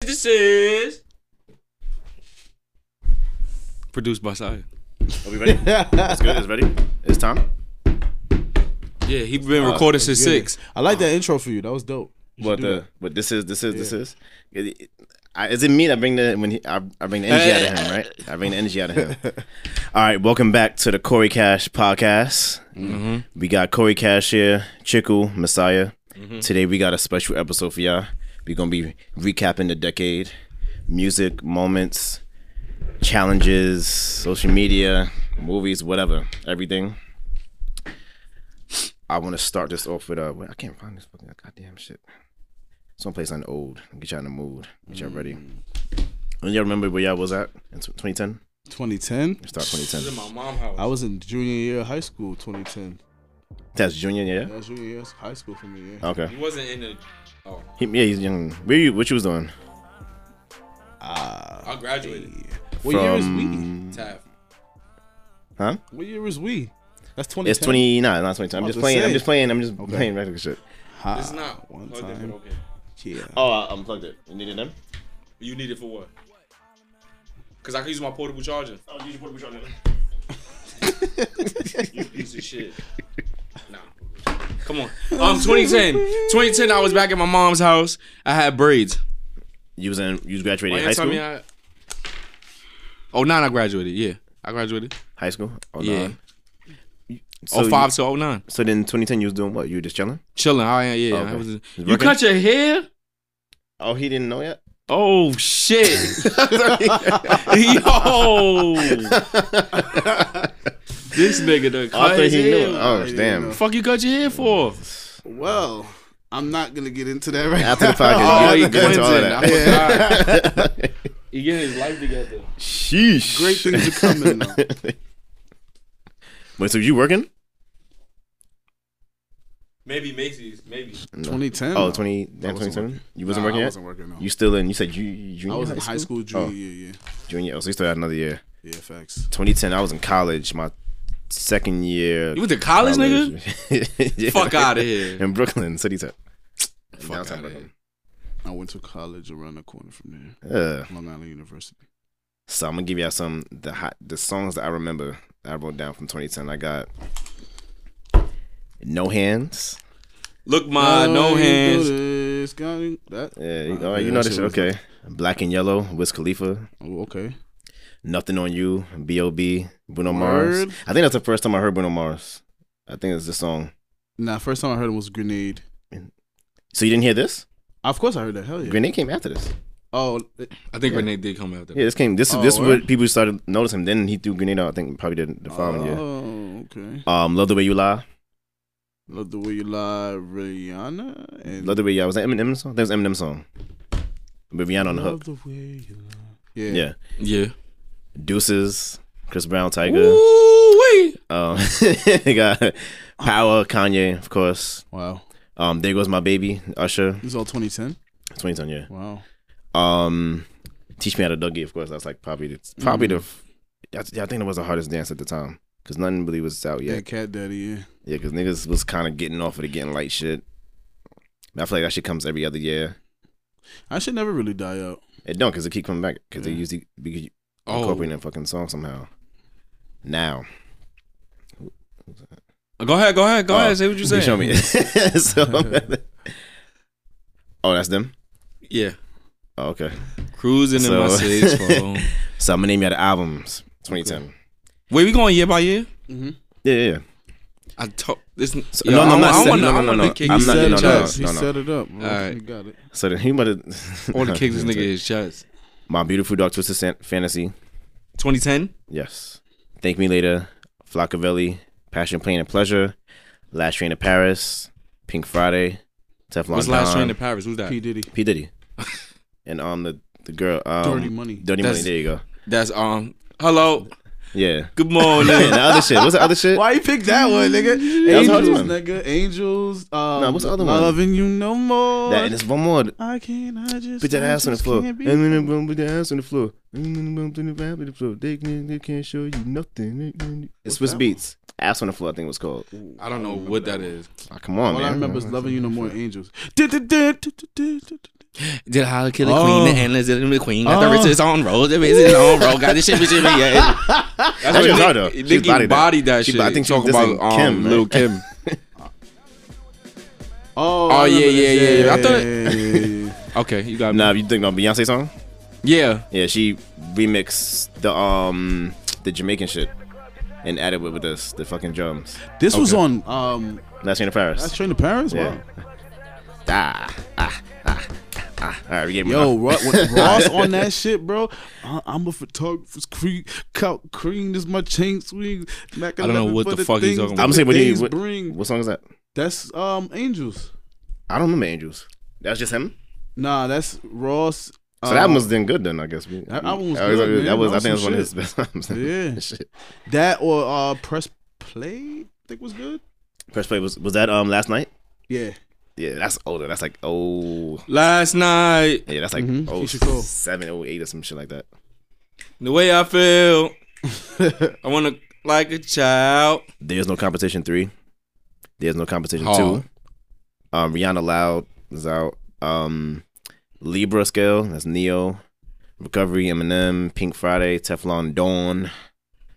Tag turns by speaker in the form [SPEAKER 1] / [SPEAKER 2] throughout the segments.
[SPEAKER 1] This is produced by Sire.
[SPEAKER 2] Are we ready? It's good. It's ready. It's time.
[SPEAKER 1] Yeah, he been recording since six.
[SPEAKER 3] I like that intro for you. That was dope. You should
[SPEAKER 2] What
[SPEAKER 3] do
[SPEAKER 2] the? What uh, this is? This is. This is. It, it, I, is it me that bring the when he, I, I bring the energy out
[SPEAKER 3] Uh,
[SPEAKER 2] of him? Right. I bring the energy out of him. All right. Welcome back to the Corey Cash podcast.
[SPEAKER 3] Mm-hmm.
[SPEAKER 2] We got Corey Cash here, Chickle Messiah. Today we got a special episode for y'all. We're gonna be recapping the decade, music moments, challenges, social media, movies, whatever, everything. I want to start this off with uh, wait, I can't find this fucking goddamn shit. Someplace on old. Get y'all in the mood. Get y'all ready. And y'all remember where y'all was at in 2010?
[SPEAKER 3] 2010.
[SPEAKER 2] Start
[SPEAKER 1] This is
[SPEAKER 2] 2010.
[SPEAKER 1] my mom house.
[SPEAKER 3] I was in junior year of high school. 2010.
[SPEAKER 2] That's junior, yeah.
[SPEAKER 3] That was junior year of high school for me. Yeah.
[SPEAKER 2] Okay.
[SPEAKER 1] He wasn't in the. Oh,
[SPEAKER 2] He, yeah, he's young. Where you? What you was doing?
[SPEAKER 3] Ah.
[SPEAKER 1] I graduated.
[SPEAKER 3] What year is we?
[SPEAKER 1] Taft.
[SPEAKER 2] Huh?
[SPEAKER 3] What year is we? That's 2010.
[SPEAKER 2] It's 29, not 20. I'm
[SPEAKER 3] I was
[SPEAKER 2] just
[SPEAKER 3] gonna
[SPEAKER 2] playing. I'm
[SPEAKER 3] say.
[SPEAKER 2] just playing. I'm just playing regular shit.
[SPEAKER 3] Ha,
[SPEAKER 1] It's not
[SPEAKER 3] one
[SPEAKER 1] oh, different,
[SPEAKER 3] time.
[SPEAKER 1] Okay.
[SPEAKER 3] Yeah.
[SPEAKER 2] Oh, I unplugged it. You needed them?
[SPEAKER 1] You need it for what? Cause I can use my portable charger.
[SPEAKER 2] Oh, you put on
[SPEAKER 1] You piece of shit. Nah. Come on. Um, 2010. 2010. I was back at my mom's house. I had braids.
[SPEAKER 2] You was in. You was graduated
[SPEAKER 1] Why
[SPEAKER 2] high
[SPEAKER 1] you tell
[SPEAKER 2] school.
[SPEAKER 1] me I- Oh nine, I graduated. Yeah, I graduated.
[SPEAKER 2] High school. Oh,
[SPEAKER 1] Yeah.
[SPEAKER 2] nine. So
[SPEAKER 1] Oh
[SPEAKER 2] you-
[SPEAKER 1] five to oh nine.
[SPEAKER 2] so then 2010, you was doing what? You were just chilling.
[SPEAKER 1] Chilling. I ain't- yeah. I
[SPEAKER 2] Okay.
[SPEAKER 1] was, you
[SPEAKER 2] working?
[SPEAKER 1] cut your hair?
[SPEAKER 2] Oh, he didn't know yet.
[SPEAKER 1] Oh shit! Yo, this nigga done
[SPEAKER 2] I
[SPEAKER 1] cut
[SPEAKER 2] thought
[SPEAKER 1] his
[SPEAKER 2] he knew.
[SPEAKER 1] hair.
[SPEAKER 2] it. Oh,
[SPEAKER 3] didn't
[SPEAKER 2] damn.
[SPEAKER 3] know.
[SPEAKER 1] Fuck you cut your hair for?
[SPEAKER 3] Well, I'm not gonna get into that right
[SPEAKER 2] After the
[SPEAKER 3] now.
[SPEAKER 1] Oh,
[SPEAKER 2] podcast, you
[SPEAKER 1] he
[SPEAKER 2] gotta get into all
[SPEAKER 1] cleansing.
[SPEAKER 2] that.
[SPEAKER 1] I forgot. He getting his life together.
[SPEAKER 2] Sheesh.
[SPEAKER 3] Great things are coming. Though.
[SPEAKER 2] Wait, so you working?
[SPEAKER 1] Maybe Macy's. Maybe.
[SPEAKER 3] 2010.
[SPEAKER 2] Oh,
[SPEAKER 3] though.
[SPEAKER 2] 20,
[SPEAKER 3] I
[SPEAKER 2] damn,
[SPEAKER 3] wasn't
[SPEAKER 2] 27?
[SPEAKER 3] working.
[SPEAKER 2] You wasn't
[SPEAKER 3] Nah,
[SPEAKER 2] working
[SPEAKER 3] I
[SPEAKER 2] yet?
[SPEAKER 3] wasn't working. No.
[SPEAKER 2] You still in, you said you, you junior
[SPEAKER 3] I was in high school junior
[SPEAKER 2] Oh.
[SPEAKER 3] year. Yeah.
[SPEAKER 2] Junior, oh, so you still had another year.
[SPEAKER 3] Yeah. Facts.
[SPEAKER 2] 2010, I was in college, my second year.
[SPEAKER 1] You went to college, nigga?
[SPEAKER 2] nigga?
[SPEAKER 1] Fuck outta here.
[SPEAKER 2] In Brooklyn, City Tech. In
[SPEAKER 1] Fuck
[SPEAKER 2] downtown
[SPEAKER 1] outta here.
[SPEAKER 3] I went to college around the corner from there.
[SPEAKER 2] Brooklyn. Ugh.
[SPEAKER 3] Long Island University.
[SPEAKER 2] So I'm gonna give y'all some the hot the songs that I remember that I wrote down from 2010. I got No Hands.
[SPEAKER 1] Look,
[SPEAKER 2] Ah,
[SPEAKER 1] my no
[SPEAKER 3] you
[SPEAKER 1] hands.
[SPEAKER 3] do this, got it, that.
[SPEAKER 2] Yeah, you,
[SPEAKER 3] Nah,
[SPEAKER 2] oh, you
[SPEAKER 3] yeah,
[SPEAKER 2] know
[SPEAKER 3] that
[SPEAKER 2] this.
[SPEAKER 3] shit was-
[SPEAKER 2] Okay, Black and Yellow, Wiz Khalifa,
[SPEAKER 3] Oh, okay.
[SPEAKER 2] Nothing on You, B.O.B., Bruno Mars.
[SPEAKER 3] Word.
[SPEAKER 2] I think that's the first time I heard Bruno Mars. I think it's this song.
[SPEAKER 3] Nah, first time I heard it was Grenade.
[SPEAKER 2] So you didn't hear this?
[SPEAKER 3] Of course, I heard that. Hell yeah.
[SPEAKER 2] Grenade came after this.
[SPEAKER 3] Oh, it-
[SPEAKER 1] I think Renee did come out there.
[SPEAKER 2] Yeah, this came. This
[SPEAKER 3] Oh,
[SPEAKER 2] this is
[SPEAKER 3] word.
[SPEAKER 2] what people started noticing. Then he threw Grenade out. I think probably the, the following year.
[SPEAKER 3] oh, okay.
[SPEAKER 2] Um, Love the way you lie.
[SPEAKER 3] Love the way you lie, Rihanna. And
[SPEAKER 2] Love the way you lie. Was that Eminem song? That was Eminem song. With Rihanna on the hook.
[SPEAKER 3] Love the way you lie. Yeah.
[SPEAKER 2] Yeah.
[SPEAKER 1] Yeah.
[SPEAKER 2] Deuces, Chris Brown, Tiger.
[SPEAKER 1] Ooh wee.
[SPEAKER 2] Um, they got Power, Kanye, of course.
[SPEAKER 3] Wow.
[SPEAKER 2] Um, There Goes My Baby, Usher,
[SPEAKER 3] This is all 2010.
[SPEAKER 2] 2010, yeah.
[SPEAKER 3] Wow.
[SPEAKER 2] Um, Teach Me How to Dougie, of course. That's like probably the, probably the, that's- yeah, I think that was the hardest dance at the time because nothing really was out
[SPEAKER 3] Yeah.
[SPEAKER 2] yet.
[SPEAKER 3] Cat Daddy. Yeah.
[SPEAKER 2] Yeah, because niggas was kind of getting off of the getting light shit. I feel like that shit comes every other year.
[SPEAKER 3] I should never really die out.
[SPEAKER 2] It don't because it keep coming back because they
[SPEAKER 3] Yeah.
[SPEAKER 2] usually be
[SPEAKER 1] Oh,
[SPEAKER 2] incorporating that fucking song somehow. Now,
[SPEAKER 1] go ahead, go ahead, go
[SPEAKER 2] Oh,
[SPEAKER 1] ahead. Say what you
[SPEAKER 2] you
[SPEAKER 1] saying.
[SPEAKER 2] show me. So- oh, that's them.
[SPEAKER 1] Yeah.
[SPEAKER 2] Oh, okay.
[SPEAKER 1] Cruising in my
[SPEAKER 2] So-
[SPEAKER 1] six phone.
[SPEAKER 2] So I'm gonna name you the albums. 2010.
[SPEAKER 1] Wait, we going year by year?
[SPEAKER 3] Mm-hmm.
[SPEAKER 2] Yeah, yeah, yeah.
[SPEAKER 1] I talk this.
[SPEAKER 2] So-
[SPEAKER 1] yo,
[SPEAKER 2] no, no,
[SPEAKER 1] I,
[SPEAKER 2] I'm not
[SPEAKER 1] I
[SPEAKER 2] saying-
[SPEAKER 1] wanna,
[SPEAKER 2] no, no,
[SPEAKER 1] I
[SPEAKER 2] no,
[SPEAKER 1] wanna
[SPEAKER 2] no.
[SPEAKER 1] kick
[SPEAKER 2] I'm
[SPEAKER 1] his
[SPEAKER 2] not-
[SPEAKER 3] set
[SPEAKER 2] no,
[SPEAKER 1] chest.
[SPEAKER 3] it
[SPEAKER 2] no,
[SPEAKER 3] up.
[SPEAKER 2] no, no, no.
[SPEAKER 3] he set it up. All
[SPEAKER 1] right.
[SPEAKER 3] You got it.
[SPEAKER 2] So then he might have.
[SPEAKER 1] I wanna kick this nigga his chest.
[SPEAKER 2] My beautiful dark twisted San- fantasy.
[SPEAKER 1] 2010.
[SPEAKER 2] Yes. Thank me later. Flockavelli. Passion, pain, and pleasure. Last train to Paris. Pink Friday. Teflon
[SPEAKER 1] What's last
[SPEAKER 2] Don.
[SPEAKER 1] train to Paris? Who's that?
[SPEAKER 3] P Diddy.
[SPEAKER 2] P Diddy. and um the the girl um,
[SPEAKER 3] Dirty Money.
[SPEAKER 2] Dirty
[SPEAKER 1] That's-
[SPEAKER 2] money. There you go.
[SPEAKER 1] That's um. Hello.
[SPEAKER 2] Yeah.
[SPEAKER 1] Good morning.
[SPEAKER 2] And the other shit. What's the other shit?
[SPEAKER 3] Why you pick that
[SPEAKER 2] Mm-hmm.
[SPEAKER 3] one, nigga?
[SPEAKER 2] was hard
[SPEAKER 3] Angels,
[SPEAKER 2] one.
[SPEAKER 3] nigga. Angels. Um,
[SPEAKER 2] Nah, what's the other one?
[SPEAKER 3] Loving you no more.
[SPEAKER 2] That, and there's one more.
[SPEAKER 3] I can't. I just.
[SPEAKER 2] Put that
[SPEAKER 3] I
[SPEAKER 2] ass on the
[SPEAKER 3] just
[SPEAKER 2] floor.
[SPEAKER 3] can't be-
[SPEAKER 2] Put that ass on the floor. They can- they can't show you nothing. It's Swiss
[SPEAKER 3] that one?
[SPEAKER 2] Beats. Ass on the floor. I think it was called.
[SPEAKER 1] I don't know what that is.
[SPEAKER 2] Ah, come on,
[SPEAKER 3] All
[SPEAKER 2] man.
[SPEAKER 3] I remember is loving you no more. Angels. Did- did- did- did- did- did- did-
[SPEAKER 1] Did a holla kill a
[SPEAKER 3] Oh.
[SPEAKER 1] queen? The endless did it with a ququeen. Got
[SPEAKER 3] Oh.
[SPEAKER 1] the riches on roll. The riches on roll. Got this shit, bitch, bitch, yeah. That's
[SPEAKER 2] That shit was hard, though.
[SPEAKER 1] Nick-
[SPEAKER 2] She was
[SPEAKER 1] Nicki
[SPEAKER 2] bodied that.
[SPEAKER 1] bodied that
[SPEAKER 2] She-
[SPEAKER 1] shit.
[SPEAKER 2] I think she was
[SPEAKER 1] Talk about
[SPEAKER 2] dissing
[SPEAKER 1] um,
[SPEAKER 2] Kim, right?
[SPEAKER 1] Lil Kim.
[SPEAKER 3] Oh,
[SPEAKER 1] Oh,
[SPEAKER 3] I
[SPEAKER 1] yeah,
[SPEAKER 3] remember
[SPEAKER 1] yeah,
[SPEAKER 3] this.
[SPEAKER 1] yeah, yeah. I thought-
[SPEAKER 3] yeah, yeah, yeah.
[SPEAKER 1] Okay, you got me.
[SPEAKER 2] Nah, you think about Beyonce song?
[SPEAKER 1] Yeah.
[SPEAKER 2] Yeah, she remixed the um the Jamaican shit and added it with us the fucking drums.
[SPEAKER 3] This was
[SPEAKER 1] Okay.
[SPEAKER 3] on um,
[SPEAKER 2] Last Train to
[SPEAKER 3] Last
[SPEAKER 2] Paris.
[SPEAKER 3] Train to Paris.
[SPEAKER 2] Yeah.
[SPEAKER 3] Wow.
[SPEAKER 2] Ah, ah, ah, ah. All right, we gave him
[SPEAKER 3] Yo,
[SPEAKER 2] enough.
[SPEAKER 3] Ro- when Ross on that shit, bro. I- I'm a photographer's cream. Count cream is my chain swing. Mac
[SPEAKER 1] I don't know
[SPEAKER 3] 11
[SPEAKER 1] what
[SPEAKER 3] for
[SPEAKER 1] the fuck he's
[SPEAKER 3] things
[SPEAKER 1] talking
[SPEAKER 3] that
[SPEAKER 1] about.
[SPEAKER 2] I'm
[SPEAKER 3] the
[SPEAKER 2] saying, what do you
[SPEAKER 3] days
[SPEAKER 2] what,
[SPEAKER 3] bring?
[SPEAKER 2] what song is that?
[SPEAKER 3] That's um Angels.
[SPEAKER 2] I don't remember Angels. That's just him.
[SPEAKER 3] Nah, that's Ross.
[SPEAKER 2] So
[SPEAKER 3] uh,
[SPEAKER 2] that one's doing good then, I guess. We-
[SPEAKER 3] that album was
[SPEAKER 2] I was-
[SPEAKER 3] good, man.
[SPEAKER 2] That was,
[SPEAKER 3] That
[SPEAKER 2] I think, it was
[SPEAKER 3] was
[SPEAKER 2] one of his
[SPEAKER 3] some
[SPEAKER 2] best albums.
[SPEAKER 3] Yeah.
[SPEAKER 2] Shit.
[SPEAKER 3] that or uh Press Play. I think was good.
[SPEAKER 2] First play was was that um last night?
[SPEAKER 3] Yeah.
[SPEAKER 2] Yeah, that's older. That's like oh
[SPEAKER 1] Last night,
[SPEAKER 2] yeah, that's like
[SPEAKER 3] Mhm.
[SPEAKER 2] oh
[SPEAKER 3] Keisha Cole.
[SPEAKER 2] seven, oh eight or some shit like that.
[SPEAKER 1] the way I feel, I wanna like a child.
[SPEAKER 2] There's no competition three. There's no competition
[SPEAKER 1] Hard.
[SPEAKER 2] two. Um, Rihanna Loud is out. Um, Libra scale that's Neo. Recovery Eminem, Pink Friday, Teflon Dawn.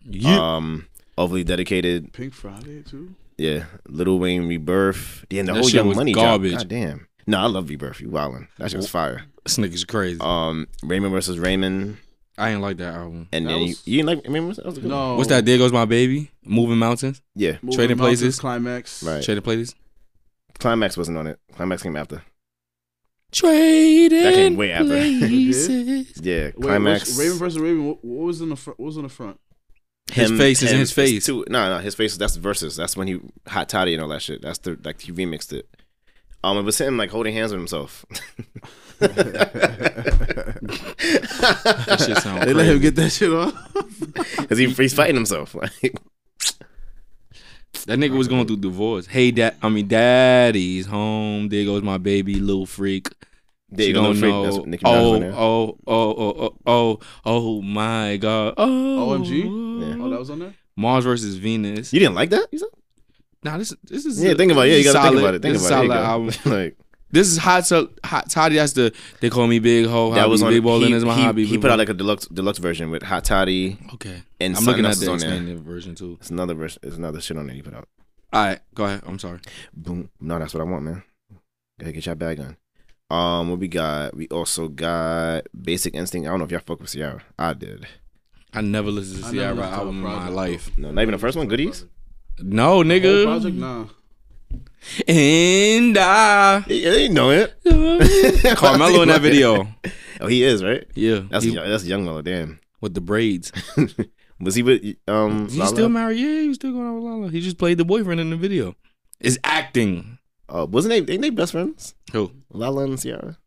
[SPEAKER 1] Yeah.
[SPEAKER 2] Um, overly dedicated.
[SPEAKER 3] Pink Friday too.
[SPEAKER 2] Yeah, Little Wayne Rebirth. Yeah, and the
[SPEAKER 1] That
[SPEAKER 2] whole
[SPEAKER 1] shit
[SPEAKER 2] Young
[SPEAKER 1] was
[SPEAKER 2] Money
[SPEAKER 1] garbage.
[SPEAKER 2] job. God damn. No, I love Rebirth. You wildin'. That shit was fire.
[SPEAKER 1] this nigga's crazy.
[SPEAKER 2] Um, Raymond versus Raymond,
[SPEAKER 1] I ain't like that album.
[SPEAKER 2] and
[SPEAKER 3] That
[SPEAKER 2] then
[SPEAKER 3] was-
[SPEAKER 2] you, you didn't like Raymond versus. That was a good one.
[SPEAKER 3] No.
[SPEAKER 1] What's that? There goes my baby. Moving mountains.
[SPEAKER 2] Yeah,
[SPEAKER 3] Moving
[SPEAKER 1] Trading
[SPEAKER 3] Mountains,
[SPEAKER 1] Places?
[SPEAKER 3] climax.
[SPEAKER 2] Right.
[SPEAKER 1] Traded playlist.
[SPEAKER 2] Climax wasn't on it. Climax came after.
[SPEAKER 1] Traded.
[SPEAKER 2] That came way after.
[SPEAKER 1] places.
[SPEAKER 2] Yeah,
[SPEAKER 3] Wait,
[SPEAKER 2] climax.
[SPEAKER 3] which- Raven versus Raven. What, what was in the front? What was in the front?
[SPEAKER 1] His face is in his
[SPEAKER 2] it's
[SPEAKER 1] face.
[SPEAKER 2] Two, no, no, his face. That's versus. That's when he hot toddy and all that shit. That's the like he remixed it. Um, it was him like holding hands with himself.
[SPEAKER 1] that shit sound crazy.
[SPEAKER 3] They let him get that shit off.
[SPEAKER 2] Cause he, he's fighting himself. Like,
[SPEAKER 1] That nigga was going through divorce. Hey, dad. I mean, daddy's home. There goes my baby, little freak.
[SPEAKER 2] there
[SPEAKER 1] She
[SPEAKER 2] you go.
[SPEAKER 1] don't
[SPEAKER 2] Freak.
[SPEAKER 1] know.
[SPEAKER 2] That's Nicki Minaj
[SPEAKER 1] oh,
[SPEAKER 2] on there.
[SPEAKER 1] oh, oh, oh, oh, oh, oh, my God. Oh,
[SPEAKER 3] OMG?
[SPEAKER 2] Yeah.
[SPEAKER 3] Oh, that was on there.
[SPEAKER 1] Mars versus Venus.
[SPEAKER 2] You didn't like that? You said?
[SPEAKER 1] Nah, this this is
[SPEAKER 2] Yeah, think about it. Yeah, you gotta
[SPEAKER 1] solid,
[SPEAKER 2] think about it. Think
[SPEAKER 1] this is
[SPEAKER 2] about it.
[SPEAKER 1] solid
[SPEAKER 2] There you
[SPEAKER 1] album.
[SPEAKER 2] go. like
[SPEAKER 1] This is hot, so, hot toddy. That's the they call me big ho. Hobby.
[SPEAKER 2] that was on.
[SPEAKER 1] big ballin'
[SPEAKER 2] he,
[SPEAKER 1] is my
[SPEAKER 2] he,
[SPEAKER 1] hobby.
[SPEAKER 2] He put out like a deluxe deluxe version with hot toddy
[SPEAKER 1] okay.
[SPEAKER 2] and
[SPEAKER 1] I'm
[SPEAKER 2] something
[SPEAKER 1] looking at
[SPEAKER 2] else is
[SPEAKER 1] the
[SPEAKER 2] on there.
[SPEAKER 1] extended version too.
[SPEAKER 2] It's another version. It's another shit on there he put out.
[SPEAKER 1] All right, go ahead. I'm sorry.
[SPEAKER 2] Boom. No, that's what I want, man. Gotta get your bag on. Um, what we got? We also got Basic Instinct. I don't know if y'all fuck with Ciara. I did.
[SPEAKER 1] I never listened to
[SPEAKER 3] I never
[SPEAKER 1] Ciara
[SPEAKER 3] listened to
[SPEAKER 1] album in
[SPEAKER 3] a
[SPEAKER 1] my
[SPEAKER 3] project.
[SPEAKER 1] life.
[SPEAKER 2] No, not even the first one. Goodies.
[SPEAKER 1] No,
[SPEAKER 3] Whole project,
[SPEAKER 1] nigga.
[SPEAKER 3] nah.
[SPEAKER 1] And I.
[SPEAKER 2] Yeah, they know it.
[SPEAKER 1] Carmelo in that video.
[SPEAKER 2] Oh, he is right.
[SPEAKER 1] Yeah,
[SPEAKER 2] That's
[SPEAKER 1] he-
[SPEAKER 2] that's young Mello. Damn.
[SPEAKER 1] with the braids.
[SPEAKER 2] Was he with um?
[SPEAKER 1] He's
[SPEAKER 2] Lala?
[SPEAKER 1] still married. Yeah, he was still going out with Lala. He just played the boyfriend in the video. Is acting.
[SPEAKER 2] Uh, wasn't they? Ain't they best friends?
[SPEAKER 1] Who?
[SPEAKER 2] Lala and Ciara.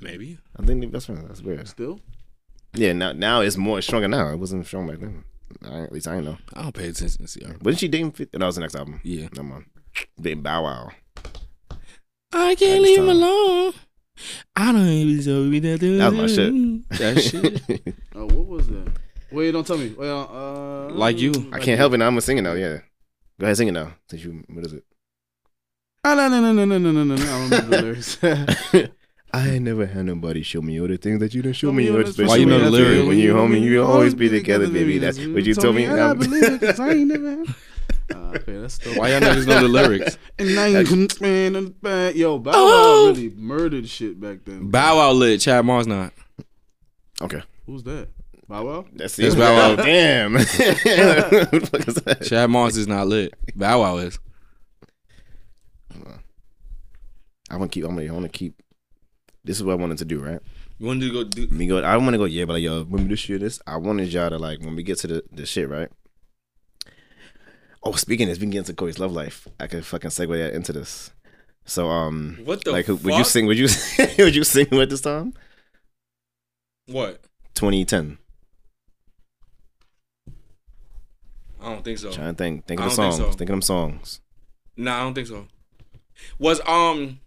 [SPEAKER 1] Maybe.
[SPEAKER 2] I think they best friends. That's weird.
[SPEAKER 3] Still.
[SPEAKER 2] Yeah. Now, now it's more it's stronger now. It wasn't strong back then. I, at least I don't know.
[SPEAKER 1] I don't pay attention to Ciara.
[SPEAKER 2] Wasn't she dating? 50? No, that was the next album.
[SPEAKER 1] Yeah.
[SPEAKER 2] Come on. Dating Bow Wow.
[SPEAKER 1] I can't
[SPEAKER 2] At this
[SPEAKER 1] leave him
[SPEAKER 2] time.
[SPEAKER 1] alone. I don't even tell me that.
[SPEAKER 2] That's my shit.
[SPEAKER 1] That shit.
[SPEAKER 3] Oh, what was that? Wait, don't tell me. Wait, uh,
[SPEAKER 1] Like you.
[SPEAKER 2] I can't help it. Now. I'm a singer now. Yeah, go ahead, sing it now. Since you, what is
[SPEAKER 3] Ah, no, no, no, no, no, no, no, no, no. I remember the lyrics.
[SPEAKER 2] it? I ain't never had nobody show me all the things that you done show me. You're
[SPEAKER 3] that's
[SPEAKER 2] special.
[SPEAKER 1] Why you know the
[SPEAKER 2] That's
[SPEAKER 1] lyrics?
[SPEAKER 2] real. When you homie, you always be together, baby. That's what you told me.
[SPEAKER 3] And I believe it 'cause I ain't never. Ah, okay, that's dope.
[SPEAKER 1] Why y'all niggas know the lyrics?
[SPEAKER 3] And I ain't gonna spend on the back. Yo, Bow Wow really murdered shit back then.
[SPEAKER 1] Bow Wow lit. Chad Mars not.
[SPEAKER 2] Okay,
[SPEAKER 3] Who's that? Bow Wow?
[SPEAKER 2] that's
[SPEAKER 1] That's
[SPEAKER 2] it.
[SPEAKER 1] Bow Wow.
[SPEAKER 2] Damn. Who the fuck is that?
[SPEAKER 1] Chad Mars is not lit. Bow Wow is.
[SPEAKER 2] I want to keep. I'm gonna, I want to keep. This is what I wanted to do, right?
[SPEAKER 1] You want to go do?
[SPEAKER 2] Me go. I want to go. Yeah, but like, yo, remember this year? This I wanted y'all to like when we get to the, the shit, right? Oh, speaking of this, we can get into Corey's love life. I could fucking segue that into this. So, um,
[SPEAKER 1] What the
[SPEAKER 2] like,
[SPEAKER 1] fuck?
[SPEAKER 2] would you sing? Would you would you sing with this time?
[SPEAKER 1] What?
[SPEAKER 2] 2010.
[SPEAKER 1] I don't think so.
[SPEAKER 2] Trying to think. Think
[SPEAKER 1] I
[SPEAKER 2] of the
[SPEAKER 1] don't
[SPEAKER 2] songs.
[SPEAKER 1] think
[SPEAKER 2] Think,
[SPEAKER 1] so.
[SPEAKER 2] of them songs.
[SPEAKER 1] Nah, I don't think so. Was um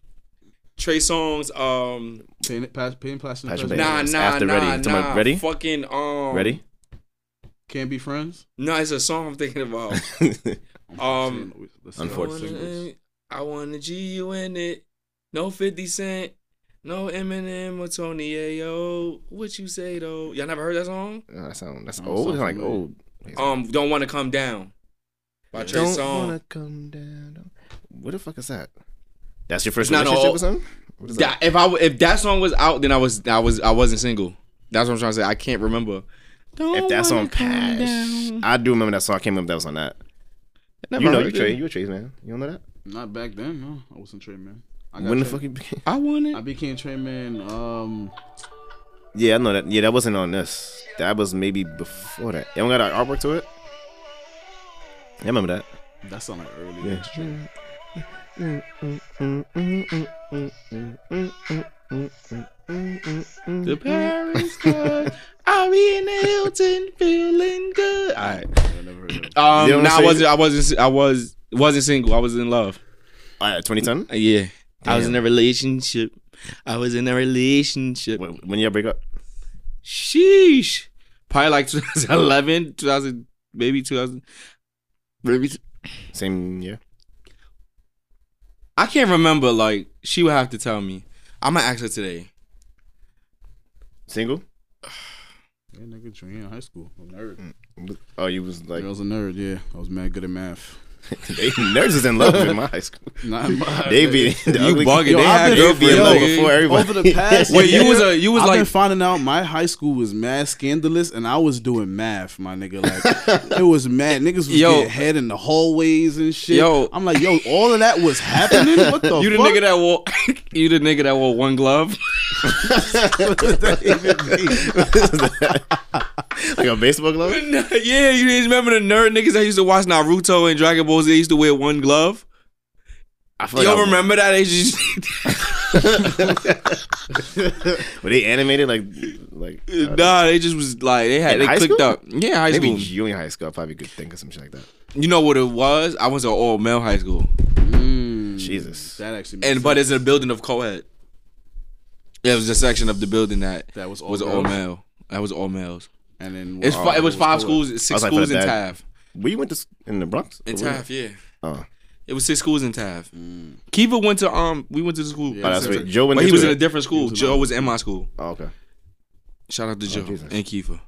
[SPEAKER 1] Trey Songz um
[SPEAKER 3] Pain, pass, pain, plastic,
[SPEAKER 2] Passion
[SPEAKER 3] Pleasure.
[SPEAKER 2] Play.
[SPEAKER 1] nah
[SPEAKER 2] it's
[SPEAKER 1] nah
[SPEAKER 2] after
[SPEAKER 1] nah
[SPEAKER 2] Ready.
[SPEAKER 1] nah
[SPEAKER 2] It's my- Ready?
[SPEAKER 1] fucking um
[SPEAKER 2] Ready?
[SPEAKER 3] Can't be friends.
[SPEAKER 1] No, it's a song I'm thinking about. Um,
[SPEAKER 3] Let's see.
[SPEAKER 1] I
[SPEAKER 2] Unfortunately.
[SPEAKER 1] wanna- I want to G you in it. No 50 Cent. No Eminem or Tony Ayo. What you say though? Y'all never heard that song?
[SPEAKER 2] Oh, that sound that's
[SPEAKER 4] I'm
[SPEAKER 2] old.
[SPEAKER 4] so
[SPEAKER 2] It's like
[SPEAKER 4] familiar.
[SPEAKER 2] old.
[SPEAKER 1] Um, Don't Wanna Come Down by Trey
[SPEAKER 2] Don't
[SPEAKER 1] Songz.
[SPEAKER 2] wanna come down. What the fuck is that? That's your first
[SPEAKER 1] not
[SPEAKER 2] relationship
[SPEAKER 1] old.
[SPEAKER 2] or something? What is
[SPEAKER 1] That- if I w- if that song was out, then I was I was I wasn't single. That's what I'm trying to say. I can't remember. Don't
[SPEAKER 2] If that's
[SPEAKER 1] wanna
[SPEAKER 2] on
[SPEAKER 1] come
[SPEAKER 2] Pash,
[SPEAKER 1] down.
[SPEAKER 2] I do remember that song. I can't remember if that was on that.
[SPEAKER 1] Never
[SPEAKER 2] you know
[SPEAKER 1] heard
[SPEAKER 2] you
[SPEAKER 1] that.
[SPEAKER 2] trade. You a trade man. You don't know that?
[SPEAKER 4] Not back then, no. I wasn't Trey Man. I got
[SPEAKER 2] When the
[SPEAKER 4] Trey-
[SPEAKER 2] fuck you became?
[SPEAKER 1] I want
[SPEAKER 4] I
[SPEAKER 1] it.
[SPEAKER 4] became Trey Man. Um,
[SPEAKER 2] Yeah, I know that. Yeah, that wasn't on this. That was maybe before that. You don't got an artwork to it? Yeah, I remember that.
[SPEAKER 4] that sounded like early.
[SPEAKER 2] Yeah.
[SPEAKER 4] that's true.
[SPEAKER 1] The Paris Club. I'll be in the Hilton, feeling good. All right.
[SPEAKER 4] I never heard of it.
[SPEAKER 1] Um,
[SPEAKER 2] You know
[SPEAKER 1] no,
[SPEAKER 2] what I'm
[SPEAKER 1] I wasn't. I wasn't. I was wasn't single. I was in love.
[SPEAKER 2] Uh, 2010?
[SPEAKER 1] Uh, Yeah, I was
[SPEAKER 2] Damn.
[SPEAKER 1] in a relationship. I was in a relationship.
[SPEAKER 2] Wait, When y'all break up?
[SPEAKER 1] Sheesh. Probably like 2011, 2000, maybe 2000. Maybe t-
[SPEAKER 2] Same year?
[SPEAKER 1] I can't remember. Like she would have to tell me. I'm gonna ask her today.
[SPEAKER 2] Single?
[SPEAKER 4] Yeah, nigga, Trey in high school. I'm a nerd.
[SPEAKER 2] Oh, you was like.
[SPEAKER 4] I was a nerd. Yeah, I was mad good at math.
[SPEAKER 2] they, nerds is in love in my high school.
[SPEAKER 4] Not in my-
[SPEAKER 2] They be. The
[SPEAKER 1] You
[SPEAKER 2] ugly-
[SPEAKER 1] bugging.
[SPEAKER 4] Yo,
[SPEAKER 1] they
[SPEAKER 4] I've
[SPEAKER 1] had
[SPEAKER 4] been-
[SPEAKER 1] girlfriend
[SPEAKER 4] yo,
[SPEAKER 1] like,
[SPEAKER 2] before everybody.
[SPEAKER 4] Over the past,
[SPEAKER 1] Wait, you
[SPEAKER 4] year,
[SPEAKER 1] was a- you was
[SPEAKER 4] I've
[SPEAKER 1] like-
[SPEAKER 4] been finding out my high school was mad scandalous, and I was doing math, my nigga. Like it was mad. Niggas was
[SPEAKER 1] Yo.
[SPEAKER 4] getting head in the hallways and shit.
[SPEAKER 1] Yo.
[SPEAKER 4] I'm like, yo, all of that was happening. What the
[SPEAKER 1] You the
[SPEAKER 4] fuck?
[SPEAKER 1] nigga that wore. you the nigga that wore one glove.
[SPEAKER 4] What does that even mean?
[SPEAKER 2] like a baseball glove?
[SPEAKER 1] yeah, you didn't remember the nerd niggas that used to watch Naruto and Dragon Ball Z? They used to wear one glove.
[SPEAKER 2] I feel
[SPEAKER 1] You don't
[SPEAKER 2] I-
[SPEAKER 1] remember that? They just-
[SPEAKER 2] Were they animated? Like, like. uh,
[SPEAKER 1] nah, they just was like they had
[SPEAKER 2] In
[SPEAKER 1] they
[SPEAKER 2] high
[SPEAKER 1] clicked
[SPEAKER 2] school?
[SPEAKER 1] up. Yeah, high
[SPEAKER 2] Maybe
[SPEAKER 1] school.
[SPEAKER 2] junior high school, I probably could think of some shit like that.
[SPEAKER 1] You know what it was? I went to an all male high school,
[SPEAKER 4] Mm,
[SPEAKER 2] Jesus.
[SPEAKER 4] That actually. Makes
[SPEAKER 1] and but it's a building of co-ed. It was a section of the building that
[SPEAKER 4] That was all
[SPEAKER 1] was all
[SPEAKER 4] girls?
[SPEAKER 1] male. That was all males.
[SPEAKER 4] and then
[SPEAKER 1] It's
[SPEAKER 4] wow,
[SPEAKER 1] fi- it was five
[SPEAKER 4] cool.
[SPEAKER 1] schools, six
[SPEAKER 2] like, for
[SPEAKER 1] schools in
[SPEAKER 2] that-
[SPEAKER 1] Taft.
[SPEAKER 2] Where you went to s- in the Bronx?
[SPEAKER 1] In
[SPEAKER 2] Or where?
[SPEAKER 1] Taft, yeah.
[SPEAKER 2] Oh.
[SPEAKER 1] It was six schools in Taft. Kiva went to um. We went to the school.
[SPEAKER 4] Yeah,
[SPEAKER 2] Oh, that's right. Joe went
[SPEAKER 1] But he
[SPEAKER 2] to
[SPEAKER 1] was in
[SPEAKER 2] it.
[SPEAKER 1] a different school.
[SPEAKER 4] was in
[SPEAKER 1] Joe
[SPEAKER 4] a-
[SPEAKER 1] was in my school.
[SPEAKER 2] Oh, okay.
[SPEAKER 1] Shout out to Joe
[SPEAKER 2] Jesus.
[SPEAKER 1] and Kiefer.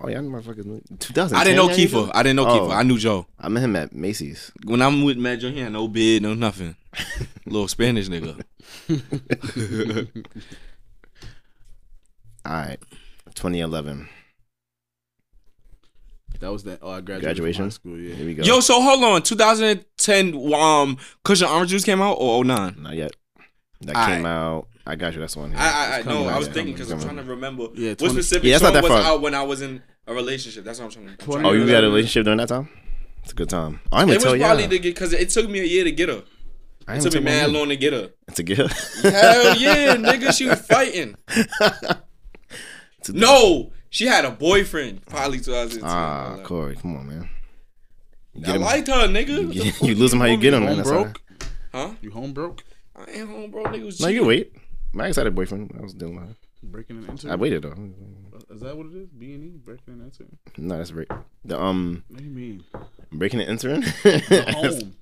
[SPEAKER 2] Oh yeah, I know motherfuckers. Two thousand.
[SPEAKER 1] I didn't know Kiefer. I didn't know
[SPEAKER 2] Oh.
[SPEAKER 1] Kiefer. I knew Joe.
[SPEAKER 2] I met him at Macy's.
[SPEAKER 1] When I'm with Matt Joe, he had no beard, no nothing. Little Spanish nigga.
[SPEAKER 2] All right, 2011
[SPEAKER 4] That was that. Oh, I graduated
[SPEAKER 2] graduation.
[SPEAKER 4] From high school. Yeah.
[SPEAKER 2] Here we go.
[SPEAKER 1] Yo, so hold on. 2010, um, Cushion Orange Juice came out or 09?
[SPEAKER 2] not yet. That
[SPEAKER 1] All
[SPEAKER 2] came out. I got you. That's the one. Here.
[SPEAKER 1] I, I, I
[SPEAKER 2] It's coming,
[SPEAKER 1] no, I was
[SPEAKER 2] yeah.
[SPEAKER 1] thinking because I'm
[SPEAKER 2] Coming.
[SPEAKER 1] trying to remember
[SPEAKER 4] Yeah,
[SPEAKER 1] what
[SPEAKER 4] 20
[SPEAKER 1] specific
[SPEAKER 2] Yeah, that's not
[SPEAKER 1] song
[SPEAKER 2] that
[SPEAKER 1] was
[SPEAKER 2] far.
[SPEAKER 1] out when I was in a relationship. That's what I'm trying to. I'm trying to
[SPEAKER 2] Oh, you got a
[SPEAKER 4] 2011.
[SPEAKER 2] relationship during that time? It's a good time. Oh, I'm gonna
[SPEAKER 1] it
[SPEAKER 2] tell
[SPEAKER 1] was
[SPEAKER 2] you.
[SPEAKER 1] probably to get because it took me a year to get her. It took me mad long to get her.
[SPEAKER 2] It's a good.
[SPEAKER 1] Hell yeah, nigga, she was fighting. no, she had a boyfriend. Probably 2010.
[SPEAKER 2] Ah, Corey, come on, man. You
[SPEAKER 1] I
[SPEAKER 2] him-
[SPEAKER 1] liked her, nigga.
[SPEAKER 2] you, you lose them how you get them, man.
[SPEAKER 4] Home
[SPEAKER 2] That's all right.
[SPEAKER 4] broke.
[SPEAKER 1] Huh?
[SPEAKER 4] You home broke?
[SPEAKER 1] I ain't home, bro. Nigga was
[SPEAKER 2] No,
[SPEAKER 1] cheating.
[SPEAKER 2] you wait. My ex had a boyfriend. I was dealing with her.
[SPEAKER 4] Breaking and
[SPEAKER 2] I
[SPEAKER 4] entering. Uh,
[SPEAKER 2] waited though.
[SPEAKER 4] Is that what it is? B and E. Breaking and entering.
[SPEAKER 2] No, that's break. The um
[SPEAKER 4] What do you mean?
[SPEAKER 2] breaking and entering.
[SPEAKER 4] Home.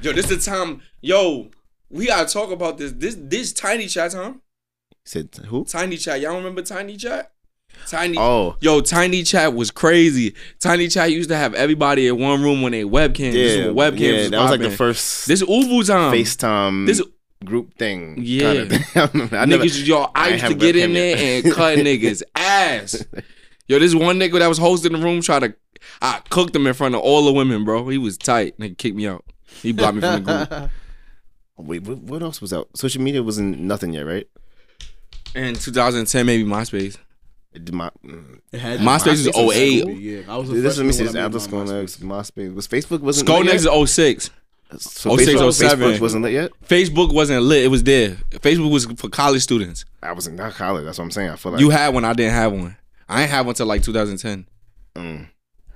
[SPEAKER 1] Yo, this is the time. Yo, we gotta talk about this. This this tiny chat time.
[SPEAKER 2] Said who?
[SPEAKER 1] Tiny chat. Y'all remember tiny chat? Tiny.
[SPEAKER 2] Oh,
[SPEAKER 1] Yo, Tiny Chat was crazy. Tiny Chat used to have everybody in one room when they webcam. this is
[SPEAKER 2] yeah,
[SPEAKER 1] when webcams
[SPEAKER 2] yeah.
[SPEAKER 1] was
[SPEAKER 2] That was like the
[SPEAKER 1] popping.
[SPEAKER 2] first
[SPEAKER 1] This Ubu time.
[SPEAKER 2] FaceTime
[SPEAKER 1] This
[SPEAKER 2] group thing.
[SPEAKER 1] Yeah.
[SPEAKER 2] kinda thing. I remember- I
[SPEAKER 1] niggas,
[SPEAKER 2] never-
[SPEAKER 1] yo, I,
[SPEAKER 2] I
[SPEAKER 1] used to
[SPEAKER 2] haven't
[SPEAKER 1] get in
[SPEAKER 2] webcam
[SPEAKER 1] there
[SPEAKER 2] yet.
[SPEAKER 1] and cut niggas ass. Yo, this one nigga that was hosting the room tried to, I cooked him in front of all the women, bro. He was tight. Nigga kicked me out. He blocked me from the group.
[SPEAKER 2] Wait, what, what else was out? Social media wasn't nothing yet, right?
[SPEAKER 1] In 2010, maybe MySpace.
[SPEAKER 2] It did My, mm.
[SPEAKER 4] It had
[SPEAKER 1] MySpace is
[SPEAKER 4] MySpace was
[SPEAKER 1] 08.
[SPEAKER 4] cool. Yeah, I was. A
[SPEAKER 2] Dude, this is
[SPEAKER 4] freshman
[SPEAKER 2] me
[SPEAKER 4] when
[SPEAKER 2] see this
[SPEAKER 4] I made
[SPEAKER 2] after
[SPEAKER 4] my
[SPEAKER 2] school.
[SPEAKER 4] MySpace.
[SPEAKER 2] MySpace. MySpace was Facebook wasn't lit
[SPEAKER 1] Sconex
[SPEAKER 2] yet?
[SPEAKER 1] is 06.
[SPEAKER 2] so
[SPEAKER 1] 06,
[SPEAKER 2] Facebook,
[SPEAKER 1] 07.
[SPEAKER 2] Facebook wasn't lit yet.
[SPEAKER 1] Facebook wasn't lit. It was there. Facebook was for college students.
[SPEAKER 2] I was in not college. That's what I'm saying. I feel like
[SPEAKER 1] You had one. I didn't have one. I ain't have one till like 2010.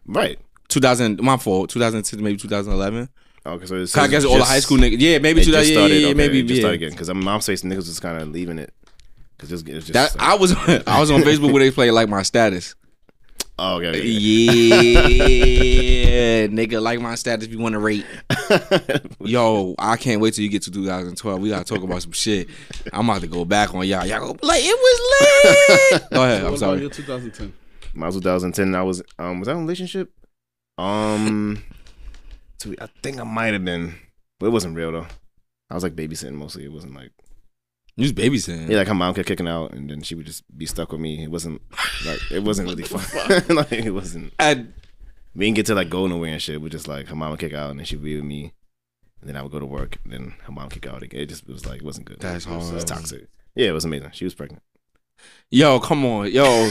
[SPEAKER 2] right.
[SPEAKER 1] 2000, my fault. 2010, maybe 2011.
[SPEAKER 2] Okay, so it's
[SPEAKER 1] I guess all the high school niggas. Yeah, maybe
[SPEAKER 2] It just
[SPEAKER 1] 2000. Yeah,
[SPEAKER 2] started.
[SPEAKER 1] yeah, yeah,
[SPEAKER 2] okay,
[SPEAKER 1] maybe.
[SPEAKER 2] it just
[SPEAKER 1] yeah.
[SPEAKER 2] started again because MySpace niggas was kind of leaving it because it was just
[SPEAKER 1] That
[SPEAKER 2] like-
[SPEAKER 1] I was I was on Facebook where they played like my status.
[SPEAKER 2] Oh, okay. okay.
[SPEAKER 1] Yeah, nigga, like my status. If you want to rate, yo, I can't wait till you get to 2012. We gotta talk about some shit. I'm about to go back on y'all. Y'all go like it was lit. Go ahead.
[SPEAKER 4] What
[SPEAKER 1] I'm
[SPEAKER 4] about
[SPEAKER 1] sorry.
[SPEAKER 4] your 2010?
[SPEAKER 2] Miles 2010. I was um was I in a relationship? Um, to, I think I might have been, but it wasn't real though. I was like babysitting mostly. It wasn't like
[SPEAKER 1] You was babysitting.
[SPEAKER 2] yeah, like her mom kept kicking out, and then she would just be stuck with me. It wasn't like it wasn't really fun. like it wasn't.
[SPEAKER 1] And
[SPEAKER 2] We didn't get to like go nowhere and shit. We just like her mom would kick out, and then she'd be with me, and then I would go to work, and then her mom would kick out again. It just it was like it wasn't good.
[SPEAKER 1] That's
[SPEAKER 2] it was, it was
[SPEAKER 1] hard.
[SPEAKER 2] toxic. Yeah, it was amazing. She was pregnant.
[SPEAKER 1] yo, come on, yo,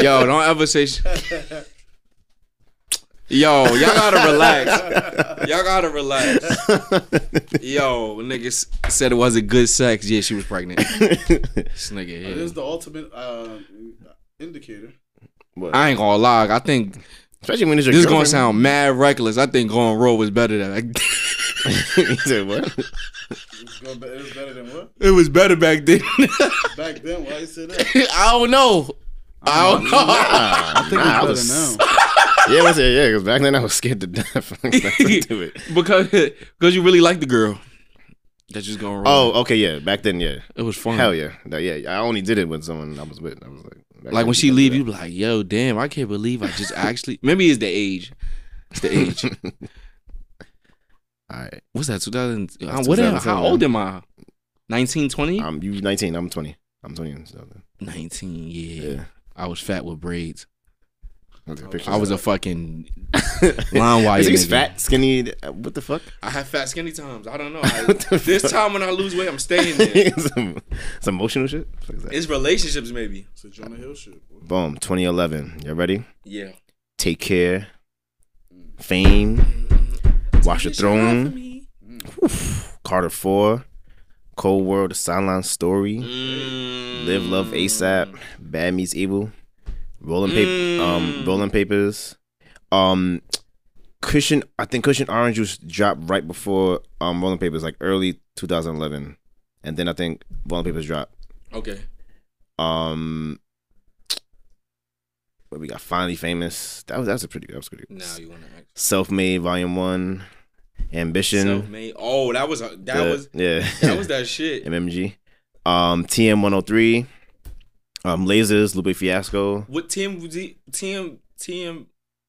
[SPEAKER 1] yo, don't ever say. Sh- yo, y'all gotta relax. Y'all gotta relax. Yo, niggas said it wasn't good sex. Yeah, she was pregnant. This nigga
[SPEAKER 4] It
[SPEAKER 1] here.
[SPEAKER 4] is the ultimate uh, indicator.
[SPEAKER 1] I ain't gonna lie. I think
[SPEAKER 2] Especially when it's your
[SPEAKER 1] This is gonna
[SPEAKER 2] girlfriend.
[SPEAKER 1] sound mad reckless. I think going rogue was better than
[SPEAKER 2] he said what?
[SPEAKER 4] It's go- It was better than what?
[SPEAKER 1] it was better back then.
[SPEAKER 4] Back then, why you say that?
[SPEAKER 1] I don't know. I don't know.
[SPEAKER 2] I
[SPEAKER 4] think
[SPEAKER 2] I
[SPEAKER 4] it's better
[SPEAKER 2] was- Yeah, what's it? Yeah, because back then I was scared to death. I couldn't do it.
[SPEAKER 1] because because you really like the girl. That's just going rogue.
[SPEAKER 2] Oh, okay, yeah. Back then, yeah.
[SPEAKER 1] it was fun.
[SPEAKER 2] Hell yeah. No, yeah, I only did it when someone I was with. I was like, back
[SPEAKER 1] Like
[SPEAKER 2] then,
[SPEAKER 1] when she
[SPEAKER 2] don't do
[SPEAKER 1] leave,
[SPEAKER 2] that.
[SPEAKER 1] you be like, "Yo, damn, I can't believe I just actually." Maybe it's the age. It's the age.
[SPEAKER 2] All right,
[SPEAKER 1] What's that? Two thousand. Oh.
[SPEAKER 2] That's
[SPEAKER 1] What? am-
[SPEAKER 2] 2007,
[SPEAKER 1] Uh, How old am I? 19, 20?
[SPEAKER 2] um, you 19, I'm 20. I'm 20 and stuff. then.
[SPEAKER 1] 19, yeah.
[SPEAKER 2] Yeah.
[SPEAKER 1] I was fat with braids.
[SPEAKER 2] Look at the pictures.
[SPEAKER 1] I was a fucking line wire.
[SPEAKER 2] Is he
[SPEAKER 1] nigga.
[SPEAKER 2] fat, skinny? uh, What the fuck?
[SPEAKER 1] I have fat skinny times. I don't know.
[SPEAKER 2] What the
[SPEAKER 1] this
[SPEAKER 2] fuck?
[SPEAKER 1] time when I lose weight, I'm staying there.
[SPEAKER 2] some, some emotional shit. What the fuck is that?
[SPEAKER 1] it's relationships, maybe.
[SPEAKER 4] It's a Jonah Hill shit. bro.
[SPEAKER 2] Boom, 2011. You ready?
[SPEAKER 1] Yeah.
[SPEAKER 2] Take care. Fame. Wash the throne. Carter Four, Cold World, The Sideline
[SPEAKER 1] Mm.
[SPEAKER 2] Story, Live Love ASAP, Bad Meets Evil, Rolling Paper, um,
[SPEAKER 1] Mm.
[SPEAKER 2] Rolling Papers, um, Cushion. I think Cushion Orange Juice dropped right before um Rolling Papers, like early 2011, and then I think Rolling Papers dropped.
[SPEAKER 1] Okay.
[SPEAKER 2] Um, what we got? Finally Famous. That was that was a pretty that was pretty.
[SPEAKER 1] Now you want to act.
[SPEAKER 2] Self Made Volume One, Ambition.
[SPEAKER 1] Self-made. Oh, that was a, that
[SPEAKER 2] the-
[SPEAKER 1] was
[SPEAKER 2] yeah.
[SPEAKER 1] that was that shit.
[SPEAKER 2] MMG. Um, TM103. Um, Lasers, Lupe Fiasco.
[SPEAKER 1] What Tim was he- Tim Tim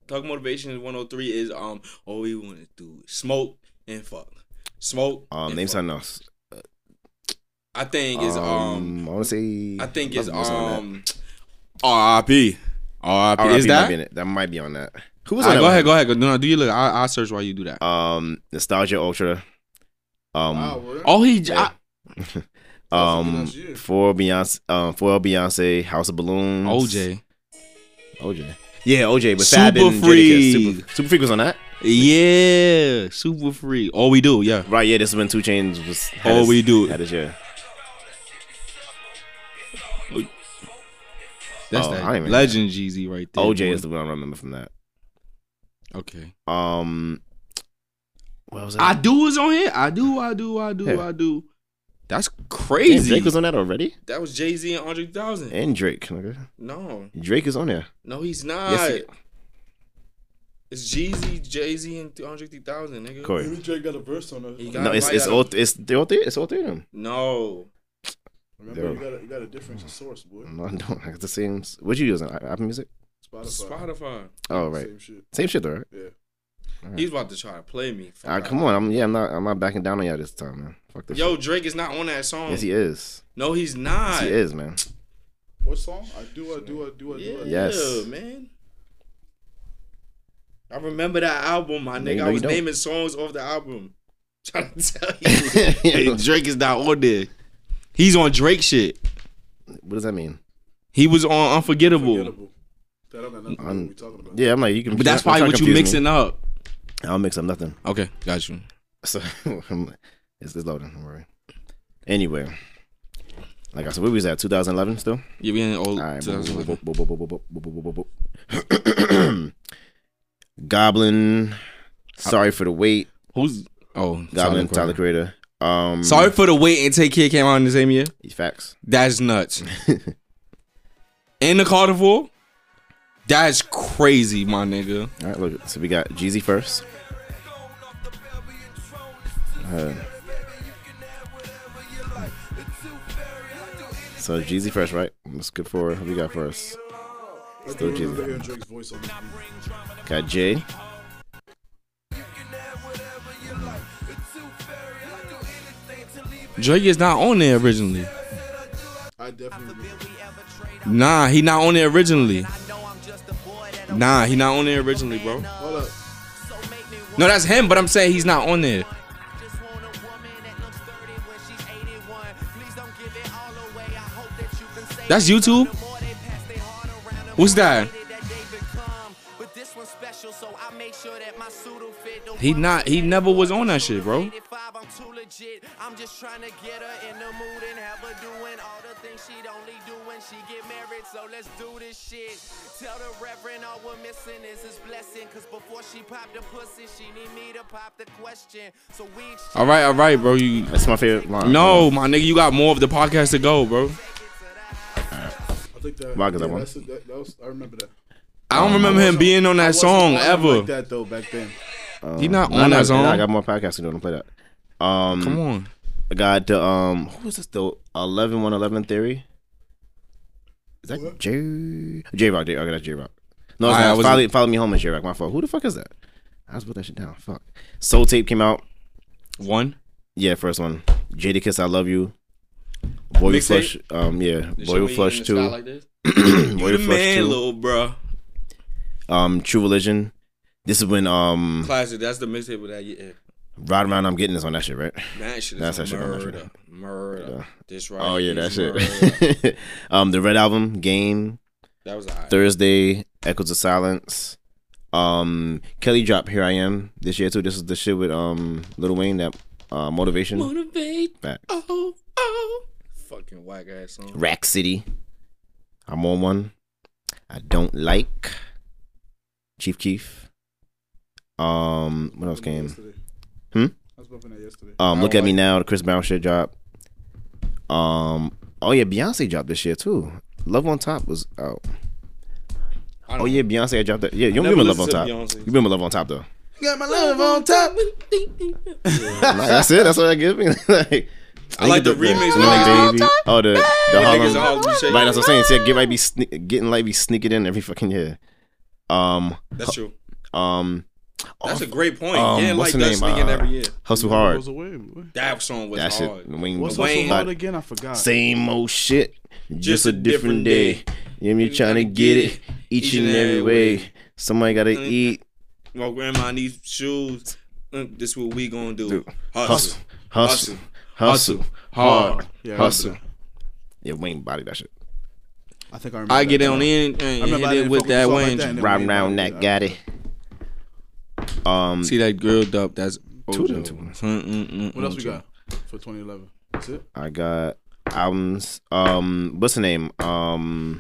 [SPEAKER 1] Talk Motivation 103 is um all we want to do is smoke and fuck. Smoke.
[SPEAKER 2] Um,
[SPEAKER 1] and
[SPEAKER 2] name
[SPEAKER 1] fuck.
[SPEAKER 2] something else.
[SPEAKER 1] I think it's um
[SPEAKER 2] I want to say.
[SPEAKER 1] I think
[SPEAKER 2] might
[SPEAKER 1] it's
[SPEAKER 2] be something on that.
[SPEAKER 1] um RIP. RIP.
[SPEAKER 2] RIP
[SPEAKER 1] Is
[SPEAKER 2] might
[SPEAKER 1] that?
[SPEAKER 2] be in it. That might be on that. Who was
[SPEAKER 1] All
[SPEAKER 2] on
[SPEAKER 1] right,
[SPEAKER 2] that?
[SPEAKER 1] go
[SPEAKER 2] one?
[SPEAKER 1] ahead, go ahead. Go, no, no, do you look? I, I'll search while you do that.
[SPEAKER 2] Um, Nostalgia Ultra. Um,
[SPEAKER 4] Wow, word.
[SPEAKER 1] Oh, he.
[SPEAKER 2] Yeah.
[SPEAKER 4] was a good
[SPEAKER 2] um,
[SPEAKER 4] ass year.
[SPEAKER 2] for Beyonce, um, for Beyonce, House of Balloons,
[SPEAKER 1] I, OJ.
[SPEAKER 2] OJ, yeah, OJ, but
[SPEAKER 1] Super
[SPEAKER 2] Fab and Jadakiss.
[SPEAKER 1] Freak.
[SPEAKER 2] Super, Super Freak was on that,
[SPEAKER 1] Yeah, super free. All Oh, we do, yeah.
[SPEAKER 2] right? Yeah, this is when Two Chains was. had
[SPEAKER 1] All
[SPEAKER 2] his-
[SPEAKER 1] Oh, we do.
[SPEAKER 2] had his year.
[SPEAKER 1] That's
[SPEAKER 2] Oh, I
[SPEAKER 1] that
[SPEAKER 2] didn't even-
[SPEAKER 1] legend Jeezy right there.
[SPEAKER 2] OJ
[SPEAKER 1] boy.
[SPEAKER 2] is the one I remember from that.
[SPEAKER 1] okay.
[SPEAKER 2] Um, what was that?
[SPEAKER 1] I do is on here. I do. I do. I do.
[SPEAKER 2] Yeah.
[SPEAKER 1] I do. That's
[SPEAKER 2] Damn,
[SPEAKER 1] crazy.
[SPEAKER 2] Drake was on that already,
[SPEAKER 1] that was Jay Z and Andre 2000.
[SPEAKER 2] and Drake. nigga.
[SPEAKER 1] no,
[SPEAKER 2] Drake is on there.
[SPEAKER 1] no, he's not.
[SPEAKER 2] Yes, he-
[SPEAKER 1] it's Jeezy, Jay Z, and Andre 3000, nigga.
[SPEAKER 2] Corey.
[SPEAKER 4] Maybe Drake got a verse on us.
[SPEAKER 1] He got-
[SPEAKER 2] No, it's it's all it's they all three. It's all three of them.
[SPEAKER 1] No,
[SPEAKER 4] Remember, you got, a, you got a difference in source, boy.
[SPEAKER 2] No, I don't. Like the same. What you using? I- Apple Music.
[SPEAKER 4] Spotify.
[SPEAKER 1] Spotify.
[SPEAKER 2] Oh right,
[SPEAKER 4] Same shit.
[SPEAKER 2] same shit though. Right?
[SPEAKER 4] Yeah.
[SPEAKER 1] He was about to try to play me. Fuck
[SPEAKER 2] Ah,
[SPEAKER 1] out.
[SPEAKER 2] come on. I'm yeah. I'm not. I'm not backing down on y'all this time, man. Fuck this.
[SPEAKER 1] Yo,
[SPEAKER 2] shit.
[SPEAKER 1] Drake is not on that song.
[SPEAKER 2] yes, he is.
[SPEAKER 1] No, he's
[SPEAKER 2] Yes,
[SPEAKER 1] not.
[SPEAKER 2] he is, man.
[SPEAKER 4] What song? I do, I do, I do, I do. I do.
[SPEAKER 1] Yeah,
[SPEAKER 2] Yes.
[SPEAKER 1] man. I remember that album, my
[SPEAKER 2] No,
[SPEAKER 1] nigga.
[SPEAKER 2] you- no,
[SPEAKER 1] I
[SPEAKER 2] you
[SPEAKER 1] was
[SPEAKER 2] don't.
[SPEAKER 1] naming songs off the album. Trying to tell you, Hey, Drake is not on there. He's on Drake shit.
[SPEAKER 2] What does that mean?
[SPEAKER 1] He was on Unforgettable,
[SPEAKER 4] Forgettable. That don't got nothing to do with what we talking about.
[SPEAKER 2] Yeah, I'm like you can.
[SPEAKER 1] but that's probably
[SPEAKER 2] try- try
[SPEAKER 1] what
[SPEAKER 2] to
[SPEAKER 1] you
[SPEAKER 2] confuse me.
[SPEAKER 1] mixing up.
[SPEAKER 2] I'll mix up nothing.
[SPEAKER 1] Okay, got you.
[SPEAKER 2] So I'm- it's, it's loading. Don't worry. Anyway, like I said, where we was at 2011 still.
[SPEAKER 1] You being old.
[SPEAKER 2] All right. boop, boop,
[SPEAKER 1] 2011.
[SPEAKER 2] boop, boop, boop, boop, boop, boop, boop, boop, boop. Goblin. Sorry for the wait.
[SPEAKER 1] Who's oh
[SPEAKER 2] Goblin.
[SPEAKER 1] Tyler
[SPEAKER 2] Tyler
[SPEAKER 1] Crowe.
[SPEAKER 2] Creator. Um.
[SPEAKER 1] Sorry for the wait and take care came out in the same year.
[SPEAKER 2] Facts.
[SPEAKER 1] That's nuts. and the Carnival, That's crazy, my nigga.
[SPEAKER 2] All right, look. So we got Jeezy first. Uh, so Jeezy first, right? Let's get forward. Who we got first? Still Jeezy. Got Jay.
[SPEAKER 1] Drake is not on there originally.
[SPEAKER 4] I definitely.
[SPEAKER 1] Nah, he not on there originally. Nah, he not on there originally, bro.
[SPEAKER 4] Hold up.
[SPEAKER 1] No, that's him, but I'm saying he's not on there. That's YouTube. What's that? He not. He never was on that shit, bro.
[SPEAKER 5] I'm too legit. I'm just trying to get her in the mood and have her doing all the things she'd only do when she get married. So let's do this shit. Tell the reverend all we're missing is his blessing. Cause before she popped the pussy, she need me to pop the question. So we
[SPEAKER 1] All right, all right, bro. You
[SPEAKER 2] That's my favorite line.
[SPEAKER 1] no, my nigga. You got more of the podcast to go, bro.
[SPEAKER 4] I think that.
[SPEAKER 2] Why, 'cause I
[SPEAKER 4] yeah,
[SPEAKER 2] won.
[SPEAKER 4] that's- that- that was- I remember that.
[SPEAKER 1] I don't remember him being on that
[SPEAKER 4] I
[SPEAKER 1] song
[SPEAKER 4] wasn't
[SPEAKER 1] ever.
[SPEAKER 4] Like that though back then.
[SPEAKER 2] Uh,
[SPEAKER 1] He not
[SPEAKER 2] nah,
[SPEAKER 1] on
[SPEAKER 2] nah,
[SPEAKER 1] that song.
[SPEAKER 2] nah, I got more podcasts to do. Don't play that. Um,
[SPEAKER 1] Come on.
[SPEAKER 2] I got the um. Who was this? The 11 111 theory. Is that J J Rock? J Rock. That's J Rock. No, it's
[SPEAKER 1] Alright, I
[SPEAKER 2] not.
[SPEAKER 1] wasn't-
[SPEAKER 2] Follow, follow me home is J Rock. My fault. Who the fuck is that? I was put that shit down. Fuck. Soul Tape came out.
[SPEAKER 1] One.
[SPEAKER 2] Yeah, first one. Jada Kiss, I love you. Boy with
[SPEAKER 1] Mixtape?
[SPEAKER 2] flush. Um, yeah. Boy with flush two.
[SPEAKER 1] You
[SPEAKER 2] Boy
[SPEAKER 1] the
[SPEAKER 2] with flush
[SPEAKER 1] man,
[SPEAKER 2] two.
[SPEAKER 1] little bro.
[SPEAKER 2] Um, True Religion. This is when um
[SPEAKER 1] Classic. That's the mixtape with that. Yeah.
[SPEAKER 2] Ride Around. I'm getting this on that shit, right?
[SPEAKER 1] That shit
[SPEAKER 2] That's that
[SPEAKER 1] is
[SPEAKER 2] shit, I'm not sure.
[SPEAKER 1] murder. Murder. This right.
[SPEAKER 2] Oh yeah,
[SPEAKER 1] here is
[SPEAKER 2] that's
[SPEAKER 1] murder.
[SPEAKER 2] it. um, the Red Album, Game,
[SPEAKER 1] That was alright.
[SPEAKER 2] Thursday, Echoes of Silence. Um, Kelly drop Here I Am this year too. This is the shit with um Lil Wayne that uh, motivation.
[SPEAKER 1] Motivate.
[SPEAKER 2] Back.
[SPEAKER 1] Oh, oh. Fucking whack ass song.
[SPEAKER 2] Rack City. I'm on one. I don't like Chief Keef. Um, what else came?
[SPEAKER 4] Yesterday.
[SPEAKER 2] Hmm?
[SPEAKER 4] I was bumping that yesterday.
[SPEAKER 2] Um,
[SPEAKER 1] I
[SPEAKER 2] look
[SPEAKER 1] don't
[SPEAKER 2] at me
[SPEAKER 1] like-
[SPEAKER 2] now. The Chris Brown shit dropped. Um, oh yeah, Beyonce dropped this year too. Love on Top was out.
[SPEAKER 1] I
[SPEAKER 2] Oh
[SPEAKER 1] don't-
[SPEAKER 2] yeah, Beyonce I dropped that. Yeah, you don't
[SPEAKER 1] never
[SPEAKER 2] remember Love on
[SPEAKER 1] listened
[SPEAKER 2] Top.
[SPEAKER 1] to
[SPEAKER 2] You
[SPEAKER 1] Beyonce.
[SPEAKER 2] remember Love on Top though.
[SPEAKER 1] Got my love on top.
[SPEAKER 2] Like, that's it. That's what I give me. like,
[SPEAKER 1] I like the
[SPEAKER 2] think
[SPEAKER 1] remix
[SPEAKER 2] the
[SPEAKER 1] with
[SPEAKER 2] Snoop
[SPEAKER 1] Lil
[SPEAKER 2] baby. Oh the the
[SPEAKER 1] Niggas
[SPEAKER 2] Harlem.
[SPEAKER 1] all be shaking.
[SPEAKER 2] Right, that's what I'm saying. See, I get right be sne- getting like be sneaking in every fucking year. Um,
[SPEAKER 1] That's true.
[SPEAKER 2] um,
[SPEAKER 1] That's
[SPEAKER 2] oh,
[SPEAKER 1] a great point.
[SPEAKER 2] um,
[SPEAKER 1] yeah, like
[SPEAKER 2] what's the
[SPEAKER 1] that
[SPEAKER 2] name?
[SPEAKER 1] sneaking
[SPEAKER 2] Uh,
[SPEAKER 1] every year.
[SPEAKER 2] hustle
[SPEAKER 4] Never
[SPEAKER 2] hard.
[SPEAKER 4] Goes away, boy.
[SPEAKER 1] That song was
[SPEAKER 2] That shit.
[SPEAKER 1] hard.
[SPEAKER 2] Wayne-
[SPEAKER 4] What's
[SPEAKER 1] Wayne-
[SPEAKER 4] Wayne, hard again? I forgot.
[SPEAKER 2] Same old shit, just, a different, day. You know, you're trying to get it each and every way. Mm-hmm. Somebody gotta
[SPEAKER 1] Mm.
[SPEAKER 2] eat.
[SPEAKER 1] My grandma needs shoes. Mm, This what we gonna do.
[SPEAKER 2] Dude,
[SPEAKER 1] Hustle.
[SPEAKER 2] Hustle,
[SPEAKER 1] Hustle.
[SPEAKER 2] hustle,
[SPEAKER 1] Hard.
[SPEAKER 2] hard,
[SPEAKER 4] Yeah, I remember
[SPEAKER 2] hustle.
[SPEAKER 4] that.
[SPEAKER 2] Yeah, Wayne body that shit.
[SPEAKER 4] I think I remember.
[SPEAKER 1] I get
[SPEAKER 4] that
[SPEAKER 1] on E-
[SPEAKER 4] too.
[SPEAKER 1] in and
[SPEAKER 4] remember I
[SPEAKER 1] hit it
[SPEAKER 4] didn't
[SPEAKER 1] with
[SPEAKER 4] fuck with
[SPEAKER 1] that
[SPEAKER 4] songs like
[SPEAKER 1] Wayne.
[SPEAKER 4] that and then-
[SPEAKER 2] Round round that got it. Um,
[SPEAKER 1] See that grilled up. That's
[SPEAKER 2] Two
[SPEAKER 1] Ojo.
[SPEAKER 2] of them.
[SPEAKER 1] Mm, mm, mm,
[SPEAKER 4] What else we
[SPEAKER 1] Ojo.
[SPEAKER 4] got for 2011? That's it.
[SPEAKER 2] I got albums. Um, what's the name? Um,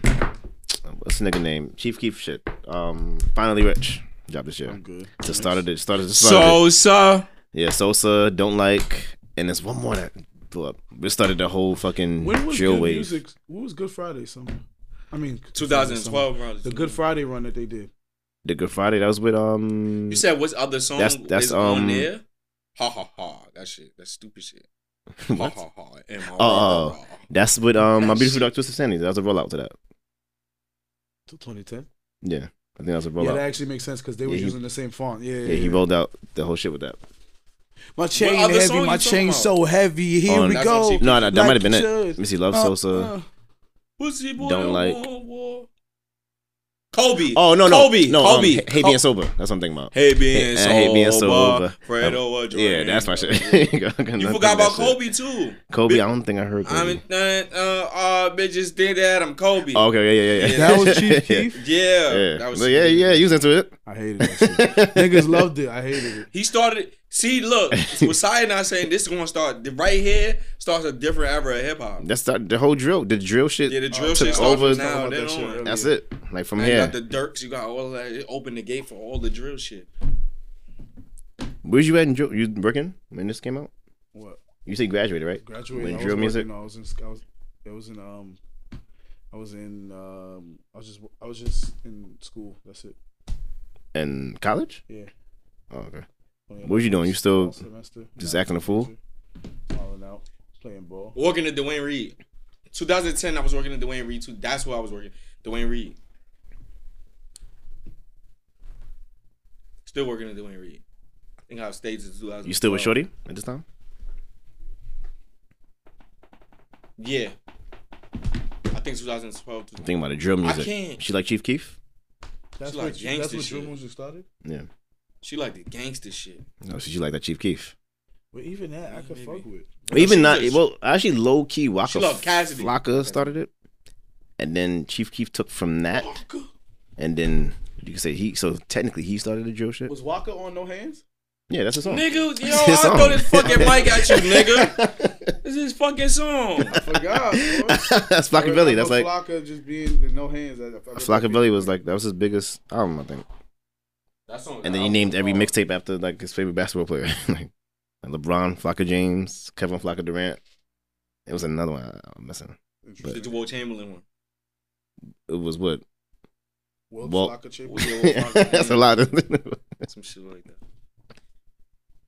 [SPEAKER 2] what's the nigga name? Chief Keef shit. Um, finally rich. Job this year.
[SPEAKER 4] I'm good.
[SPEAKER 2] Just started it. Started. Just started
[SPEAKER 1] So,
[SPEAKER 2] it.
[SPEAKER 1] sir.
[SPEAKER 2] yeah, Sosa don't like, and there's one more that blew up. We started the whole fucking
[SPEAKER 4] When was
[SPEAKER 2] drill
[SPEAKER 4] good
[SPEAKER 2] wave.
[SPEAKER 4] music? What was Good Friday? Somewhere. I mean,
[SPEAKER 1] 2012, bro.
[SPEAKER 4] The Good Friday run that they did.
[SPEAKER 2] The Good Friday that was with um.
[SPEAKER 1] You said what's other song
[SPEAKER 2] That's- that's,
[SPEAKER 1] is
[SPEAKER 2] um,
[SPEAKER 1] on there? Ha ha ha. That shit. That stupid shit. Ha
[SPEAKER 2] what?
[SPEAKER 1] ha ha. And my
[SPEAKER 2] Oh,
[SPEAKER 1] rah, rah, rah.
[SPEAKER 2] That's with um. My
[SPEAKER 1] That
[SPEAKER 2] beautiful
[SPEAKER 1] shit.
[SPEAKER 2] dark twisted Sandy. That was a rollout to that.
[SPEAKER 4] To 2010.
[SPEAKER 2] Yeah, I think that was a
[SPEAKER 4] Yeah,
[SPEAKER 2] rollout.
[SPEAKER 4] that actually makes sense because they were
[SPEAKER 2] Yeah, he-
[SPEAKER 4] using the same font. Yeah, yeah,
[SPEAKER 2] yeah, he
[SPEAKER 4] yeah.
[SPEAKER 2] rolled out the whole shit with that.
[SPEAKER 4] My chain
[SPEAKER 1] other
[SPEAKER 4] heavy,
[SPEAKER 1] song
[SPEAKER 4] my
[SPEAKER 1] you talking
[SPEAKER 4] chain
[SPEAKER 1] about?
[SPEAKER 4] so heavy. Here
[SPEAKER 2] Oh,
[SPEAKER 4] we
[SPEAKER 2] that's
[SPEAKER 1] on
[SPEAKER 4] go.
[SPEAKER 1] Chief.
[SPEAKER 2] No, that, that
[SPEAKER 4] Like
[SPEAKER 2] might have been it.
[SPEAKER 4] should.
[SPEAKER 2] Missy Love
[SPEAKER 4] Uh,
[SPEAKER 2] Sosa.
[SPEAKER 4] uh.
[SPEAKER 1] Pussy boy
[SPEAKER 2] Don't
[SPEAKER 1] I
[SPEAKER 2] like-
[SPEAKER 1] want war. Kobe.
[SPEAKER 2] Oh no, no,
[SPEAKER 1] Kobe.
[SPEAKER 2] no, um,
[SPEAKER 1] Kobe.
[SPEAKER 2] Hey- hey, being sober. That's what I'm thinking about.
[SPEAKER 1] Hey, being
[SPEAKER 2] Hey,
[SPEAKER 1] sober.
[SPEAKER 2] hey, being sober. Um,
[SPEAKER 1] Fredo or
[SPEAKER 2] yeah,
[SPEAKER 1] Jordan.
[SPEAKER 2] that's my shit.
[SPEAKER 1] You forgot about Kobe too.
[SPEAKER 2] Kobe, I don't think I heard Kobe.
[SPEAKER 1] I'm in, uh, uh, uh, bitches did that. I'm Kobe.
[SPEAKER 2] oh, okay, yeah, yeah, yeah.
[SPEAKER 4] That was Chief
[SPEAKER 2] yeah.
[SPEAKER 4] Keef.
[SPEAKER 1] Yeah,
[SPEAKER 2] Yeah,
[SPEAKER 1] that was
[SPEAKER 2] But yeah, yeah. You was into it.
[SPEAKER 4] I hated that shit. Niggas loved it. I hated it.
[SPEAKER 1] He started. See, look, with Sia not saying this is gonna start right here starts a different era of hip hop.
[SPEAKER 2] That's the, the whole drill. The drill shit.
[SPEAKER 1] Yeah, the drill
[SPEAKER 2] Oh, took
[SPEAKER 1] shit starts
[SPEAKER 2] over.
[SPEAKER 1] from now.
[SPEAKER 4] about
[SPEAKER 1] Then
[SPEAKER 4] that shit
[SPEAKER 1] on.
[SPEAKER 4] earlier.
[SPEAKER 2] That's it. Like from
[SPEAKER 1] Now You
[SPEAKER 2] here.
[SPEAKER 1] got the Dirks. You got all of that. It opened the gate for all the drill shit.
[SPEAKER 2] Where's you at in drill? You working when this came out?
[SPEAKER 4] What?
[SPEAKER 2] You say graduated, right?
[SPEAKER 4] Graduated.
[SPEAKER 2] When
[SPEAKER 4] I was
[SPEAKER 2] drill music.
[SPEAKER 4] working, I was in. I was, it was in um. I was in. Um, I was just. I was just in school. That's it.
[SPEAKER 2] In college?
[SPEAKER 4] Yeah.
[SPEAKER 2] Oh, okay.
[SPEAKER 4] Playing
[SPEAKER 2] What was you doing? You still
[SPEAKER 4] all semester.
[SPEAKER 2] just
[SPEAKER 4] Nah,
[SPEAKER 2] acting a fool?
[SPEAKER 4] Smiling out, playing ball.
[SPEAKER 1] Working at Dwayne Reed. 2010, I was working at Dwayne Reed too. That's where I was working. Dwayne Reed. Still working at Dwayne Reed. I think I stayed since 2000.
[SPEAKER 2] You still with Shorty at this time?
[SPEAKER 1] Yeah. I think 2012.
[SPEAKER 2] I'm thinking about the drill music.
[SPEAKER 1] can't.
[SPEAKER 2] She like Chief Keef?
[SPEAKER 4] That's
[SPEAKER 1] like
[SPEAKER 4] what. That's
[SPEAKER 1] gangster
[SPEAKER 4] what
[SPEAKER 1] shit.
[SPEAKER 4] drill music started.
[SPEAKER 2] Yeah.
[SPEAKER 1] She like the gangster shit.
[SPEAKER 2] No, she, she like that Chief Keef.
[SPEAKER 4] But even that, I could
[SPEAKER 1] Maybe.
[SPEAKER 4] fuck with.
[SPEAKER 2] Even
[SPEAKER 1] she
[SPEAKER 2] not
[SPEAKER 1] was-
[SPEAKER 2] well, actually low key Waka
[SPEAKER 1] She loved Cassidy.
[SPEAKER 2] Flocka started it. And then Chief Keef took from that. And then you can say he so technically he started the drill shit.
[SPEAKER 4] Was Waka on No Hands?
[SPEAKER 2] Yeah, that's his song.
[SPEAKER 1] Nigga, yo,
[SPEAKER 2] It's
[SPEAKER 1] I
[SPEAKER 2] his
[SPEAKER 1] throw
[SPEAKER 2] song.
[SPEAKER 1] this fucking mic at you, nigga. This is fucking song.
[SPEAKER 4] Forgot. bro.
[SPEAKER 2] that's Flockabilly. That's like
[SPEAKER 4] Flocka just being with no hands. I- I remember
[SPEAKER 2] Flockabilly was like that was his biggest album, I think.
[SPEAKER 1] That song
[SPEAKER 2] And then he named every mixtape after like his favorite basketball player, like LeBron, Flocka James, Kevin Flocka Durant. It was another one I'm missing.
[SPEAKER 1] the Jawal Chamberlain one.
[SPEAKER 2] It was what?
[SPEAKER 4] Will
[SPEAKER 2] Well-
[SPEAKER 4] Flocka
[SPEAKER 1] It
[SPEAKER 4] Chamberlain.
[SPEAKER 1] was Jawal Flocka
[SPEAKER 2] that's a lot. Of,
[SPEAKER 1] Some shit like that.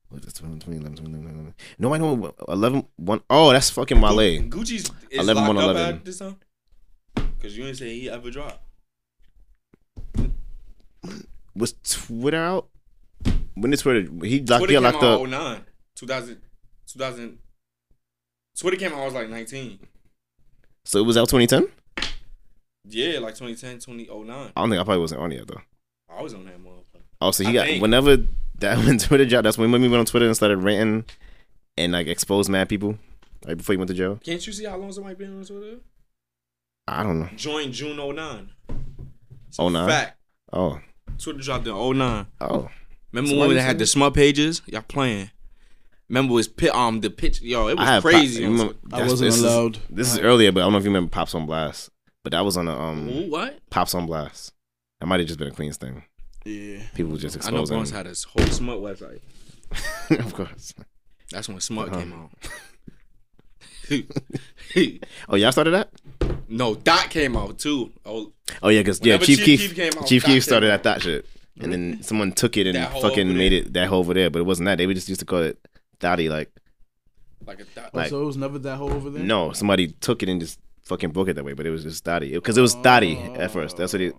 [SPEAKER 2] What's it, 20, 2011, 2011. No, I know 11, one- oh, that's fucking Wale.
[SPEAKER 1] Gucci's is
[SPEAKER 2] 11,
[SPEAKER 1] locked up
[SPEAKER 2] 11.
[SPEAKER 1] at this time. Cause you ain't say he ever dropped.
[SPEAKER 2] Was Twitter out? When did Twitter? He locked,
[SPEAKER 1] Twitter
[SPEAKER 2] he
[SPEAKER 1] came
[SPEAKER 2] locked
[SPEAKER 1] out
[SPEAKER 2] up.
[SPEAKER 1] in 09, 2000, 2000. Twitter came out. I was like nineteen.
[SPEAKER 2] So it was out 2010?
[SPEAKER 1] Yeah, like 2010, 2009.
[SPEAKER 2] I don't think I probably wasn't on it yet, though.
[SPEAKER 1] I was on that motherfucker.
[SPEAKER 2] Oh, so he
[SPEAKER 1] I
[SPEAKER 2] got,
[SPEAKER 1] think.
[SPEAKER 2] whenever that when Twitter dropped, that's when we went on Twitter and started ranting and like exposed mad people right before he went to jail.
[SPEAKER 1] Can't you see how long somebody been on Twitter?
[SPEAKER 2] I don't know.
[SPEAKER 1] Joined June 09. It's a
[SPEAKER 2] 09?
[SPEAKER 1] Fact.
[SPEAKER 2] Oh,
[SPEAKER 1] Twitter dropped in 09.
[SPEAKER 2] oh.
[SPEAKER 1] Remember
[SPEAKER 2] Somebody
[SPEAKER 1] when they
[SPEAKER 2] said
[SPEAKER 1] had the
[SPEAKER 2] that?
[SPEAKER 1] smut pages? Y'all playing. Remember was pit um the pitch yo, it was
[SPEAKER 2] I have Pop-
[SPEAKER 1] crazy.
[SPEAKER 2] you
[SPEAKER 1] on
[SPEAKER 2] remember-
[SPEAKER 4] I
[SPEAKER 2] that's-
[SPEAKER 4] wasn't
[SPEAKER 2] this is-
[SPEAKER 4] allowed.
[SPEAKER 2] This is earlier, but I don't know if you remember Pops on Blast. But that was on a um
[SPEAKER 1] Twitter. Ooh, what?
[SPEAKER 2] Pops on Blast. That might have just been a Queens thing.
[SPEAKER 4] Yeah.
[SPEAKER 2] People were just
[SPEAKER 1] I know
[SPEAKER 2] exposing.
[SPEAKER 1] Bones had his whole smut website.
[SPEAKER 2] of course.
[SPEAKER 1] That's when smut
[SPEAKER 2] Uh-huh.
[SPEAKER 1] came out.
[SPEAKER 2] Oh, y'all started that?
[SPEAKER 1] no, Dot came out too. Oh,
[SPEAKER 2] Oh yeah, because yeah,
[SPEAKER 1] Whenever
[SPEAKER 2] Chief
[SPEAKER 1] Chief
[SPEAKER 2] Keef,
[SPEAKER 1] Keef came out,
[SPEAKER 2] Chief
[SPEAKER 1] that
[SPEAKER 2] Keef started
[SPEAKER 1] came
[SPEAKER 2] at that shit, and then someone took it and
[SPEAKER 1] That hole
[SPEAKER 2] fucking
[SPEAKER 1] over
[SPEAKER 2] made
[SPEAKER 1] there.
[SPEAKER 2] it that hole over there. But it wasn't that. They would just used to call it thotty. Like
[SPEAKER 1] like a Dot.
[SPEAKER 2] Like-
[SPEAKER 4] Oh, so it was never that hole over there.
[SPEAKER 2] no, somebody took it and just fucking broke it that way. But it was just thotty because it was thotty at first. That's what it.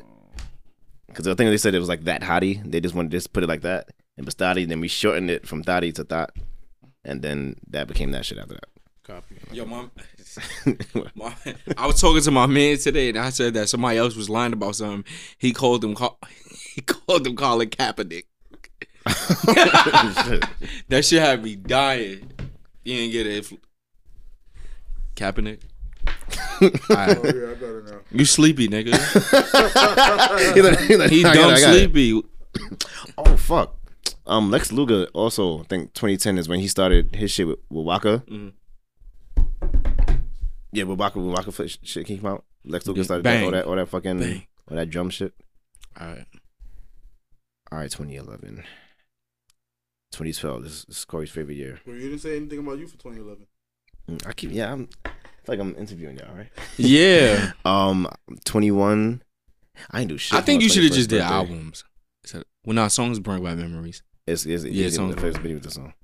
[SPEAKER 2] Because I think they said it was like that hottie. They just wanted to just put it like that. It was thotty. Then we shortened it from thotty to thot, and then that became that shit after
[SPEAKER 4] Copy.
[SPEAKER 1] Yo, mom.
[SPEAKER 2] that.
[SPEAKER 1] My, I was talking to my man today, and I said that somebody else was lying about something. He called him. Call, he called him Colin Kaepernick. That shit had me dying. You didn't get it. If, Kaepernick,
[SPEAKER 4] Oh yeah, I got it now.
[SPEAKER 1] you sleepy nigga.
[SPEAKER 2] He's like- he's like,
[SPEAKER 1] He
[SPEAKER 2] "I got
[SPEAKER 1] dumb
[SPEAKER 2] it, I got it."
[SPEAKER 1] sleepy.
[SPEAKER 2] Oh fuck. Um, Lex Luger also I think 2010 is when he started his shit with, with Waka.
[SPEAKER 1] Mhm.
[SPEAKER 2] Yeah, with Waka, with Waka shit, shit came out. Lex Luger
[SPEAKER 1] Yeah,
[SPEAKER 2] started that, all
[SPEAKER 1] bang.
[SPEAKER 2] that, all that fucking,
[SPEAKER 1] Bang.
[SPEAKER 2] all that drum shit.
[SPEAKER 1] All right.
[SPEAKER 2] All right, 2011, 2012. This, this is Corey's favorite year.
[SPEAKER 4] Well, you didn't say anything about you for 2011.
[SPEAKER 2] Mm, I keep, yeah, I'm I feel like I'm interviewing y'all, right?
[SPEAKER 1] Yeah,
[SPEAKER 2] Um, 21. I ain't do shit.
[SPEAKER 1] I
[SPEAKER 2] for
[SPEAKER 1] think
[SPEAKER 2] my
[SPEAKER 1] you should have
[SPEAKER 2] 21st
[SPEAKER 1] just did
[SPEAKER 2] birthday.
[SPEAKER 1] albums. So- Well, not songs bring back memories.
[SPEAKER 2] It's, it's
[SPEAKER 1] Yeah,
[SPEAKER 2] yeah, it's
[SPEAKER 1] songs.
[SPEAKER 2] the first video with the song.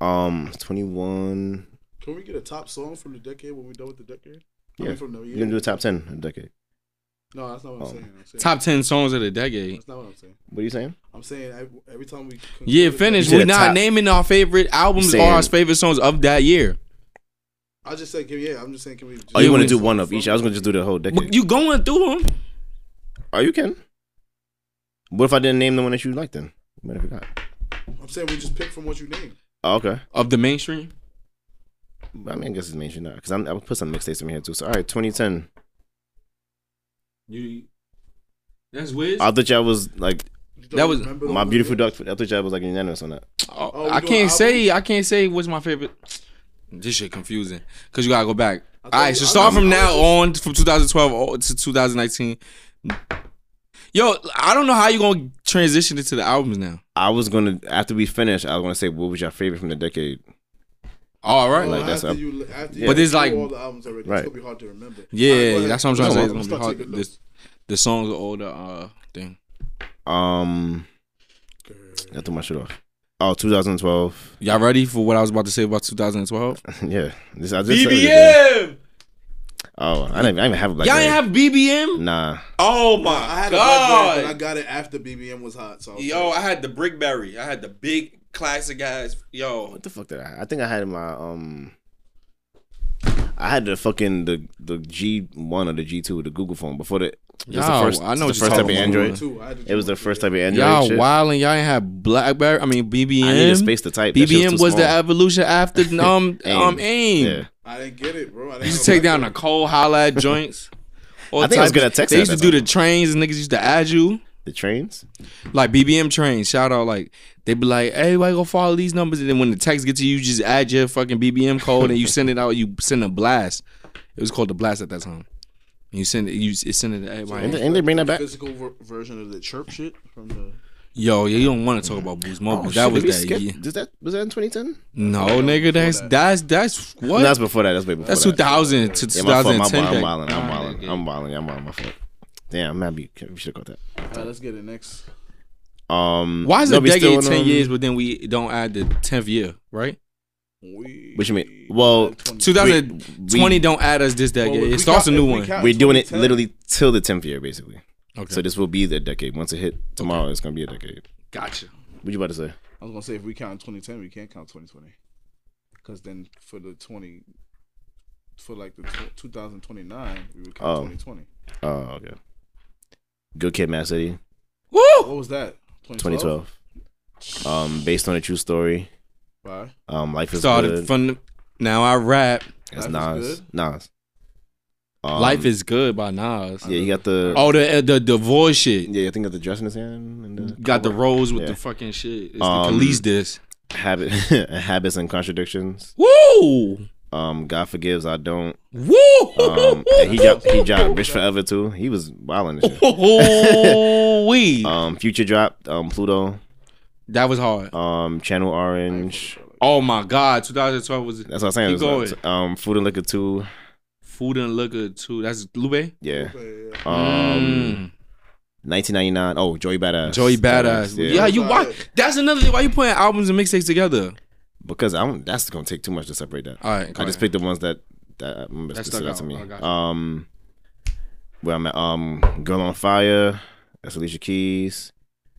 [SPEAKER 2] Um, 21.
[SPEAKER 4] Can we get a top song from the decade when we're done with the decade? I
[SPEAKER 2] Yeah.
[SPEAKER 4] mean, from the
[SPEAKER 2] You're gonna do
[SPEAKER 4] year.
[SPEAKER 2] a top 10 in a decade.
[SPEAKER 4] No, that's not what I'm
[SPEAKER 2] Oh.
[SPEAKER 4] saying. I'm saying.
[SPEAKER 1] Top ten songs of the decade.
[SPEAKER 4] That's not what I'm saying.
[SPEAKER 2] What are you saying?
[SPEAKER 4] I'm saying every, every time we. conclude
[SPEAKER 1] Yeah,
[SPEAKER 4] the
[SPEAKER 1] finish.
[SPEAKER 2] You
[SPEAKER 4] decade-
[SPEAKER 2] did
[SPEAKER 1] We're
[SPEAKER 2] a
[SPEAKER 1] not
[SPEAKER 2] top-
[SPEAKER 1] naming our favorite albums or
[SPEAKER 2] saying-
[SPEAKER 1] our favorite songs of that year.
[SPEAKER 4] I just said, can we, yeah, I'm just saying, can we? Just,
[SPEAKER 2] Oh, you
[SPEAKER 1] Yeah,
[SPEAKER 2] want to
[SPEAKER 1] we-
[SPEAKER 2] do one of each? I was gonna just do the whole
[SPEAKER 1] But
[SPEAKER 2] decade.
[SPEAKER 1] you going through them?
[SPEAKER 2] oh, you can. What if I didn't name the one that you liked? Then you might have forgot.
[SPEAKER 4] I'm saying we just pick from what you named.
[SPEAKER 2] Oh, okay.
[SPEAKER 1] of the mainstream.
[SPEAKER 2] But I mean, I guess it's mainstream now because I will put some mixtapes in here too. So all right, 2010.
[SPEAKER 1] You that's weird.
[SPEAKER 2] I thought y'all was like
[SPEAKER 4] You don't
[SPEAKER 1] That was-
[SPEAKER 4] remember the
[SPEAKER 2] my
[SPEAKER 4] one we
[SPEAKER 2] beautiful
[SPEAKER 4] named?
[SPEAKER 2] dark. I thought y'all was like unanimous on that.
[SPEAKER 4] Oh, we
[SPEAKER 1] I
[SPEAKER 4] doing
[SPEAKER 1] can't say. I can't say what's my favorite. This shit confusing because you gotta go back. All
[SPEAKER 4] thought
[SPEAKER 1] right,
[SPEAKER 4] you-
[SPEAKER 1] so
[SPEAKER 4] I
[SPEAKER 1] start
[SPEAKER 4] thought
[SPEAKER 1] from
[SPEAKER 4] you-
[SPEAKER 1] now on, from 2012 all- to 2019. Yo, I don't know how you gonna transition into the albums now.
[SPEAKER 2] I was gonna after we finish, I was gonna say what was your favorite from the decade.
[SPEAKER 1] All right.
[SPEAKER 2] Like,
[SPEAKER 4] Oh,
[SPEAKER 3] Well,
[SPEAKER 2] that's
[SPEAKER 3] after
[SPEAKER 2] up-
[SPEAKER 3] you, after
[SPEAKER 1] But
[SPEAKER 3] you
[SPEAKER 1] it's
[SPEAKER 3] do
[SPEAKER 1] like-
[SPEAKER 3] all the albums already.
[SPEAKER 2] Right.
[SPEAKER 3] It's gonna be hard to remember.
[SPEAKER 1] yeah,
[SPEAKER 3] Alright, go ahead.
[SPEAKER 1] that's what I'm trying to say.
[SPEAKER 2] No,
[SPEAKER 1] It's gonna be
[SPEAKER 3] start
[SPEAKER 1] hard.
[SPEAKER 3] taking
[SPEAKER 1] This, the songs are all the uh thing.
[SPEAKER 2] Um, I threw my shit off. Oh, 2012.
[SPEAKER 1] Y'all ready for what I was about to say about 2012?
[SPEAKER 2] yeah, this I just said it, yeah.
[SPEAKER 1] BBM.
[SPEAKER 2] Oh, I didn't, I didn't have a black.
[SPEAKER 1] Y'all
[SPEAKER 2] Lady.
[SPEAKER 1] ain't have BBM?
[SPEAKER 2] Nah,
[SPEAKER 1] Oh my
[SPEAKER 3] I had a black
[SPEAKER 1] god.
[SPEAKER 3] bag, but I got it after BBM was hot. So I was
[SPEAKER 1] Yo, I had the Brickberry. I had the big classic guys. Yo,
[SPEAKER 2] what the fuck did I? I think I had my um. I had the fucking the the G one or the G two, the Google phone before the. it was the
[SPEAKER 1] Y'all,
[SPEAKER 2] first,
[SPEAKER 1] I know what
[SPEAKER 2] the
[SPEAKER 1] you're
[SPEAKER 2] first type of
[SPEAKER 1] talking about.
[SPEAKER 2] Android.
[SPEAKER 3] two. I had to
[SPEAKER 2] It was the first type of Android.
[SPEAKER 1] y'all
[SPEAKER 2] shit.
[SPEAKER 1] wilding. Y'all ain't have BlackBerry. I mean BBM.
[SPEAKER 2] I needed space to type. That shit
[SPEAKER 1] BBM
[SPEAKER 2] too
[SPEAKER 1] was, the
[SPEAKER 2] small.
[SPEAKER 1] evolution after um
[SPEAKER 2] Aim.
[SPEAKER 1] um AIM.
[SPEAKER 2] Yeah.
[SPEAKER 3] I didn't get it, bro. I didn't
[SPEAKER 1] They used
[SPEAKER 3] have
[SPEAKER 1] to take
[SPEAKER 3] black
[SPEAKER 1] down the
[SPEAKER 3] bag.
[SPEAKER 1] cold holla at joints. All
[SPEAKER 2] I think I was
[SPEAKER 1] types.
[SPEAKER 2] good at texting
[SPEAKER 1] They used to
[SPEAKER 2] at
[SPEAKER 1] do
[SPEAKER 2] that
[SPEAKER 1] the
[SPEAKER 2] time.
[SPEAKER 1] trains. Niggas used to add you.
[SPEAKER 2] The trains.
[SPEAKER 1] like BBM train. Shout out, like they be like, "Hey, why you gonna follow these numbers?" And then when the text get to you, you just add your fucking BBM code and you send it out. You send a blast. It was called the blast at that time. And you send it. You it send it to
[SPEAKER 2] And,
[SPEAKER 1] everybody.
[SPEAKER 2] they- and they bring that back.
[SPEAKER 1] Oh,
[SPEAKER 3] physical ver- version of the chirp shit from the.
[SPEAKER 1] Yo, yeah, you don't want to talk about Boost Mobile.
[SPEAKER 2] Oh,
[SPEAKER 1] that
[SPEAKER 2] shit,
[SPEAKER 1] was
[SPEAKER 2] did we
[SPEAKER 1] that.
[SPEAKER 2] skip-
[SPEAKER 1] year.
[SPEAKER 2] Does that was that in 2010?
[SPEAKER 1] No, nigga, that's that's that's what.
[SPEAKER 2] No, that's
[SPEAKER 1] that's
[SPEAKER 2] before that. That's way before that.
[SPEAKER 1] 2000 to
[SPEAKER 2] Yeah, my fault. My fault.
[SPEAKER 1] 2010.
[SPEAKER 2] I'm wilding. I'm wilding. I'm wilding. I'm wilding. My fault. Damn, I'm happy. We should have caught
[SPEAKER 3] All right, let's get it next.
[SPEAKER 2] that. Um,
[SPEAKER 1] Why is
[SPEAKER 2] no,
[SPEAKER 1] a
[SPEAKER 2] we still
[SPEAKER 1] decade
[SPEAKER 2] in,
[SPEAKER 1] 10
[SPEAKER 2] um,
[SPEAKER 1] years, but then we don't add the 10th year, right?
[SPEAKER 3] We.
[SPEAKER 2] What you mean? Well,
[SPEAKER 1] 2020 don't add us this decade.
[SPEAKER 3] we- we
[SPEAKER 1] it starts a
[SPEAKER 3] count-
[SPEAKER 1] new
[SPEAKER 3] we
[SPEAKER 1] one.
[SPEAKER 3] count
[SPEAKER 2] we're doing it
[SPEAKER 3] 2010.
[SPEAKER 2] literally till the 10th year, basically.
[SPEAKER 1] Okay,
[SPEAKER 2] So this will be the decade. Once it hit tomorrow, it's gonna be a decade.
[SPEAKER 1] gotcha.
[SPEAKER 2] What you about to say?
[SPEAKER 3] I was gonna say if we count 2010, we can't count 2020, because then for the 20, for like the tw 2029, we would count
[SPEAKER 2] Oh.
[SPEAKER 3] 2020.
[SPEAKER 2] Oh, okay. Good Kid, Mad City,
[SPEAKER 3] What was that? 2012.
[SPEAKER 2] 2012. Um, based on a true story.
[SPEAKER 3] Bye.
[SPEAKER 2] Um, life is
[SPEAKER 1] started
[SPEAKER 2] good.
[SPEAKER 1] from the, now I rap.
[SPEAKER 2] That's
[SPEAKER 3] Life
[SPEAKER 2] Nas.
[SPEAKER 3] is
[SPEAKER 2] Nas. Um,
[SPEAKER 1] Life is good by Nas.
[SPEAKER 2] Yeah, you got the.
[SPEAKER 1] Oh, the uh, the the voice shit.
[SPEAKER 2] Yeah, I think got the dress in his hand and the
[SPEAKER 1] Got the rose with
[SPEAKER 2] Yeah.
[SPEAKER 1] the fucking shit. It's the
[SPEAKER 2] Um,
[SPEAKER 1] police disc.
[SPEAKER 2] habit, habits and contradictions.
[SPEAKER 1] Woo,
[SPEAKER 2] Um, God forgives, I don't.
[SPEAKER 1] woo.
[SPEAKER 2] Um, and he dropped, he dropped Rich Forever too. He was wilding. This shit.
[SPEAKER 1] Wee.
[SPEAKER 2] Um, Future dropped um Pluto.
[SPEAKER 1] that was hard.
[SPEAKER 2] Um, Channel Orange.
[SPEAKER 1] Oh my god, 2012 was
[SPEAKER 2] That's what I'm saying.
[SPEAKER 1] Keep
[SPEAKER 2] It was- um, Food and Liquor too.
[SPEAKER 1] Food and Liquor too. That's Lube.
[SPEAKER 2] Yeah.
[SPEAKER 3] Yeah, yeah, yeah.
[SPEAKER 2] Um, 1999. Oh, Joey Badass.
[SPEAKER 1] Mm. Joey Badass. Yeah,
[SPEAKER 2] Yeah.
[SPEAKER 1] you why? That's another thing. Why you putting albums and mixtapes together?
[SPEAKER 2] Because I don't. That's gonna take too much to separate that.
[SPEAKER 1] All right,
[SPEAKER 2] I
[SPEAKER 1] go
[SPEAKER 2] just
[SPEAKER 1] ahead.
[SPEAKER 2] picked the ones that that, um, that
[SPEAKER 1] stuck
[SPEAKER 2] stood out to
[SPEAKER 1] out.
[SPEAKER 2] me.
[SPEAKER 1] I got you.
[SPEAKER 2] um, where I'm at, um, Girl on Fire. That's Alicia Keys,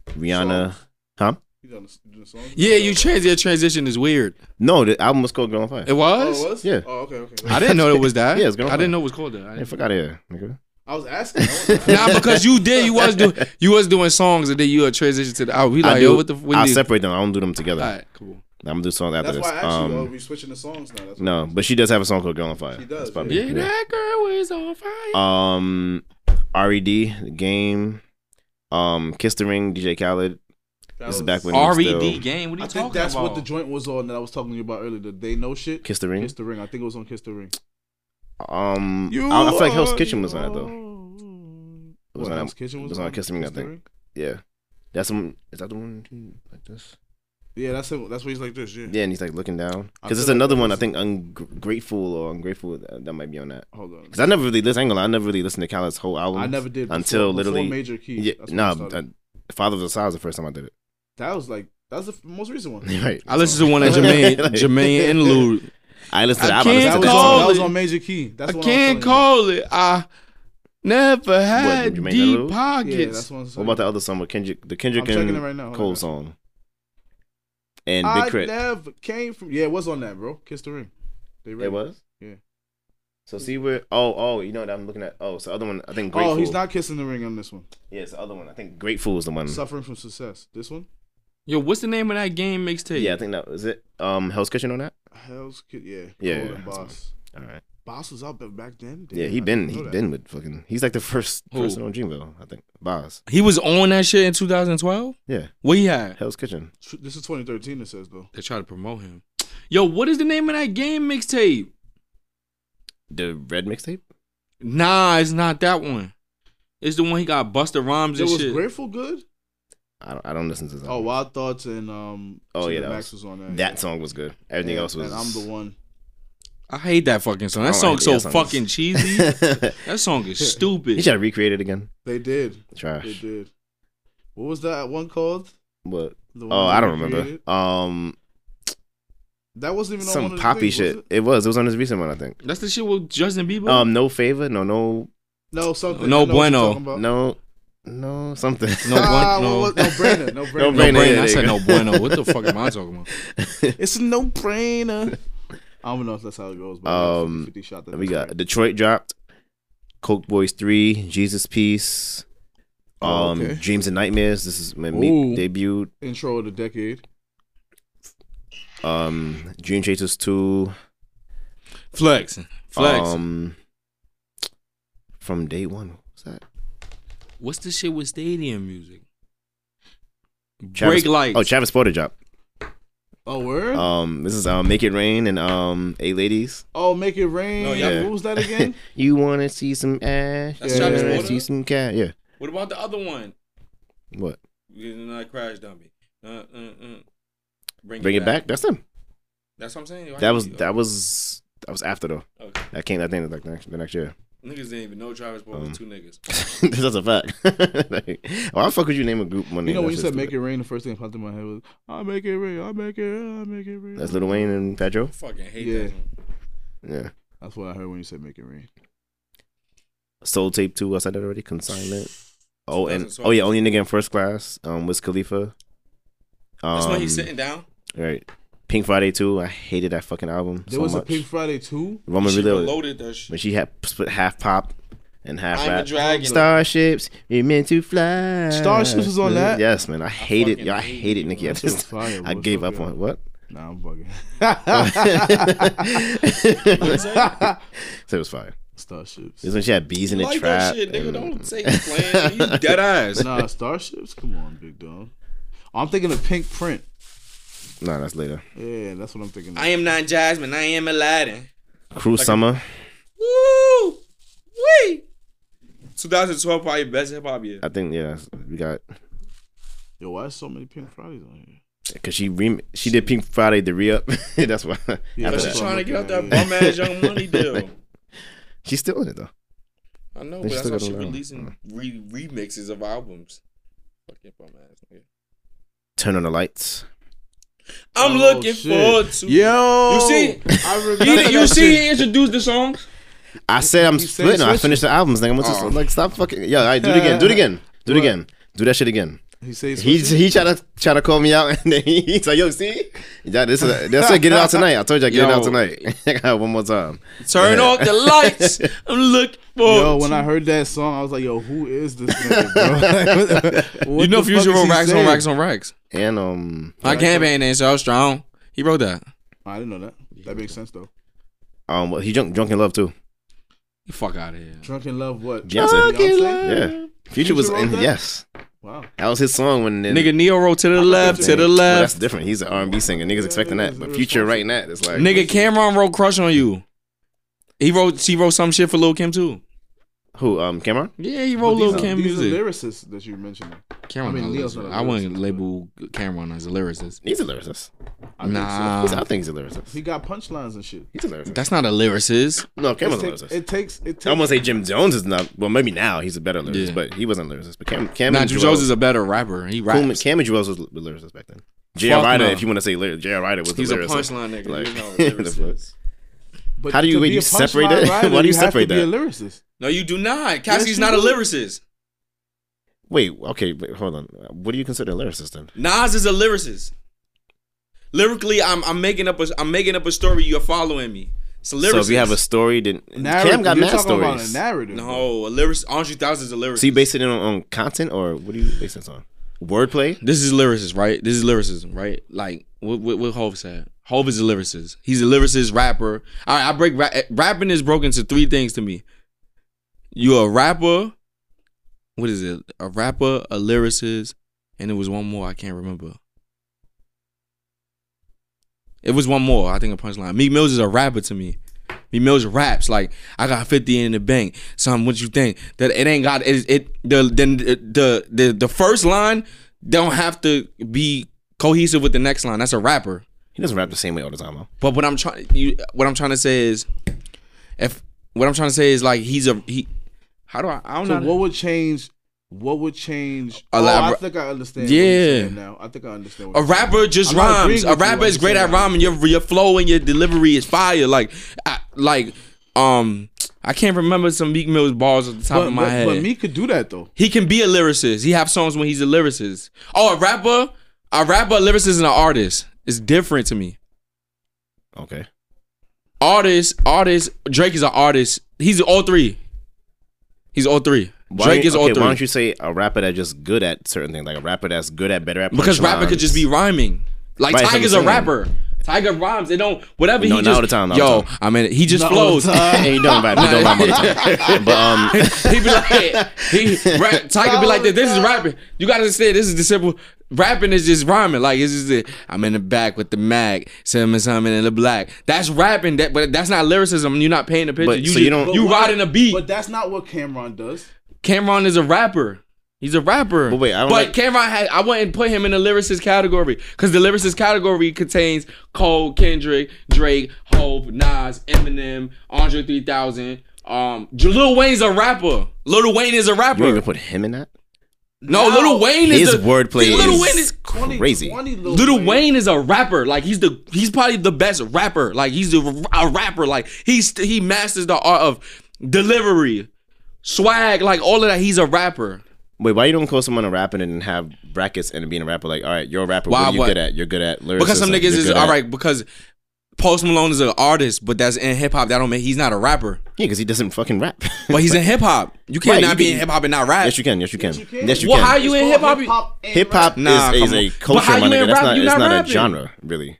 [SPEAKER 2] Rihanna. Huh?
[SPEAKER 3] You done the, doing the song?
[SPEAKER 1] Yeah, you trans. Your transition is weird.
[SPEAKER 2] No, the album was called Girl on Fire.
[SPEAKER 1] It was.
[SPEAKER 3] Oh, it was?
[SPEAKER 2] Yeah.
[SPEAKER 3] Oh, okay, okay.
[SPEAKER 1] I didn't know it was that.
[SPEAKER 2] Yeah, it's gonna
[SPEAKER 1] I didn't know it was called that. I
[SPEAKER 2] Hey,
[SPEAKER 1] didn't-
[SPEAKER 2] fuck out of here, nigga.
[SPEAKER 3] I was asking. I was
[SPEAKER 1] nah, because you did. You was doing. You was doing songs, and then you had transition to the album. We
[SPEAKER 2] I
[SPEAKER 1] like,
[SPEAKER 2] do.
[SPEAKER 1] yo, what the? What
[SPEAKER 2] I
[SPEAKER 1] do you-
[SPEAKER 2] separate them. I don't do them together.
[SPEAKER 1] All right, cool.
[SPEAKER 2] I'm gonna do songs after
[SPEAKER 3] That's
[SPEAKER 2] this.
[SPEAKER 3] why I asked you. Oh,
[SPEAKER 2] um,
[SPEAKER 3] we switching the songs now. That's
[SPEAKER 2] no, but she does have a song called Girl on Fire.
[SPEAKER 3] She does,
[SPEAKER 2] That's probably-
[SPEAKER 1] Yeah, that girl is on fire.
[SPEAKER 2] Um, R.E.D. The Game. Um, Kiss the Ring. DJ Khaled.
[SPEAKER 3] That
[SPEAKER 2] This is
[SPEAKER 3] was-
[SPEAKER 2] back when-
[SPEAKER 1] R.E.D.
[SPEAKER 2] still-
[SPEAKER 1] E game. What are
[SPEAKER 3] I
[SPEAKER 1] you
[SPEAKER 3] think
[SPEAKER 1] talking
[SPEAKER 3] that's
[SPEAKER 1] about?
[SPEAKER 3] what the joint was on that I was talking to you about earlier. The they know shit.
[SPEAKER 2] Kiss the Ring.
[SPEAKER 3] Kiss the ring. I think it was on Kiss the ring.
[SPEAKER 2] Um, I, I feel like Hell's Kitchen was on it though.
[SPEAKER 3] though.
[SPEAKER 2] It was
[SPEAKER 3] What,
[SPEAKER 2] on
[SPEAKER 3] Hell's
[SPEAKER 2] that-
[SPEAKER 3] Kitchen
[SPEAKER 2] it
[SPEAKER 3] was,
[SPEAKER 2] was on Kiss the Ring, I think.
[SPEAKER 3] Ring?
[SPEAKER 2] Yeah, that's the one. Is that the one who- like this?
[SPEAKER 3] Yeah, that's him. That's why he's like this. Yeah.
[SPEAKER 2] Yeah, and he's like looking down.
[SPEAKER 3] I
[SPEAKER 2] Because
[SPEAKER 3] feel
[SPEAKER 2] there's
[SPEAKER 3] like
[SPEAKER 2] another
[SPEAKER 3] that
[SPEAKER 2] one. I
[SPEAKER 3] was-
[SPEAKER 2] think ungrateful or ungrateful that, that might be on that.
[SPEAKER 3] Hold on.
[SPEAKER 2] Because I never really listen. I ain't gonna lie, I never really listened to Khaled's whole album.
[SPEAKER 3] I never did before-
[SPEAKER 2] until
[SPEAKER 3] before
[SPEAKER 2] literally.
[SPEAKER 3] major key.
[SPEAKER 2] yeah, nah, uh, Father of the South was the first time I did it.
[SPEAKER 3] that was like that's the f- most recent one.
[SPEAKER 2] right.
[SPEAKER 1] I listened to one of Jermaine
[SPEAKER 2] Like-
[SPEAKER 1] Jermaine interlude.
[SPEAKER 2] I listened to the
[SPEAKER 1] I
[SPEAKER 2] album. I
[SPEAKER 1] can't
[SPEAKER 3] That
[SPEAKER 2] listened
[SPEAKER 3] was,
[SPEAKER 2] to the
[SPEAKER 1] call
[SPEAKER 3] on,
[SPEAKER 2] song.
[SPEAKER 3] that was
[SPEAKER 1] it.
[SPEAKER 3] on major key. That's
[SPEAKER 1] I
[SPEAKER 3] what
[SPEAKER 1] can't
[SPEAKER 3] I'm
[SPEAKER 1] call it. I never had
[SPEAKER 2] Jermaine
[SPEAKER 1] deep
[SPEAKER 2] Interlude?
[SPEAKER 3] telling you. Yeah,
[SPEAKER 1] pockets.
[SPEAKER 3] that's what I'm
[SPEAKER 2] What
[SPEAKER 3] saying.
[SPEAKER 2] about the other song with Kendrick? The Kendrick
[SPEAKER 3] I'm checking it
[SPEAKER 2] and
[SPEAKER 3] right now. Hold
[SPEAKER 2] Cole
[SPEAKER 3] on.
[SPEAKER 2] song. And
[SPEAKER 3] I
[SPEAKER 2] Big Crit.
[SPEAKER 3] never came from. Yeah, it was on that, bro. Kiss the ring. They
[SPEAKER 2] It
[SPEAKER 3] rated
[SPEAKER 2] was.
[SPEAKER 3] Yeah.
[SPEAKER 2] So see where? Oh, oh, you know what I'm looking at? Oh, so other one. I think Grateful.
[SPEAKER 3] Oh, he's not kissing the ring on this one.
[SPEAKER 2] Yeah, it's the other one. I think Grateful is the one.
[SPEAKER 3] Suffering from success. This one.
[SPEAKER 1] Yo, what's the name of that game mixtape?
[SPEAKER 2] Yeah, I think that was it. Um, Hell's Kitchen on that.
[SPEAKER 3] Hell's kid. Yeah.
[SPEAKER 2] Yeah,
[SPEAKER 3] Golden
[SPEAKER 2] yeah, that's
[SPEAKER 3] boss.
[SPEAKER 2] All right.
[SPEAKER 3] Boss was out there back then.
[SPEAKER 2] Yeah,
[SPEAKER 3] Damn,
[SPEAKER 2] he
[SPEAKER 3] I
[SPEAKER 2] been
[SPEAKER 3] didn't
[SPEAKER 2] he
[SPEAKER 3] know that.
[SPEAKER 2] been with fucking. He's like the first
[SPEAKER 1] Who?
[SPEAKER 2] person on Dreamville, I think. Boz.
[SPEAKER 1] He was on that shit in 2012.
[SPEAKER 2] Yeah,
[SPEAKER 1] What he had?
[SPEAKER 2] Hell's Kitchen.
[SPEAKER 3] Tr- This is 2013. It says though.
[SPEAKER 1] They try to promote him. Yo, what is the name of that game mixtape?
[SPEAKER 2] The red mixtape.
[SPEAKER 1] Nah, it's not that one. It's the one he got Buster Rhymes
[SPEAKER 3] It
[SPEAKER 1] and
[SPEAKER 3] was
[SPEAKER 1] shit.
[SPEAKER 3] grateful good.
[SPEAKER 2] I don't, I don't listen to that.
[SPEAKER 3] Oh, Wild Thoughts and um.
[SPEAKER 2] Oh, yeah,
[SPEAKER 3] Cheetah
[SPEAKER 2] that
[SPEAKER 3] Max
[SPEAKER 2] was-
[SPEAKER 3] was, on there.
[SPEAKER 2] that song was good. Everything
[SPEAKER 3] Yeah,
[SPEAKER 2] else was.
[SPEAKER 3] And I'm the one.
[SPEAKER 1] I hate that fucking song. That
[SPEAKER 2] I don't
[SPEAKER 1] song's
[SPEAKER 2] like
[SPEAKER 1] so
[SPEAKER 2] that song.
[SPEAKER 1] fucking cheesy. That song is
[SPEAKER 2] you
[SPEAKER 1] stupid.
[SPEAKER 2] try to recreate it again.
[SPEAKER 3] They did. They
[SPEAKER 2] Trash.
[SPEAKER 3] did. What was that one called?
[SPEAKER 2] What?
[SPEAKER 3] The one
[SPEAKER 2] Oh,
[SPEAKER 3] that
[SPEAKER 2] I
[SPEAKER 3] they
[SPEAKER 2] don't remember.
[SPEAKER 3] created?
[SPEAKER 2] Um,
[SPEAKER 3] That wasn't even on one
[SPEAKER 2] some
[SPEAKER 3] of the
[SPEAKER 2] poppy
[SPEAKER 3] things, was
[SPEAKER 2] shit.
[SPEAKER 3] it?
[SPEAKER 2] It was. It was on his recent one, I think.
[SPEAKER 1] That's the shit with Justin Bieber.
[SPEAKER 2] Um, no favor. No, no,
[SPEAKER 3] No, something.
[SPEAKER 1] No
[SPEAKER 3] I know what you're
[SPEAKER 1] bueno.
[SPEAKER 3] talking about.
[SPEAKER 2] no, no, something.
[SPEAKER 1] No
[SPEAKER 3] Ah,
[SPEAKER 1] bueno.
[SPEAKER 3] what- Oh. no brainer. No brainer.
[SPEAKER 1] no
[SPEAKER 2] brainer,
[SPEAKER 1] brain.
[SPEAKER 2] yeah,
[SPEAKER 1] I
[SPEAKER 2] there
[SPEAKER 1] said
[SPEAKER 2] you
[SPEAKER 1] no
[SPEAKER 2] go.
[SPEAKER 1] bueno. What the fuck am I talking about?
[SPEAKER 3] It's a no brainer. I don't know if that's how it goes, but
[SPEAKER 2] Um,
[SPEAKER 3] 50 shot that
[SPEAKER 2] we
[SPEAKER 3] that's
[SPEAKER 2] got
[SPEAKER 3] right.
[SPEAKER 2] Detroit dropped. Coke Boys three. Jesus Peace. Um,
[SPEAKER 3] Oh, okay.
[SPEAKER 2] Dreams and Nightmares. This is when Meek
[SPEAKER 3] Ooh.
[SPEAKER 2] debuted.
[SPEAKER 3] intro of the decade.
[SPEAKER 2] Um, Dream Chasers two.
[SPEAKER 1] Flex. Flex.
[SPEAKER 2] Um, from day one. What was that?
[SPEAKER 1] What's the shit with stadium music?
[SPEAKER 2] Travis-
[SPEAKER 1] Break lights.
[SPEAKER 2] Oh, Travis Porter dropped.
[SPEAKER 3] Oh, word?
[SPEAKER 2] Um, this is uh, Make It Rain and um, Eight Ladies.
[SPEAKER 3] oh, make it rain.
[SPEAKER 1] No, yeah.
[SPEAKER 3] What was that again?
[SPEAKER 2] You wanna see some ash?
[SPEAKER 1] That's
[SPEAKER 2] you
[SPEAKER 3] Travis
[SPEAKER 2] wanna
[SPEAKER 1] Porter?
[SPEAKER 2] see some cat? Yeah.
[SPEAKER 1] what about the other one?
[SPEAKER 2] What?
[SPEAKER 1] You're not crash dummy. Uh, uh, uh.
[SPEAKER 2] Bring it back. That's them.
[SPEAKER 1] That's what I'm saying.
[SPEAKER 2] That was that was that was after though.
[SPEAKER 1] Okay.
[SPEAKER 2] That came. I think like the next, the next year.
[SPEAKER 1] Niggas didn't even know Travis Paul
[SPEAKER 2] Um,
[SPEAKER 1] was two niggas.
[SPEAKER 2] That's a fact. like, why the fuck would you name a group one
[SPEAKER 3] you
[SPEAKER 2] name?
[SPEAKER 3] know, when you
[SPEAKER 2] That's
[SPEAKER 3] said
[SPEAKER 2] just
[SPEAKER 3] make
[SPEAKER 2] stupid.
[SPEAKER 3] it rain, the first thing that popped in my head was, I make it rain. I make it rain. I make it rain.
[SPEAKER 2] That's Lil Wayne and Pedro.
[SPEAKER 1] I fucking hate
[SPEAKER 3] Yeah.
[SPEAKER 1] that song.
[SPEAKER 2] Yeah.
[SPEAKER 3] That's what I heard when you said make it rain.
[SPEAKER 2] Soul Tape Two. I said that already. Consignment. Oh and
[SPEAKER 1] 2012.
[SPEAKER 2] oh yeah, only nigga in first class. Um, Wiz Khalifa. Um,
[SPEAKER 1] That's when he's sitting down.
[SPEAKER 2] Right. Pink Friday too. I hated that fucking album
[SPEAKER 3] There
[SPEAKER 2] so
[SPEAKER 3] was
[SPEAKER 2] much.
[SPEAKER 3] a Pink Friday too.
[SPEAKER 2] Roman
[SPEAKER 1] she
[SPEAKER 2] Reloaded.
[SPEAKER 1] reloaded that shit.
[SPEAKER 2] When she had split half pop and half
[SPEAKER 1] I'm a
[SPEAKER 2] rap.
[SPEAKER 1] dragon.
[SPEAKER 2] Starships, you're meant to fly. Mm-hmm.
[SPEAKER 3] Starships was on that?
[SPEAKER 2] Yes, man. I hated.
[SPEAKER 1] fucking
[SPEAKER 2] Y'all
[SPEAKER 1] hate
[SPEAKER 2] hated Nicki at
[SPEAKER 3] That shit
[SPEAKER 2] this
[SPEAKER 3] was
[SPEAKER 2] time.
[SPEAKER 3] fire,
[SPEAKER 2] I
[SPEAKER 3] boy.
[SPEAKER 2] gave
[SPEAKER 3] Fuck
[SPEAKER 2] up
[SPEAKER 3] yeah.
[SPEAKER 2] on what?
[SPEAKER 3] Nah, I'm bugging.
[SPEAKER 2] so it was fire.
[SPEAKER 3] Starships.
[SPEAKER 2] This is when she had bees in the
[SPEAKER 1] like
[SPEAKER 2] trap.
[SPEAKER 1] that shit, nigga.
[SPEAKER 2] and-
[SPEAKER 1] Don't say he's playing. He's dead ass.
[SPEAKER 3] nah, Starships? Come on, big dog. Oh, I'm thinking of Pink Print.
[SPEAKER 2] No, that's later.
[SPEAKER 3] Yeah, that's what I'm thinking of.
[SPEAKER 1] I am not Jasmine. I am Aladdin.
[SPEAKER 2] Cruel Summer.
[SPEAKER 1] Woo! Wee! 2012 probably best hip hop year.
[SPEAKER 2] I think yeah, we got
[SPEAKER 3] Yo, why is so many Pink Fridays on here?
[SPEAKER 2] because she re- she did Pink Friday the re up. that's why.
[SPEAKER 3] Yeah,
[SPEAKER 2] after
[SPEAKER 1] But
[SPEAKER 3] that's
[SPEAKER 1] she
[SPEAKER 3] why
[SPEAKER 2] that.
[SPEAKER 3] I'm
[SPEAKER 1] trying to get out
[SPEAKER 3] looking
[SPEAKER 1] that
[SPEAKER 3] at it.
[SPEAKER 1] bum ass young money deal.
[SPEAKER 2] She's still in it though.
[SPEAKER 1] I know, but
[SPEAKER 2] They
[SPEAKER 1] that's
[SPEAKER 2] still
[SPEAKER 1] how
[SPEAKER 2] got
[SPEAKER 1] she
[SPEAKER 2] around.
[SPEAKER 1] releasing re- remixes of albums. Fucking bum ass nigga.
[SPEAKER 2] Turn on the lights.
[SPEAKER 1] I'm
[SPEAKER 3] Oh,
[SPEAKER 1] looking
[SPEAKER 3] shit.
[SPEAKER 1] forward to.
[SPEAKER 3] Yo,
[SPEAKER 1] You see?
[SPEAKER 3] I
[SPEAKER 1] You,
[SPEAKER 3] remember
[SPEAKER 1] you
[SPEAKER 3] that
[SPEAKER 1] see,
[SPEAKER 3] shit.
[SPEAKER 1] he introduced the song.
[SPEAKER 2] I said I'm
[SPEAKER 3] said
[SPEAKER 2] splitting. I
[SPEAKER 3] switch
[SPEAKER 2] finished the albums. Like I'm just
[SPEAKER 1] Oh.
[SPEAKER 2] like stop fucking. Yeah, all right, do it again. Do it again. Do it again. Do that shit again.
[SPEAKER 3] He says
[SPEAKER 2] He he try to try to call me out, and then he, he's like, "Yo, see, yeah, this is that's it. Get it out tonight. I told you, I get it out
[SPEAKER 1] Yo.
[SPEAKER 2] tonight. I got one more time.
[SPEAKER 1] Turn off the lights. I'm looking forward.
[SPEAKER 3] Yo, when I heard that song, I was like, "Yo, who is this nigga, bro?" Like, what
[SPEAKER 1] you know,
[SPEAKER 3] the fuck
[SPEAKER 1] Future
[SPEAKER 3] is
[SPEAKER 1] wrote
[SPEAKER 3] he
[SPEAKER 1] racks on
[SPEAKER 3] saying?
[SPEAKER 1] racks on racks.
[SPEAKER 2] And um,
[SPEAKER 1] I can't be anything so strong. He wrote that.
[SPEAKER 3] I didn't know that. That makes sense though.
[SPEAKER 2] um, well, he drunk drunk in love too.
[SPEAKER 1] Get the fuck out of here.
[SPEAKER 3] Drunk in love, what?
[SPEAKER 2] Beyonce.
[SPEAKER 3] Drunk in love.
[SPEAKER 2] Yeah, Future was
[SPEAKER 3] Future wrote
[SPEAKER 2] in.
[SPEAKER 3] that?
[SPEAKER 2] Yes,
[SPEAKER 3] Wow.
[SPEAKER 2] that was his song when
[SPEAKER 1] Nigga, Neo wrote to the left, to the
[SPEAKER 2] Well, that's
[SPEAKER 1] left.
[SPEAKER 2] different. He's an R&B singer. Niggas expecting that, but Future writing that, it's like
[SPEAKER 1] Nigga, Cameron wrote Crush on You. He wrote, she wrote some shit for Lil Kim too.
[SPEAKER 2] who? Um, Cameron.
[SPEAKER 1] Yeah, he wrote
[SPEAKER 3] These
[SPEAKER 1] Oh, Lil
[SPEAKER 3] are-
[SPEAKER 1] Kim
[SPEAKER 3] these are
[SPEAKER 1] music.
[SPEAKER 3] lyricists that you mentioned.
[SPEAKER 1] Cameron,
[SPEAKER 3] I mean,
[SPEAKER 1] not a
[SPEAKER 3] Leo's
[SPEAKER 1] lyricist.
[SPEAKER 3] not a
[SPEAKER 1] I wouldn't
[SPEAKER 3] lyricist,
[SPEAKER 1] label Cameron as a lyricist.
[SPEAKER 2] He's a lyricist.
[SPEAKER 3] I think so.
[SPEAKER 1] Nah.
[SPEAKER 2] He's- I think he's a lyricist.
[SPEAKER 3] He got punchlines and shit.
[SPEAKER 2] He's a lyricist.
[SPEAKER 1] That's not a lyricist.
[SPEAKER 2] no,
[SPEAKER 3] It
[SPEAKER 2] Cameron's a
[SPEAKER 3] takes,
[SPEAKER 2] lyricist.
[SPEAKER 3] it takes. It takes.
[SPEAKER 2] I almost say Jim Jones is not. Well, maybe now he's a better lyricist,
[SPEAKER 1] Yeah.
[SPEAKER 2] but he wasn't a lyricist. But Cam, Cam
[SPEAKER 1] Nah,
[SPEAKER 2] and
[SPEAKER 1] Jim
[SPEAKER 2] Joel-
[SPEAKER 1] Jones is a better rapper. He raps.
[SPEAKER 2] Cool- Cam and Jewels was a lyricist back then. J.R.
[SPEAKER 1] Fuck
[SPEAKER 2] Ryder,
[SPEAKER 1] no.
[SPEAKER 2] if you want to say lyric, J.R. Ryder was
[SPEAKER 1] He's
[SPEAKER 2] the
[SPEAKER 1] a
[SPEAKER 2] lyricist.
[SPEAKER 1] punchline nigga.
[SPEAKER 2] Like,
[SPEAKER 1] you know,
[SPEAKER 2] the fuck?
[SPEAKER 1] lyricist.
[SPEAKER 3] But
[SPEAKER 2] How do you-
[SPEAKER 3] to
[SPEAKER 2] wait,
[SPEAKER 3] be
[SPEAKER 2] you
[SPEAKER 3] a punchline
[SPEAKER 2] separate that?
[SPEAKER 3] writer,
[SPEAKER 2] Why do you
[SPEAKER 3] have to
[SPEAKER 2] separate
[SPEAKER 3] Be a
[SPEAKER 2] that?
[SPEAKER 3] lyricist.
[SPEAKER 1] no, you do not. Cassie's
[SPEAKER 3] you
[SPEAKER 1] not a
[SPEAKER 3] do.
[SPEAKER 1] lyricist.
[SPEAKER 2] Wait, okay, wait, hold on. What do you consider a lyricist then?
[SPEAKER 1] Nas is a lyricist. Lyrically, I'm I'm making up a I'm making up a story. You're following me. It's a lyricist.
[SPEAKER 2] So if you have a story, then
[SPEAKER 3] Narrative.
[SPEAKER 2] Cam got
[SPEAKER 3] You're
[SPEAKER 2] mad
[SPEAKER 3] talking about a
[SPEAKER 2] stories.
[SPEAKER 3] narrative.
[SPEAKER 1] no a lyricist. Andre Thousand is a lyricist.
[SPEAKER 2] So you base it on, on content, or what do you base this on? Wordplay?
[SPEAKER 1] this is lyricist, right? This is lyricism, right? Like what what, what Hove said. Hove is a lyricist. He's a lyricist rapper. All right, I break ra- eh, rapping is broken into three things to me. You're a rapper. What is it? A rapper, a lyricist, and it was one more I can't remember. It was one more. I think a punchline. Meek Mills is a rapper to me. Meek Mills raps like I got fifty in the bank. uh, Son, what you think that it ain't got it? it the, the the the the first line don't have to be cohesive with the next line. That's a rapper.
[SPEAKER 2] He doesn't rap the same way all the time, though.
[SPEAKER 1] But what I'm trying, you, what I'm trying to say is, if what I'm trying to say is like he's a he. How do I? I don't
[SPEAKER 3] So
[SPEAKER 1] know.
[SPEAKER 3] what would change? What would change?
[SPEAKER 1] Elabor-
[SPEAKER 3] Oh, I think I understand. what you're
[SPEAKER 1] Yeah.
[SPEAKER 3] saying now I think I understand.
[SPEAKER 1] A
[SPEAKER 3] What you're saying.
[SPEAKER 1] rapper just
[SPEAKER 3] I'm not
[SPEAKER 1] rhymes.
[SPEAKER 3] agreeing
[SPEAKER 1] A
[SPEAKER 3] with you
[SPEAKER 1] rapper
[SPEAKER 3] when
[SPEAKER 1] is
[SPEAKER 3] you
[SPEAKER 1] great
[SPEAKER 3] say
[SPEAKER 1] at
[SPEAKER 3] that.
[SPEAKER 1] rhyming. Your your flow and your delivery is fire. Like, I, like, um, I can't remember some Meek Mill's bars off the top
[SPEAKER 3] But,
[SPEAKER 1] of my
[SPEAKER 3] but,
[SPEAKER 1] head.
[SPEAKER 3] but me could do that though.
[SPEAKER 1] he can be a lyricist. He have songs when he's a lyricist. Oh, a rapper, a rapper, a lyricist, and an artist is different to me.
[SPEAKER 2] Okay.
[SPEAKER 1] Artist, artist. Drake is an artist. He's all three. He's all three.
[SPEAKER 2] Why
[SPEAKER 1] Drake
[SPEAKER 2] don't-
[SPEAKER 1] is all
[SPEAKER 2] okay,
[SPEAKER 1] three.
[SPEAKER 2] Why don't you say a rapper that's just good at certain things, like a rapper that's good at better at
[SPEAKER 1] because rapper could
[SPEAKER 2] punchlines?
[SPEAKER 1] just be rhyming. Like
[SPEAKER 2] Right, so
[SPEAKER 1] Tiger's a
[SPEAKER 2] I'm saying-
[SPEAKER 1] rapper. Tiger rhymes. It don't whatever
[SPEAKER 2] No,
[SPEAKER 1] he
[SPEAKER 2] not
[SPEAKER 1] just.
[SPEAKER 2] all the time, not
[SPEAKER 1] yo,
[SPEAKER 2] all the time.
[SPEAKER 1] I mean, he just
[SPEAKER 3] Not all
[SPEAKER 1] flows.
[SPEAKER 3] the time.
[SPEAKER 2] Hey, you don't rap. You don't rap all the time. But um,
[SPEAKER 1] he be like, he rap, Tiger be like, this,
[SPEAKER 2] Oh,
[SPEAKER 1] this is rapping. You gotta understand, this is the simple. Rapping is just rhyming. Like it's just, the, I'm in the back with the mag, Simon Simon in the black. That's rapping. That, but that's not lyricism. You're not painting a picture.
[SPEAKER 2] But-
[SPEAKER 1] you just,
[SPEAKER 2] so you
[SPEAKER 1] you
[SPEAKER 2] don't-
[SPEAKER 3] But why-
[SPEAKER 1] riding a beat.
[SPEAKER 3] But that's not what Cameron does.
[SPEAKER 1] Cameron is a rapper. He's a rapper.
[SPEAKER 2] But wait, I don't
[SPEAKER 1] But
[SPEAKER 2] like-
[SPEAKER 1] Cameron had I wouldn't put him in the lyricist category because the lyricist category contains Cole, Kendrick, Drake, Hope, Nas, Eminem, Andre 3000. Um, J- Lil Wayne's a rapper. Lil Wayne is a
[SPEAKER 2] you ain't
[SPEAKER 1] rapper.
[SPEAKER 2] gonna put him in that?
[SPEAKER 1] No, Lil Wayne is
[SPEAKER 2] His
[SPEAKER 1] a,
[SPEAKER 2] wordplay
[SPEAKER 1] Lil
[SPEAKER 2] is
[SPEAKER 1] Wayne is
[SPEAKER 2] crazy.
[SPEAKER 3] 2020 Lil,
[SPEAKER 1] Little Wayne is a rapper. Like he's the he's probably the best rapper. Like he's a, a rapper. Like he's he masters the art of delivery, swag, like all of that. He's a rapper.
[SPEAKER 2] Wait, why you don't call someone a rapper and then have brackets and being a rapper? Like, all right, you're a rapper.
[SPEAKER 1] Why-
[SPEAKER 2] what are you
[SPEAKER 1] what?
[SPEAKER 2] good at? You're good at lyrics.
[SPEAKER 1] because some niggas is all right because Post Malone is an artist, but that's in hip hop. That don't make he's not a rapper,
[SPEAKER 2] Yeah, because he doesn't fucking rap.
[SPEAKER 1] but he's in hip hop. You can't
[SPEAKER 2] Right,
[SPEAKER 1] not
[SPEAKER 2] you
[SPEAKER 1] be
[SPEAKER 2] can-
[SPEAKER 1] in hip hop and not rap.
[SPEAKER 2] yes, you can. Yes, you can.
[SPEAKER 3] you can.
[SPEAKER 2] Yes, you
[SPEAKER 1] well,
[SPEAKER 2] can.
[SPEAKER 1] how you in hip hop? you-
[SPEAKER 2] Hip hop
[SPEAKER 1] Nah,
[SPEAKER 2] is,
[SPEAKER 1] come
[SPEAKER 2] is a
[SPEAKER 1] on. But
[SPEAKER 2] culture,
[SPEAKER 1] how
[SPEAKER 2] my
[SPEAKER 1] you
[SPEAKER 2] nigga.
[SPEAKER 1] in
[SPEAKER 2] That's
[SPEAKER 1] rap?
[SPEAKER 2] not.
[SPEAKER 1] You
[SPEAKER 2] It's
[SPEAKER 1] not
[SPEAKER 2] not a
[SPEAKER 1] rapping.
[SPEAKER 2] genre, really.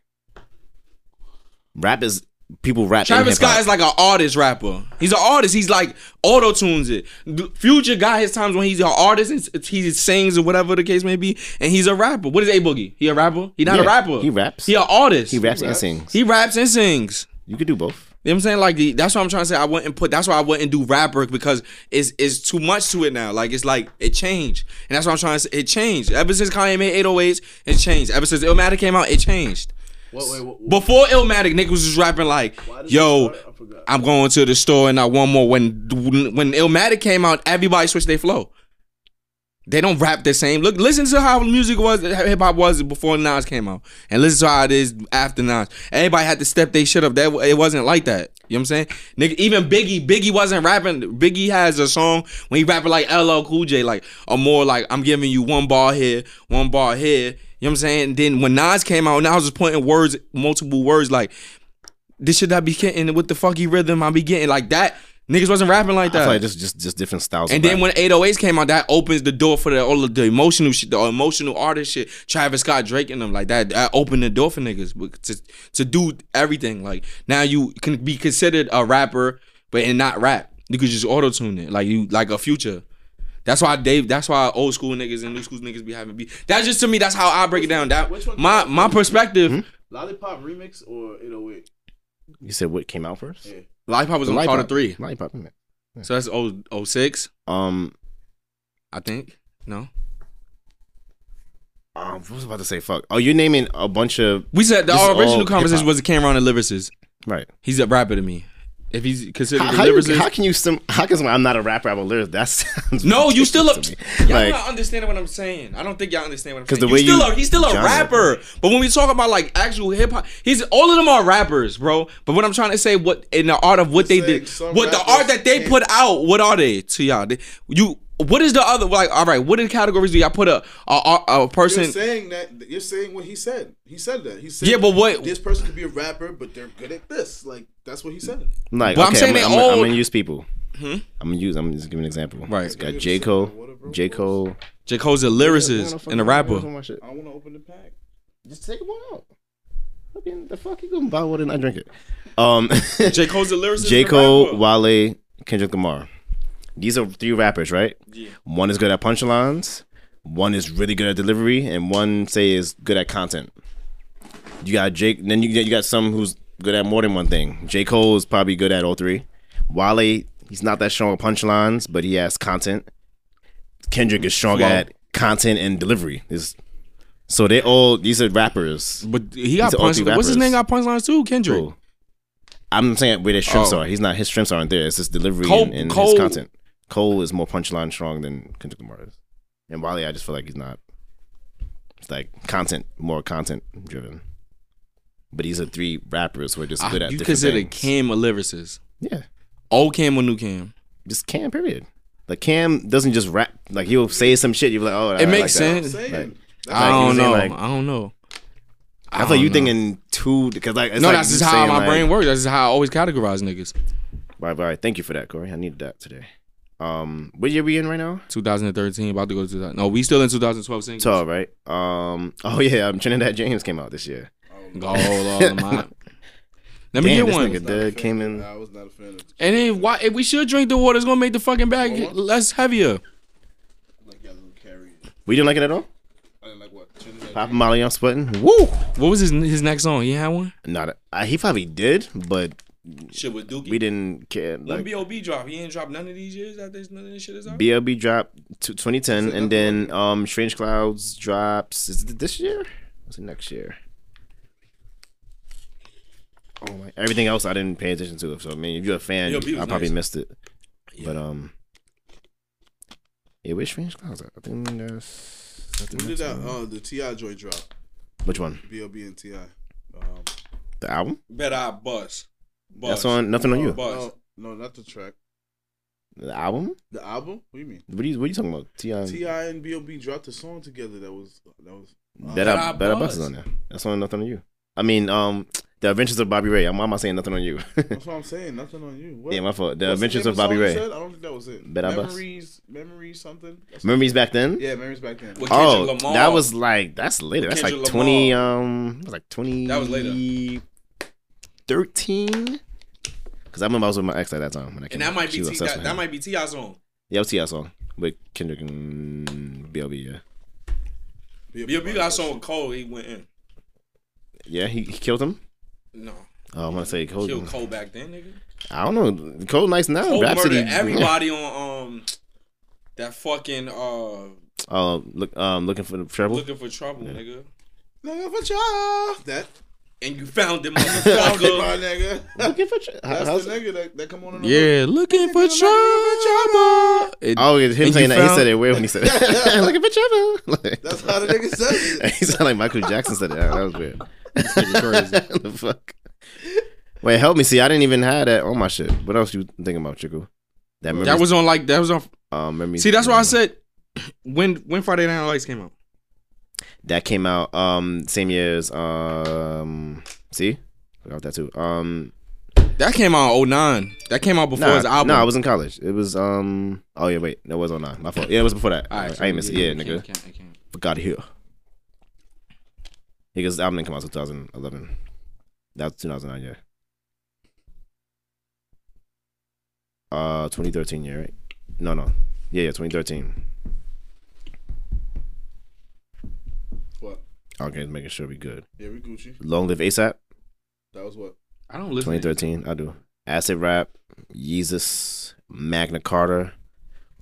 [SPEAKER 2] Rap is people rap. in
[SPEAKER 1] Travis
[SPEAKER 2] hip-hop.
[SPEAKER 1] Scott is like an artist rapper. He's an artist. He's like auto tunes it. The Future got his times when he's an artist and s- he sings or whatever the case may be, and he's a rapper. What is A Boogie? He a rapper? He not a
[SPEAKER 2] Yeah,
[SPEAKER 1] rapper.
[SPEAKER 2] he raps.
[SPEAKER 1] He an artist.
[SPEAKER 2] he raps and sings.
[SPEAKER 1] He raps and sings.
[SPEAKER 2] You could do both.
[SPEAKER 1] You know what I'm saying? Like the- that's what I'm trying to say. I wouldn't put that's why I wouldn't do rapper because it's it's too much to it now. Like it's like it changed. And that's what I'm trying to say. It changed. Ever since Kanye made 808s, it changed. Ever since Illmatic came out, it changed.
[SPEAKER 3] Wait, wait, wait,
[SPEAKER 1] Before Illmatic, niggas was rapping like, yo, I'm going to the store and I want more. When when Illmatic came out, everybody switched their flow. They don't rap the same. Look, listen to how music was, hip hop was before Nas came out, and listen to how it is after Nas. Everybody had to step their shit up. That it wasn't like that. You know what I'm saying? Nigga, even Biggie, Biggie wasn't rapping. Biggie has a song when he rapping like LL Cool J, like a more like I'm giving you one bar here, one bar here. You know what I'm saying? then when Nas came out, Nas was putting words, multiple words, like this shit I be getting with the funky rhythm I be getting like that. Niggas wasn't rapping like
[SPEAKER 2] I
[SPEAKER 1] that.
[SPEAKER 2] feel like just just just different styles. of
[SPEAKER 1] And then
[SPEAKER 2] rap.
[SPEAKER 1] when 808s came out, that opens the door for the, all of the emotional shit, the emotional artist shit. Travis Scott, Drake, and them like that. That opened the door for niggas but to to do everything. Like now you can be considered a rapper, but and not rap. You could just auto tune it, like you like a future. That's why Dave. That's why old school niggas and new school niggas be having. Be, that's just to me. That's how I break it down. That
[SPEAKER 3] Which one-
[SPEAKER 1] my my perspective.
[SPEAKER 3] Lollipop remix or 808?
[SPEAKER 2] you said what came out first?
[SPEAKER 3] Yeah.
[SPEAKER 1] Lollipop was on Carter three,
[SPEAKER 2] Lollipop. isn't it?
[SPEAKER 1] so that's 0, 06,
[SPEAKER 2] Um,
[SPEAKER 1] I think. No,
[SPEAKER 2] um, what was I about to say? Fuck. Oh, you're naming a bunch of
[SPEAKER 1] we said the
[SPEAKER 2] This is
[SPEAKER 1] our
[SPEAKER 2] all
[SPEAKER 1] original
[SPEAKER 2] hip-hop.
[SPEAKER 1] conversation was Cameron and Lyricist.
[SPEAKER 2] right.
[SPEAKER 1] He's a rapper to me. If he's considered
[SPEAKER 2] How,
[SPEAKER 1] a
[SPEAKER 2] how, you,
[SPEAKER 1] lyricist,
[SPEAKER 2] how can you? Sim- how can someone- I'm not a rapper. I'm a lyricist. That sounds
[SPEAKER 1] no, you still a.
[SPEAKER 2] ridiculous to me.
[SPEAKER 1] Y'all
[SPEAKER 2] like
[SPEAKER 1] not understanding what I'm saying. I don't think y'all understand what I'm
[SPEAKER 2] 'Cause
[SPEAKER 1] saying.
[SPEAKER 2] the
[SPEAKER 1] The
[SPEAKER 2] way
[SPEAKER 1] still
[SPEAKER 2] you-
[SPEAKER 1] a, he's still a
[SPEAKER 2] genre.
[SPEAKER 1] rapper, but when we talk about like actual hip hop, he's all of them are rappers, bro. But what I'm trying to say, what in the art of what they
[SPEAKER 3] You're
[SPEAKER 1] did,
[SPEAKER 3] saying some
[SPEAKER 1] what the
[SPEAKER 3] rappers
[SPEAKER 1] art that they
[SPEAKER 3] can't-
[SPEAKER 1] put out, what are they to y'all? They- You, what is the other like? All right, what are the categories do y'all put a a, a, a
[SPEAKER 3] You're
[SPEAKER 1] person?
[SPEAKER 3] saying that you're saying what he said. He said that. He said
[SPEAKER 1] Yeah, but what-
[SPEAKER 3] this person could be a rapper, but they're good at this. Like that's what he said.
[SPEAKER 2] Like,
[SPEAKER 1] But I'm
[SPEAKER 2] okay, I'm
[SPEAKER 1] saying
[SPEAKER 2] I'm,
[SPEAKER 1] they
[SPEAKER 2] gonna- I'm
[SPEAKER 1] all- Hmm?
[SPEAKER 2] gonna use people. I'm gonna use. I'm just giving an example.
[SPEAKER 1] Right.
[SPEAKER 2] It's got J Cole, J Cole,
[SPEAKER 1] J Cole's a lyricist and a rapper.
[SPEAKER 3] I want to open the pack.
[SPEAKER 2] Just take one out. Fucking- The fuck you gonna buy one and I drink it? Um,
[SPEAKER 1] J Cole's a lyricist.
[SPEAKER 2] J
[SPEAKER 1] and a
[SPEAKER 2] Cole,
[SPEAKER 1] rapper.
[SPEAKER 2] Wale, Kendrick Lamar. These are three rappers, right? Yeah. One is good at punchlines, one is really good at delivery, and one say is good at content. You got Jake, then you you got some who's good at more than one thing. J Cole is probably good at all three. Wale, he's not that strong at punchlines, but he has content. Kendrick is strong
[SPEAKER 1] Flow.
[SPEAKER 2] at content and delivery. Is so they all these are rappers.
[SPEAKER 1] But he got
[SPEAKER 2] These are all
[SPEAKER 1] punched.
[SPEAKER 2] three
[SPEAKER 1] What's his
[SPEAKER 2] rappers.
[SPEAKER 1] name? Got punchlines too. Kendrick.
[SPEAKER 2] Cool. I'm saying where their shrimps
[SPEAKER 1] Oh.
[SPEAKER 2] are. He's not his shrimps aren't there. It's his delivery
[SPEAKER 1] Cole-
[SPEAKER 2] and, and
[SPEAKER 1] Cole-
[SPEAKER 2] his content. Cole is more punchline strong than Kendrick Lamar is. And Wally, I just feel like he's not. It's like content, more content driven. But these are three rappers who are just
[SPEAKER 1] I-
[SPEAKER 2] good at
[SPEAKER 1] Ah, you
[SPEAKER 2] different
[SPEAKER 1] consider
[SPEAKER 2] things.
[SPEAKER 1] Cam a lyricist?
[SPEAKER 2] Yeah,
[SPEAKER 1] Old Cam or new Cam?
[SPEAKER 2] just Cam. Period. Like Cam doesn't just rap. Like he'll say some shit. You're like, oh, I
[SPEAKER 1] It makes
[SPEAKER 2] like that.
[SPEAKER 1] sense.
[SPEAKER 3] Saying,
[SPEAKER 2] Like,
[SPEAKER 1] I
[SPEAKER 2] Like,
[SPEAKER 1] don't
[SPEAKER 2] you
[SPEAKER 1] know.
[SPEAKER 2] saying, like-
[SPEAKER 1] I don't know.
[SPEAKER 2] I thought
[SPEAKER 1] don't
[SPEAKER 2] you
[SPEAKER 1] know.
[SPEAKER 2] thinking two because like it's
[SPEAKER 1] no,
[SPEAKER 2] like
[SPEAKER 1] that's
[SPEAKER 2] you
[SPEAKER 1] just how
[SPEAKER 2] saying,
[SPEAKER 1] my
[SPEAKER 2] like-
[SPEAKER 1] brain works. That's just how I always categorize niggas.
[SPEAKER 2] Right, right. Thank you for that, Corey. I needed that today. Um, what year we in right now?
[SPEAKER 1] 2013, about to go to 2000. No, we still in 2012 singles.
[SPEAKER 2] Twelve, right? Um, oh yeah, um, Trinidad James came out this year.
[SPEAKER 1] Go all of my. Let me get
[SPEAKER 2] Damn, this
[SPEAKER 1] one.
[SPEAKER 2] nigga Doug came in.
[SPEAKER 3] I was not a fan of
[SPEAKER 1] And then why? If we should drink the water, it's gonna make the fucking bag less heavier.
[SPEAKER 3] like y'all don't carry. it.
[SPEAKER 2] We didn't like it at all.
[SPEAKER 3] I didn't like what Trinidad.
[SPEAKER 2] Papa Molly, I'm sweating. Woo!
[SPEAKER 1] What was his his next song? He had one.
[SPEAKER 2] Not uh, he probably did, but
[SPEAKER 1] Shit with Dookie.
[SPEAKER 2] we didn't care. Like,
[SPEAKER 1] B.O.B. drop. He ain't dropped none of these years after none of this shit is out.
[SPEAKER 2] BLB dropped to 2010, and then um, Strange Clouds drops. Is it this year? Was it next year? Oh my! Everything else I didn't pay attention to. So I mean, if you're a fan,
[SPEAKER 1] BLB was
[SPEAKER 2] I probably
[SPEAKER 1] nice.
[SPEAKER 2] missed it. But
[SPEAKER 1] Yeah.
[SPEAKER 2] um, yeah, where's Strange Clouds? at? I think that's. that's the
[SPEAKER 3] When
[SPEAKER 2] next
[SPEAKER 3] did that?
[SPEAKER 2] one.
[SPEAKER 3] Uh, the Ti joint drop.
[SPEAKER 2] Which one?
[SPEAKER 3] B.O.B. and Ti. Um,
[SPEAKER 2] The album?
[SPEAKER 1] Bet I bust. bust.
[SPEAKER 2] That's on nothing
[SPEAKER 3] Uh,
[SPEAKER 2] on you.
[SPEAKER 3] no, no, not the track.
[SPEAKER 2] The album?
[SPEAKER 3] The album? What do you mean?
[SPEAKER 2] What are you What are you talking about? Ti.
[SPEAKER 3] Ti and B.O.B. dropped a song together. That was that was.
[SPEAKER 2] That
[SPEAKER 1] That
[SPEAKER 2] I,
[SPEAKER 1] I
[SPEAKER 2] that I bust is
[SPEAKER 1] Buzz.
[SPEAKER 2] on there. That's on nothing on you. I mean, um, The Adventures of Bobby Ray. I'm, why am I saying nothing on you?
[SPEAKER 3] That's what I'm saying. Nothing on you. What?
[SPEAKER 2] yeah, my fault. The
[SPEAKER 3] What's the
[SPEAKER 2] Adventures
[SPEAKER 3] name
[SPEAKER 2] of Bobby
[SPEAKER 3] the song you
[SPEAKER 2] Ray.
[SPEAKER 3] said? I don't think that was it.
[SPEAKER 2] Bet I Bust.
[SPEAKER 3] memories, memories, something. That's-
[SPEAKER 2] Memories back then.
[SPEAKER 3] Yeah, memories back then.
[SPEAKER 1] With
[SPEAKER 2] Oh,
[SPEAKER 1] Kendrick Lamar.
[SPEAKER 2] that was like that's later. That's
[SPEAKER 1] Kendrick
[SPEAKER 2] like twenty.
[SPEAKER 1] Lamar.
[SPEAKER 2] Um, that was like twenty.
[SPEAKER 1] That was
[SPEAKER 2] later. Thirteen. Because I remember I was with my ex at that time when I
[SPEAKER 1] and
[SPEAKER 2] came.
[SPEAKER 1] that might
[SPEAKER 2] She
[SPEAKER 1] be
[SPEAKER 2] was
[SPEAKER 1] T,
[SPEAKER 2] obsessed
[SPEAKER 1] that,
[SPEAKER 2] with
[SPEAKER 1] that
[SPEAKER 2] him.
[SPEAKER 1] might be T.I. song.
[SPEAKER 2] Yeah, it was T.I. song with Kendrick and BLB. Yeah,
[SPEAKER 1] B.O.B. got a song with Cole. He went in.
[SPEAKER 2] yeah, he, he killed him.
[SPEAKER 1] No,
[SPEAKER 2] Oh, I want to say Cole.
[SPEAKER 1] killed Cole back then, nigga.
[SPEAKER 2] I don't know. Cole nice now.
[SPEAKER 1] Cole
[SPEAKER 2] Rhapsody.
[SPEAKER 1] murdered everybody on um that fucking uh
[SPEAKER 2] Uh, look, um, looking for the trouble.
[SPEAKER 1] looking for trouble, nigga.
[SPEAKER 3] Nigga for y'all. That
[SPEAKER 1] And you found them,
[SPEAKER 3] my
[SPEAKER 1] motherfucker.
[SPEAKER 3] nigga.
[SPEAKER 2] looking for trouble.
[SPEAKER 3] That's
[SPEAKER 2] How's
[SPEAKER 3] the
[SPEAKER 2] it?
[SPEAKER 3] nigga that, that come on. and
[SPEAKER 1] yeah, looking for trouble. It-
[SPEAKER 2] Oh, it's him
[SPEAKER 1] And you
[SPEAKER 2] saying that he
[SPEAKER 1] found-
[SPEAKER 2] said it weird when he said it. looking for trouble. Like-
[SPEAKER 3] That's how the nigga says it.
[SPEAKER 2] he sounded like Michael Jackson said it. That was weird.
[SPEAKER 1] nigga
[SPEAKER 2] the fuck? Wait, help me. See, I didn't even have that on my shit. What else you thinking about, Chico? That memory.
[SPEAKER 1] that was on like that was on.
[SPEAKER 2] um, memories-
[SPEAKER 1] See, that's why I said when when Friday Night Lights came out.
[SPEAKER 2] that came out um same year as um. See, forgot that too. Um,
[SPEAKER 1] That came out in 09. That came out before
[SPEAKER 2] nah,
[SPEAKER 1] his album.
[SPEAKER 2] nah, I was in college. It was um. Oh yeah, wait, no, it was on nine. My fault. Yeah, it was before that.
[SPEAKER 1] All right,
[SPEAKER 2] I ain't miss it. Yeah, nigga.
[SPEAKER 1] I can't, I can't.
[SPEAKER 2] forgot here. Because the album didn't come out 2011. That was 2009, yeah. Uh, 2013, yeah, right? No, no. Yeah, yeah, 2013.
[SPEAKER 3] What?
[SPEAKER 2] Okay, making sure we good.
[SPEAKER 3] Yeah, we Gucci.
[SPEAKER 2] Long live ASAP,
[SPEAKER 3] That was what.
[SPEAKER 1] I don't listen.
[SPEAKER 2] 2013. I do. Acid Rap, Yeezus, Magna Carta,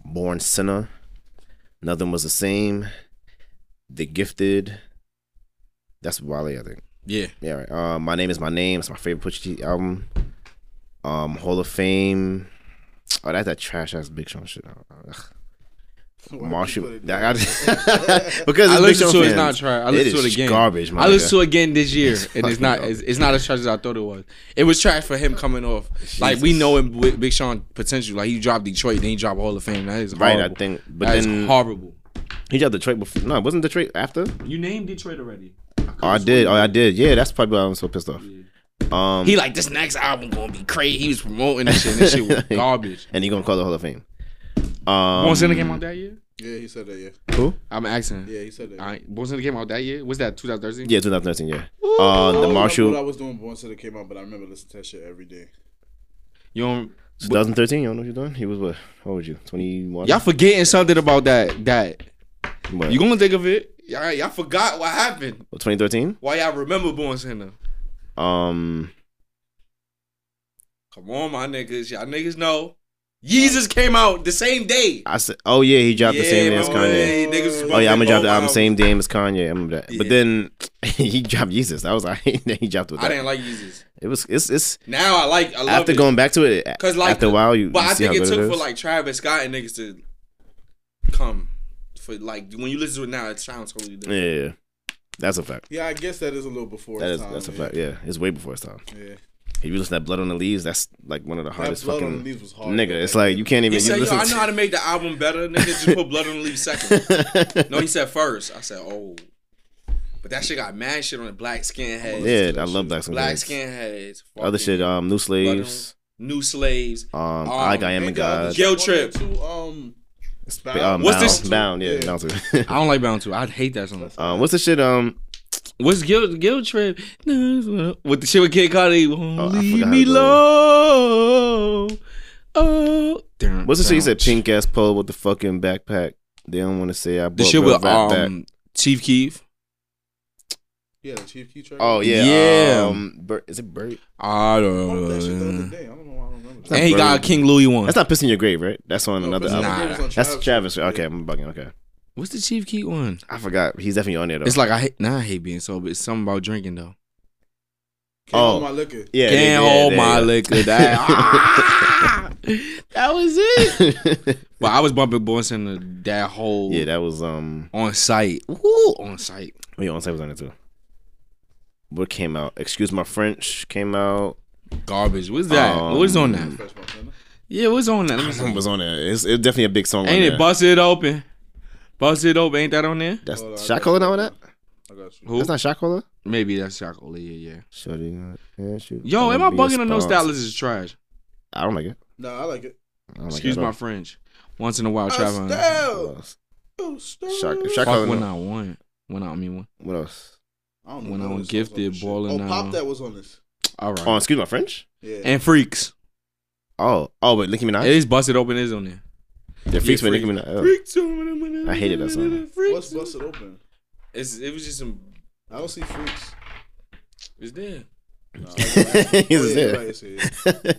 [SPEAKER 2] Born Sinner, Nothing Was the Same, The Gifted. That's Wale, I think.
[SPEAKER 1] Yeah.
[SPEAKER 2] Yeah, right. Uh, my name is my name. It's my favorite Pusha T album. Um, Hall of Fame. Oh, that's that trash ass Big Sean shit. Uh, Ugh. Marshall, that, I, because
[SPEAKER 1] I
[SPEAKER 2] it's Big
[SPEAKER 1] listened
[SPEAKER 2] Sean
[SPEAKER 1] to it.
[SPEAKER 2] fans.
[SPEAKER 1] It's not trash. I
[SPEAKER 2] It
[SPEAKER 1] listened to it
[SPEAKER 2] is
[SPEAKER 1] again.
[SPEAKER 2] Garbage. My
[SPEAKER 1] I listened
[SPEAKER 2] nigga.
[SPEAKER 1] to it again this year, and it's
[SPEAKER 2] fucking
[SPEAKER 1] not.
[SPEAKER 2] garbage.
[SPEAKER 1] It's, it's not as trash as I thought it was. It was trash for him coming off. Like we know him with Big Sean potential. Like he dropped Detroit, then he dropped Hall of Fame. That is
[SPEAKER 2] Right, I
[SPEAKER 1] horrible.
[SPEAKER 2] think- but
[SPEAKER 1] That is
[SPEAKER 2] then-
[SPEAKER 1] horrible.
[SPEAKER 2] He dropped Detroit before. No, wasn't Detroit after?
[SPEAKER 1] You named Detroit already.
[SPEAKER 2] Oh, I did. Oh, I did. Yeah, that's probably why I'm so pissed off. Um,
[SPEAKER 1] He like this next album gonna be crazy. He was promoting this shit. And this shit was garbage.
[SPEAKER 2] and he gonna call the Hall of Fame.
[SPEAKER 1] Um,
[SPEAKER 2] Um,
[SPEAKER 1] Born Sinner came out that year.
[SPEAKER 3] Yeah, he said that. Yeah,
[SPEAKER 2] who?
[SPEAKER 1] I'm asking.
[SPEAKER 3] yeah, he said that.
[SPEAKER 1] I Born Sinner came out that year. Was that 2013?
[SPEAKER 2] Yeah, 2013. Yeah. Uh, the
[SPEAKER 3] I
[SPEAKER 2] Marshall,
[SPEAKER 3] was doing Born Sinner came out, but I remember listening to that shit every day.
[SPEAKER 1] You don't,
[SPEAKER 2] 2013. You don't know what you're doing. He was what? How old were you? 21.
[SPEAKER 1] y'all forgetting something about that. That
[SPEAKER 2] What?
[SPEAKER 1] you gonna think of it? Y'all, y'all forgot what happened.
[SPEAKER 2] 2013.
[SPEAKER 1] Why y'all remember Born Sinner?
[SPEAKER 2] Um.
[SPEAKER 1] Come on, my niggas. Y'all niggas know. Yeezus came out the same day.
[SPEAKER 2] I said, oh yeah, he dropped the same day as
[SPEAKER 1] remember when
[SPEAKER 2] Kanye.
[SPEAKER 1] they- niggas was
[SPEAKER 2] Oh yeah, I'm gonna
[SPEAKER 1] bumping
[SPEAKER 2] drop the album
[SPEAKER 1] Bow Wow.
[SPEAKER 2] same day as Kanye. I remember that. But
[SPEAKER 1] Yeah.
[SPEAKER 2] then he dropped Jesus. That was all right. then he dropped with
[SPEAKER 1] I
[SPEAKER 2] that.
[SPEAKER 1] didn't like Yeezus.
[SPEAKER 2] it was it's it's
[SPEAKER 1] Now I like. I love
[SPEAKER 2] after
[SPEAKER 1] it.
[SPEAKER 2] going back to it.
[SPEAKER 1] Cause like
[SPEAKER 2] after a while, you.
[SPEAKER 1] But
[SPEAKER 2] you
[SPEAKER 1] I
[SPEAKER 2] see
[SPEAKER 1] think
[SPEAKER 2] how
[SPEAKER 1] it
[SPEAKER 2] good
[SPEAKER 1] took
[SPEAKER 2] is.
[SPEAKER 1] for like Travis Scott and niggas to come for like when you listen to it now, it sounds totally
[SPEAKER 2] Yeah,
[SPEAKER 1] different.
[SPEAKER 2] yeah, yeah. that's a fact.
[SPEAKER 3] Yeah, I guess that is a little before.
[SPEAKER 2] That
[SPEAKER 3] his
[SPEAKER 2] is
[SPEAKER 3] time,
[SPEAKER 2] that's a
[SPEAKER 3] yeah.
[SPEAKER 2] fact. Yeah, it's way before its time.
[SPEAKER 3] Yeah.
[SPEAKER 2] If you listen to that blood on the leaves, that's like one of the hardest
[SPEAKER 3] Blood on
[SPEAKER 2] fucking
[SPEAKER 3] the Leaves was hard,
[SPEAKER 2] nigga.
[SPEAKER 3] though,
[SPEAKER 2] It's
[SPEAKER 3] that
[SPEAKER 2] like you can't even
[SPEAKER 1] He
[SPEAKER 2] you
[SPEAKER 1] said, "Yo,
[SPEAKER 2] listen
[SPEAKER 1] I know how
[SPEAKER 2] to
[SPEAKER 1] to make the album better, nigga. Just put Blood on the Leaf second. No, he said first. I said, "Oh." But that shit got mad shit on it. Black skinheads.
[SPEAKER 2] yeah, I love black skin.
[SPEAKER 1] Black
[SPEAKER 2] Black
[SPEAKER 1] skinheads. fucking
[SPEAKER 2] Other
[SPEAKER 1] Oh,
[SPEAKER 2] shit, um, new slaves,
[SPEAKER 1] New slaves.
[SPEAKER 2] um, I, I am a
[SPEAKER 3] And the other
[SPEAKER 2] god,
[SPEAKER 1] Guilt
[SPEAKER 3] shit,
[SPEAKER 1] Trip.
[SPEAKER 3] one and two, um,
[SPEAKER 2] um,
[SPEAKER 1] What's
[SPEAKER 2] bound,
[SPEAKER 1] this-
[SPEAKER 2] bound, yeah,
[SPEAKER 3] Yeah.
[SPEAKER 2] bound to-
[SPEAKER 1] I don't like Bound 2. I hate that song.
[SPEAKER 2] um, what's the shit? Um,
[SPEAKER 1] What's Guild Guild Trip? With the shit with Kid Cudi. Won't
[SPEAKER 2] Oh, I
[SPEAKER 1] leave
[SPEAKER 2] forgot
[SPEAKER 1] me
[SPEAKER 2] how it goes.
[SPEAKER 1] low. Oh. Damn,
[SPEAKER 2] what's the shit? You said pink ass pole with the fucking backpack. They don't want to say I.
[SPEAKER 1] The
[SPEAKER 2] brought
[SPEAKER 1] shit
[SPEAKER 2] real
[SPEAKER 1] with
[SPEAKER 2] rap back.
[SPEAKER 1] um, Chief Keef.
[SPEAKER 3] yeah, the Chief Key track.
[SPEAKER 2] Oh yeah,
[SPEAKER 1] yeah.
[SPEAKER 2] Um, Bur- is it Bert?
[SPEAKER 1] I
[SPEAKER 3] I wrote that shit the other
[SPEAKER 1] don't know.
[SPEAKER 3] day. I don't know why I don't remember.
[SPEAKER 1] And he got a King Louis one.
[SPEAKER 2] That's not pissing your grave, right? That's on another
[SPEAKER 1] Pissing Your
[SPEAKER 2] album.
[SPEAKER 1] Grave.
[SPEAKER 2] That's Travis. Okay, I'm bugging. Okay,
[SPEAKER 1] What's the Chief Keef one?
[SPEAKER 2] I forgot. He's definitely on there though.
[SPEAKER 1] It's like I hate, nah, I hate being sober. It's something about drinking though.
[SPEAKER 2] Oh.
[SPEAKER 3] Oh, my liquor.
[SPEAKER 2] yeah,
[SPEAKER 1] Can't
[SPEAKER 2] yeah, yeah,
[SPEAKER 1] hold
[SPEAKER 2] yeah,
[SPEAKER 1] my
[SPEAKER 2] yeah.
[SPEAKER 1] liquor. That, Ah! that was it. But I was bumping Boston to that whole
[SPEAKER 2] yeah, that was um.
[SPEAKER 1] on site. Ooh, on site.
[SPEAKER 2] Wait, on site was on there too. What came out? Excuse my French came out.
[SPEAKER 1] Garbage. What's that?
[SPEAKER 2] Um,
[SPEAKER 1] what's on that?
[SPEAKER 3] Fresh Montana.
[SPEAKER 1] Yeah, what's on that? Let me see.
[SPEAKER 2] Something was on there. It's, it's definitely a big song. on
[SPEAKER 1] Ain't
[SPEAKER 2] there.
[SPEAKER 1] it bust it open? Bust it open. Ain't that on there?
[SPEAKER 2] That's
[SPEAKER 3] Hold on, I
[SPEAKER 2] shot
[SPEAKER 3] got
[SPEAKER 2] caller
[SPEAKER 3] you.
[SPEAKER 2] now on that.
[SPEAKER 3] I got you.
[SPEAKER 1] Who?
[SPEAKER 2] That's not shot caller.
[SPEAKER 1] Maybe that's Chocolate. Yeah, yeah.
[SPEAKER 2] Shorty, uh, yeah, shoot.
[SPEAKER 1] Yo, am I
[SPEAKER 2] Gonna be a
[SPEAKER 1] bugging or no
[SPEAKER 2] sponsor.
[SPEAKER 1] stylist is trash?
[SPEAKER 2] I don't like it.
[SPEAKER 3] Nah, I like it.
[SPEAKER 2] I don't like
[SPEAKER 1] Excuse
[SPEAKER 2] it at
[SPEAKER 1] my
[SPEAKER 2] all.
[SPEAKER 1] French. Once in a while, traveling.
[SPEAKER 3] Estelle.
[SPEAKER 2] Shot,
[SPEAKER 3] Estelle.
[SPEAKER 2] shot
[SPEAKER 1] Fuck
[SPEAKER 2] caller.
[SPEAKER 1] when
[SPEAKER 2] no.
[SPEAKER 1] I won. When I I mean, when.
[SPEAKER 2] What else?
[SPEAKER 3] I don't
[SPEAKER 1] When
[SPEAKER 3] none
[SPEAKER 1] I
[SPEAKER 3] of
[SPEAKER 1] was
[SPEAKER 3] the songs on
[SPEAKER 1] gifted,
[SPEAKER 3] this shit.
[SPEAKER 1] ballin'
[SPEAKER 3] Oh,
[SPEAKER 1] out.
[SPEAKER 3] Pop that was on this.
[SPEAKER 1] all right.
[SPEAKER 2] Oh, excuse my French.
[SPEAKER 3] Yeah.
[SPEAKER 1] and freaks.
[SPEAKER 2] Oh, oh, but Nicki
[SPEAKER 1] It
[SPEAKER 2] Minaj.
[SPEAKER 1] is busted open. Is on there.
[SPEAKER 2] Yeah, freaks
[SPEAKER 1] yeah,
[SPEAKER 2] with Nicki
[SPEAKER 1] Freaks.
[SPEAKER 2] Minaj. Oh.
[SPEAKER 1] Freaks. I
[SPEAKER 2] I hated that song.
[SPEAKER 3] What's busted open?
[SPEAKER 1] It's, it was just some.
[SPEAKER 3] I don't see freaks.
[SPEAKER 1] It's there.
[SPEAKER 3] Oh,
[SPEAKER 2] He's
[SPEAKER 3] yeah, you're right,
[SPEAKER 2] there.
[SPEAKER 3] it's here.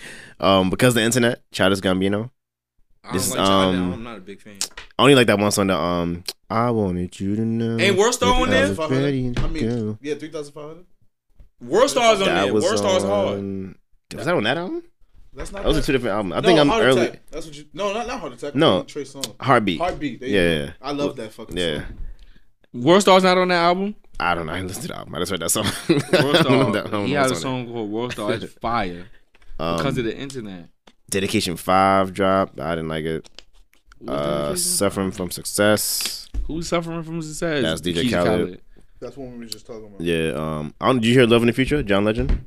[SPEAKER 2] Um, because the internet, Childish Gambino.
[SPEAKER 1] I
[SPEAKER 2] This is,
[SPEAKER 1] Chai Down.
[SPEAKER 2] um,
[SPEAKER 1] not a big fan.
[SPEAKER 2] I only like that one song. The um, I wanted you to know.
[SPEAKER 1] Ain't World Star
[SPEAKER 2] if
[SPEAKER 1] on
[SPEAKER 2] I
[SPEAKER 1] there?
[SPEAKER 2] was
[SPEAKER 3] 500?
[SPEAKER 2] ready to
[SPEAKER 3] I mean,
[SPEAKER 2] go.
[SPEAKER 3] yeah, 3,500.
[SPEAKER 1] World Stars on
[SPEAKER 2] That
[SPEAKER 1] there. World Stars hard.
[SPEAKER 2] on- Was that on that album?
[SPEAKER 3] That's not
[SPEAKER 2] Those are
[SPEAKER 3] bad.
[SPEAKER 2] two different albums. I
[SPEAKER 3] No,
[SPEAKER 2] think I'm
[SPEAKER 3] Heart
[SPEAKER 2] early.
[SPEAKER 3] Attack. That's what you. No, not, not Heart Attack.
[SPEAKER 2] No.
[SPEAKER 3] Trey Songz.
[SPEAKER 2] Heartbeat.
[SPEAKER 3] Heartbeat. there you
[SPEAKER 2] Yeah,
[SPEAKER 3] go.
[SPEAKER 2] yeah.
[SPEAKER 3] I love that fucking
[SPEAKER 2] Yeah.
[SPEAKER 3] song.
[SPEAKER 1] World Stars not on that album.
[SPEAKER 2] I don't know. I listened to the album. I just heard that song.
[SPEAKER 1] World
[SPEAKER 2] I don't know
[SPEAKER 1] Star.
[SPEAKER 2] that- I don't
[SPEAKER 1] he
[SPEAKER 2] know
[SPEAKER 1] had a
[SPEAKER 2] what's on
[SPEAKER 1] song called World Star. It's fire
[SPEAKER 2] it. Um,
[SPEAKER 1] because of the internet.
[SPEAKER 2] Dedication Five dropped. I didn't like it.
[SPEAKER 1] What's that
[SPEAKER 2] Uh,
[SPEAKER 1] shit?
[SPEAKER 2] Suffering from Success.
[SPEAKER 1] Who's suffering from success?
[SPEAKER 2] That's DJ
[SPEAKER 1] Keisha
[SPEAKER 2] Khaled.
[SPEAKER 3] That's what we were just talking about.
[SPEAKER 2] Yeah. Um. I don't, did you hear Love in the Future? John Legend.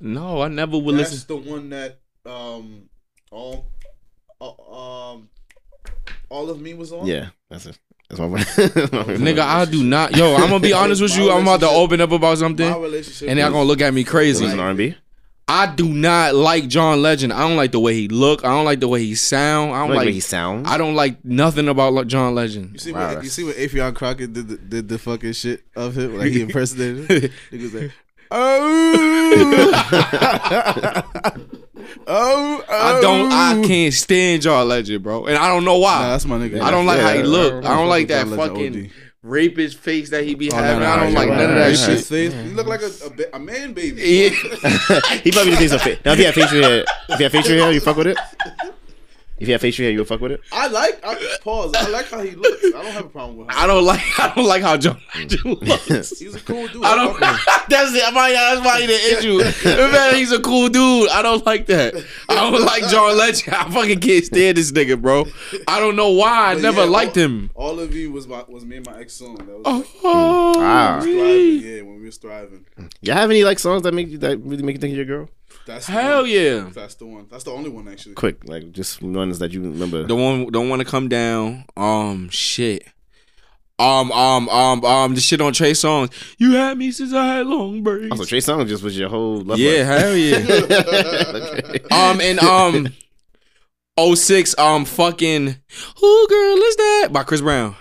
[SPEAKER 1] No, I never would
[SPEAKER 3] That's
[SPEAKER 1] listen.
[SPEAKER 3] the one that um all uh, um all of me was on.
[SPEAKER 2] Yeah. That's it. That's my. that's my favorite
[SPEAKER 1] Nigga,
[SPEAKER 2] one.
[SPEAKER 1] I do not. Yo, I'm gonna be honest with you. I'm about to open up about
[SPEAKER 3] My
[SPEAKER 1] something,
[SPEAKER 3] relationship.
[SPEAKER 1] and they're
[SPEAKER 3] was-
[SPEAKER 1] gonna look at me
[SPEAKER 2] It
[SPEAKER 1] crazy.
[SPEAKER 2] was an R&B.
[SPEAKER 1] I do not like John Legend. I don't like the way he look. I don't like the way he sound. I
[SPEAKER 2] I
[SPEAKER 1] don't
[SPEAKER 2] don't like the
[SPEAKER 1] like.
[SPEAKER 2] way he sounds.
[SPEAKER 1] I don't like nothing about like, John
[SPEAKER 3] You
[SPEAKER 1] Legend.
[SPEAKER 3] see,
[SPEAKER 2] Wow,
[SPEAKER 3] what,
[SPEAKER 2] that's-
[SPEAKER 3] you see what Afion Crockett did the, did the fucking shit of him? Like, he impersonated him? He was like, oh,
[SPEAKER 1] I don't. I can't stand John Legend, bro, and I don't know why.
[SPEAKER 3] Nah, that's my nigga.
[SPEAKER 1] I don't like how he
[SPEAKER 2] Yeah.
[SPEAKER 1] look. I don't like that
[SPEAKER 3] John Legend
[SPEAKER 1] fucking Oh,
[SPEAKER 3] OD.
[SPEAKER 1] rapist face that he
[SPEAKER 3] Oh,
[SPEAKER 1] be having.
[SPEAKER 2] no,
[SPEAKER 1] I
[SPEAKER 2] no,
[SPEAKER 1] don't
[SPEAKER 2] you're
[SPEAKER 1] like
[SPEAKER 2] right,
[SPEAKER 1] none of
[SPEAKER 2] you're
[SPEAKER 1] that
[SPEAKER 2] right.
[SPEAKER 1] shit.
[SPEAKER 3] face. He look like a, a, ba- a man baby.
[SPEAKER 1] Yeah.
[SPEAKER 2] he probably just needs some. Fa- now, if you have facial hair, if you have facial hair, you fuck with it. If you have facial hair, you will fuck with it.
[SPEAKER 3] I like, I, pause, I like how he looks. I don't have a problem with him.
[SPEAKER 1] I don't like. I don't like how John Legend looks.
[SPEAKER 3] He's a cool dude.
[SPEAKER 1] I don't.
[SPEAKER 3] fuck with him.
[SPEAKER 1] that's it. My, that's my the issue. Man, he's a cool dude. I don't like that. I don't like John Legend. I fucking can't stand this nigga, bro. I don't know why. I
[SPEAKER 3] But
[SPEAKER 1] never
[SPEAKER 3] yeah,
[SPEAKER 1] liked
[SPEAKER 3] all,
[SPEAKER 1] him.
[SPEAKER 3] All of you was my, was me and my ex song. That was
[SPEAKER 1] Oh,
[SPEAKER 2] Ah.
[SPEAKER 3] we was thriving. Yeah, when we was thriving.
[SPEAKER 2] You have any like songs that make you that really make you think of your girl?
[SPEAKER 3] That's the
[SPEAKER 1] hell
[SPEAKER 3] one.
[SPEAKER 1] yeah.
[SPEAKER 3] That's the one. That's the only one actually.
[SPEAKER 2] Quick, like just ones that you remember.
[SPEAKER 1] The one don't want to come down. Um, shit. Um, um, um, um. The shit on Trey songs. You had me since I had long braids.
[SPEAKER 2] Also, Trey Songz just was your whole love
[SPEAKER 1] yeah,
[SPEAKER 2] life.
[SPEAKER 1] hell yeah.
[SPEAKER 2] okay.
[SPEAKER 1] um, and um, 06, um, fucking. Who eh, girl is that? By Chris Brown.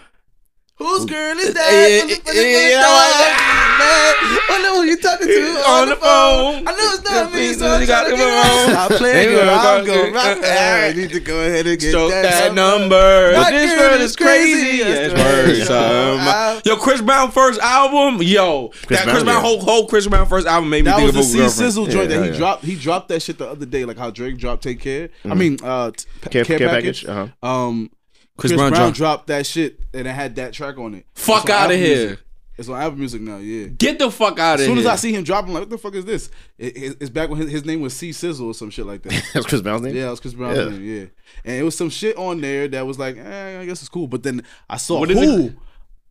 [SPEAKER 4] Whose girl is
[SPEAKER 1] Yeah, yeah, oh, yeah. Eh,
[SPEAKER 4] I know who you talking to
[SPEAKER 1] On the phone.
[SPEAKER 4] I know it's not me, so
[SPEAKER 1] You
[SPEAKER 4] I'm
[SPEAKER 1] got
[SPEAKER 4] trying to
[SPEAKER 1] the
[SPEAKER 4] get out.
[SPEAKER 1] phone.
[SPEAKER 4] Stop
[SPEAKER 1] They
[SPEAKER 4] playing, girl.
[SPEAKER 1] gonna
[SPEAKER 4] I'm
[SPEAKER 1] go-
[SPEAKER 4] going rock. I need to go ahead and get
[SPEAKER 1] Stroke
[SPEAKER 4] that,
[SPEAKER 1] that
[SPEAKER 4] number.
[SPEAKER 1] number.
[SPEAKER 4] That
[SPEAKER 1] this
[SPEAKER 4] girl
[SPEAKER 1] girl
[SPEAKER 4] is
[SPEAKER 1] is crazy.
[SPEAKER 4] crazy.
[SPEAKER 1] That's
[SPEAKER 4] That's
[SPEAKER 1] words.
[SPEAKER 4] right.
[SPEAKER 1] son.
[SPEAKER 4] Wow.
[SPEAKER 1] Yo, Chris Brown first album. Yo, that
[SPEAKER 2] Brown,
[SPEAKER 1] Chris Brown
[SPEAKER 2] yeah.
[SPEAKER 1] whole whole Chris Brown first album made me
[SPEAKER 3] That
[SPEAKER 1] think
[SPEAKER 3] was
[SPEAKER 1] of a
[SPEAKER 3] the C
[SPEAKER 1] girlfriend.
[SPEAKER 3] Sizzle joint
[SPEAKER 2] Yeah,
[SPEAKER 3] that he
[SPEAKER 2] yeah, yeah.
[SPEAKER 3] dropped. He dropped that shit the other day, like how Drake dropped "Take Care." I mean, uh, t- pa-
[SPEAKER 2] Care-
[SPEAKER 3] care,
[SPEAKER 2] Care
[SPEAKER 3] package.
[SPEAKER 2] Package, uh-huh.
[SPEAKER 3] Um,
[SPEAKER 1] Chris
[SPEAKER 3] Chris,
[SPEAKER 1] Brown
[SPEAKER 3] Brown,
[SPEAKER 1] dropped-
[SPEAKER 3] dropped. that shit, and it had that track on it.
[SPEAKER 1] Fuck
[SPEAKER 3] It's on
[SPEAKER 1] outta
[SPEAKER 3] Apple
[SPEAKER 1] here.
[SPEAKER 3] Music. It's on Apple Music now. Yeah.
[SPEAKER 1] Get the fuck out of
[SPEAKER 3] As
[SPEAKER 1] here.
[SPEAKER 3] soon as I see him drop, I'm like, "What the fuck is this?" It, it- it's back when his, his name was C Sizzle or some shit like that.
[SPEAKER 2] That's Chris Brown's name.
[SPEAKER 3] Yeah, it was Chris Brown's
[SPEAKER 2] Yeah.
[SPEAKER 3] name. Yeah, and it was some shit on there that was like, eh, I guess it's cool. But then I saw
[SPEAKER 1] What is
[SPEAKER 3] who.
[SPEAKER 1] it?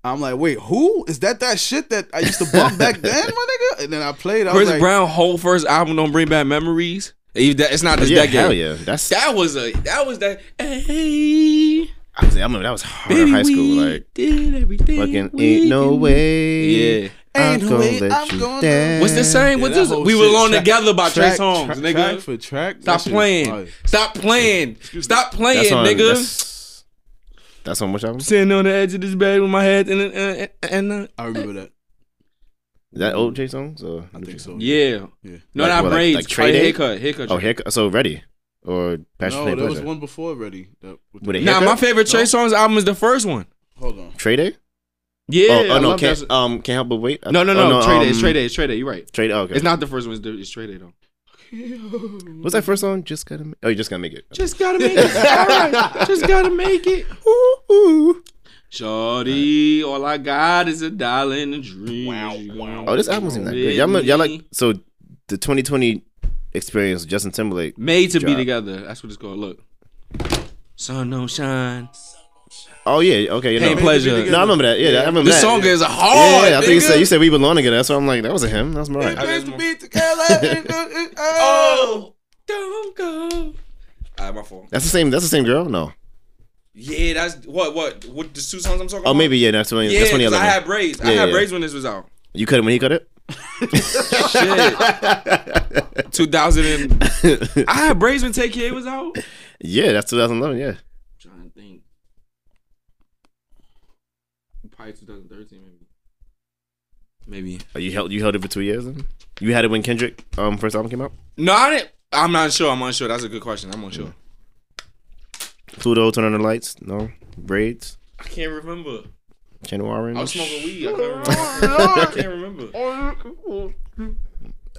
[SPEAKER 3] I'm like, wait, who is that? That shit that I used to bump back then, my nigga. And then I played. I was
[SPEAKER 1] Chris
[SPEAKER 3] like,
[SPEAKER 1] Brown whole first album don't bring back memories. Eh, that- It's not this
[SPEAKER 2] yeah,
[SPEAKER 1] decade.
[SPEAKER 2] hell yeah. That's
[SPEAKER 1] That was a that was that. Hey,
[SPEAKER 2] I, was, I remember that was hard in
[SPEAKER 1] baby,
[SPEAKER 2] high school.
[SPEAKER 1] we
[SPEAKER 2] Like
[SPEAKER 1] did everything.
[SPEAKER 2] fucking
[SPEAKER 1] we
[SPEAKER 2] ain't no
[SPEAKER 1] did.
[SPEAKER 2] way.
[SPEAKER 1] Yeah.
[SPEAKER 3] Ain't no way I'm gonna-
[SPEAKER 1] What's the same?
[SPEAKER 3] Yeah,
[SPEAKER 1] What's
[SPEAKER 3] that
[SPEAKER 1] this?
[SPEAKER 3] whole
[SPEAKER 1] We
[SPEAKER 3] shit.
[SPEAKER 1] were on
[SPEAKER 3] Track-
[SPEAKER 1] together by Trey
[SPEAKER 3] track-
[SPEAKER 1] Songs,
[SPEAKER 3] track-
[SPEAKER 1] nigga.
[SPEAKER 3] track for track.
[SPEAKER 1] Stop
[SPEAKER 3] That shit-
[SPEAKER 1] playing.
[SPEAKER 3] alright.
[SPEAKER 1] Stop playing. Stop playing,
[SPEAKER 2] That's on,
[SPEAKER 1] nigga.
[SPEAKER 2] That's, that's on which album? Is
[SPEAKER 1] Sitting on the edge of this bed with my head in the, uh, and uh,
[SPEAKER 3] I remember that.
[SPEAKER 2] that old Jay songs? Or
[SPEAKER 3] I think so.
[SPEAKER 1] yeah.
[SPEAKER 3] Yeah.
[SPEAKER 1] No,
[SPEAKER 2] Like
[SPEAKER 1] not
[SPEAKER 2] what, like-
[SPEAKER 1] braids.
[SPEAKER 2] like
[SPEAKER 1] Like,
[SPEAKER 2] Trade Day?
[SPEAKER 1] haircut, haircut.
[SPEAKER 2] Oh, haircut. So ready or Passion
[SPEAKER 3] No,
[SPEAKER 2] Play
[SPEAKER 3] there
[SPEAKER 2] Pleasure?
[SPEAKER 3] was one before already. That, with the-
[SPEAKER 2] With a
[SPEAKER 1] nah, my
[SPEAKER 2] haircut?
[SPEAKER 1] favorite Trey
[SPEAKER 3] No.
[SPEAKER 1] Songz album is the first one.
[SPEAKER 3] Hold on.
[SPEAKER 2] Trade Day?
[SPEAKER 1] Yeah.
[SPEAKER 2] oh, oh
[SPEAKER 1] I
[SPEAKER 2] no,
[SPEAKER 1] love
[SPEAKER 2] can't
[SPEAKER 1] that-
[SPEAKER 2] um can't help but wait. I-
[SPEAKER 1] no, no,
[SPEAKER 2] oh,
[SPEAKER 1] no, Trade Day. It's
[SPEAKER 2] um,
[SPEAKER 1] Trade Day. It's Trade Day. You're right.
[SPEAKER 2] Trade. Oh, okay.
[SPEAKER 1] It's not the first one. It's, the, it's Trade Day though.
[SPEAKER 2] What's that first song? Just gotta. Make, oh, you just gotta make it.
[SPEAKER 1] Just gotta make it. All right. Just gotta make it. Ooh, ooh. Shorty, all I got is a dollar and a dream.
[SPEAKER 2] Oh, this album isn't that good. Y'all, y'all like so the 2020 experience. Justin Timberlake.
[SPEAKER 1] Made to be
[SPEAKER 2] Drop.
[SPEAKER 1] together. That's what it's called. Look. Sun don't shine.
[SPEAKER 2] Oh yeah. Okay. You know.
[SPEAKER 1] Pain pleasure.
[SPEAKER 2] No, I remember that. Yeah, I remember
[SPEAKER 1] This
[SPEAKER 2] that.
[SPEAKER 1] song is
[SPEAKER 2] Yeah,
[SPEAKER 1] hard.
[SPEAKER 2] yeah, I think you
[SPEAKER 1] nigga.
[SPEAKER 2] said you said we belong together. That's why I'm like that wasn't him. That was Mariah.
[SPEAKER 4] Nice to be together.
[SPEAKER 3] uh.
[SPEAKER 1] Oh, don't go. Alright, my fault.
[SPEAKER 2] That's the same. That's the same girl. No.
[SPEAKER 1] Yeah, that's what what what the two songs I'm talking about.
[SPEAKER 2] Oh, maybe yeah. That's when.
[SPEAKER 1] Yeah,
[SPEAKER 2] that's when he
[SPEAKER 1] 'cause I
[SPEAKER 2] had.
[SPEAKER 1] had braids. I
[SPEAKER 2] Yeah,
[SPEAKER 1] had
[SPEAKER 2] yeah.
[SPEAKER 1] braids when this was out.
[SPEAKER 2] You cut it when he cut it.
[SPEAKER 1] Shit. 2000 and I had braids when Take Care was out. I'm
[SPEAKER 2] Yeah, that's 2011. Yeah.
[SPEAKER 1] trying to think. Probably 2013 maybe. Maybe.
[SPEAKER 2] Oh, you held you held it for two years. Then? You had it when Kendrick um first album came out.
[SPEAKER 1] No, I didn't. I'm not sure. I'm unsure. That's a good question. I'm unsure.
[SPEAKER 2] Pluto, turn on the lights. No braids.
[SPEAKER 1] I can't remember.
[SPEAKER 2] Channel Orange.
[SPEAKER 1] I was smoking weed. I can't remember. I can't remember.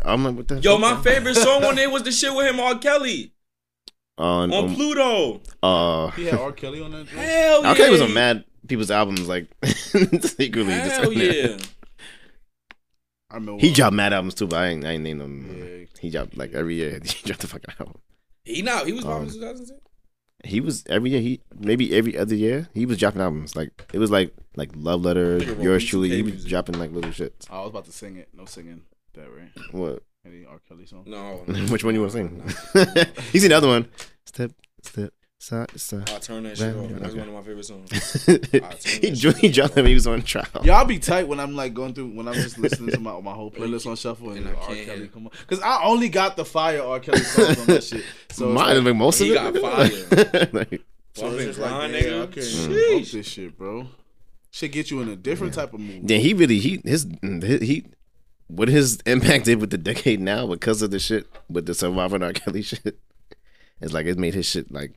[SPEAKER 2] I'm like, what the?
[SPEAKER 1] Yo, my favorite song on there was the shit with him, R. Kelly,
[SPEAKER 2] on,
[SPEAKER 1] on
[SPEAKER 2] on
[SPEAKER 1] Pluto.
[SPEAKER 2] um, uh,
[SPEAKER 3] He had R. Kelly on that. joint?
[SPEAKER 1] Hell yeah.
[SPEAKER 2] R. Kelly was on mad people's albums, like secretly. just
[SPEAKER 1] Hell
[SPEAKER 2] in there.
[SPEAKER 1] yeah.
[SPEAKER 3] I remember.
[SPEAKER 2] He
[SPEAKER 3] when-
[SPEAKER 2] dropped mad albums too, but I ain't, I ain't named them.
[SPEAKER 3] Yeah.
[SPEAKER 2] He dropped like every year. He dropped the fucking album.
[SPEAKER 1] He not. He was born in
[SPEAKER 2] Um,
[SPEAKER 1] 2010.
[SPEAKER 2] He was every year. He maybe every other year he was dropping albums. Like it was like like love letter,
[SPEAKER 1] Nigga wrote
[SPEAKER 2] yours
[SPEAKER 1] B2K
[SPEAKER 2] truly. He was
[SPEAKER 1] music.
[SPEAKER 2] dropping like little shit.
[SPEAKER 3] Oh, I was about to sing it. No singing. That right?
[SPEAKER 2] What?
[SPEAKER 3] Any R. Kelly song?
[SPEAKER 1] No.
[SPEAKER 2] Which one you want to sing? He's seen the other one. Step step side to side.
[SPEAKER 1] I turned that shit off. That's
[SPEAKER 2] Okay.
[SPEAKER 1] one of my favorite songs.
[SPEAKER 2] he, dro- he dropped them. He was on trial.
[SPEAKER 3] Y'all be tight when I'm like going through when I'm just listening to my my whole playlist on shuffle and,
[SPEAKER 1] And I
[SPEAKER 3] R.
[SPEAKER 1] can't.
[SPEAKER 3] Kelly come on because I only got the fire R. Kelly songs on that shit. So it's
[SPEAKER 2] Mine
[SPEAKER 3] like,
[SPEAKER 2] like most
[SPEAKER 1] He
[SPEAKER 2] of it.
[SPEAKER 1] got
[SPEAKER 2] Like,
[SPEAKER 3] so it's
[SPEAKER 1] Bumping
[SPEAKER 3] just like,
[SPEAKER 1] grind,
[SPEAKER 3] yeah,
[SPEAKER 1] nigga.
[SPEAKER 3] I can't
[SPEAKER 2] Mm.
[SPEAKER 1] Sheesh.
[SPEAKER 3] help this shit, bro. Shit get you in a different type of mood.
[SPEAKER 2] yeah, he really he his, his he what his impact did with the decade now because of the shit with the surviving R. Kelly shit. It's like it made his shit like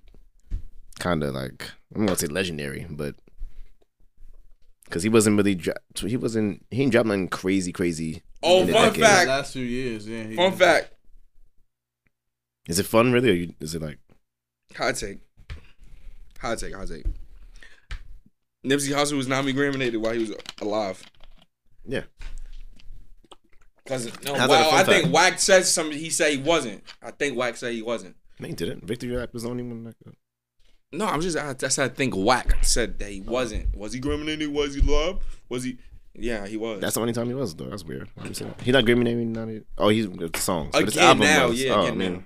[SPEAKER 2] kind of like I'm gonna say legendary, but because he wasn't really dra- he wasn't he ain't dropping nothing crazy crazy.
[SPEAKER 1] Oh,
[SPEAKER 2] in the
[SPEAKER 1] fun
[SPEAKER 2] decade.
[SPEAKER 3] The
[SPEAKER 1] fact.
[SPEAKER 3] last few years, yeah.
[SPEAKER 2] Mm.
[SPEAKER 3] he-
[SPEAKER 1] Fun fact.
[SPEAKER 2] Is it fun really? Or you, is it like
[SPEAKER 1] Hot take. Hot take. Hot take. Nipsey Hussle was nominated nominated while he was alive.
[SPEAKER 2] yeah?
[SPEAKER 1] Cause no,
[SPEAKER 2] How's that a
[SPEAKER 1] wow,
[SPEAKER 2] fun
[SPEAKER 1] I think
[SPEAKER 2] fact?
[SPEAKER 1] Wack said something. He said he wasn't. I think Wack said he wasn't.
[SPEAKER 2] No, he didn't. Victory Rap was the only one. Like,
[SPEAKER 1] No, I'm just. I, that's how I think Wack said that he wasn't. Was he nominated? Was he loved? Was he? Yeah, he was.
[SPEAKER 2] that's the only time he was though. That's weird. He's not Grammy naming. Not oh, he's the songs. but his
[SPEAKER 1] Again
[SPEAKER 2] album
[SPEAKER 1] now,
[SPEAKER 2] was.
[SPEAKER 1] yeah,
[SPEAKER 2] Oh,
[SPEAKER 1] again
[SPEAKER 2] man.
[SPEAKER 1] now.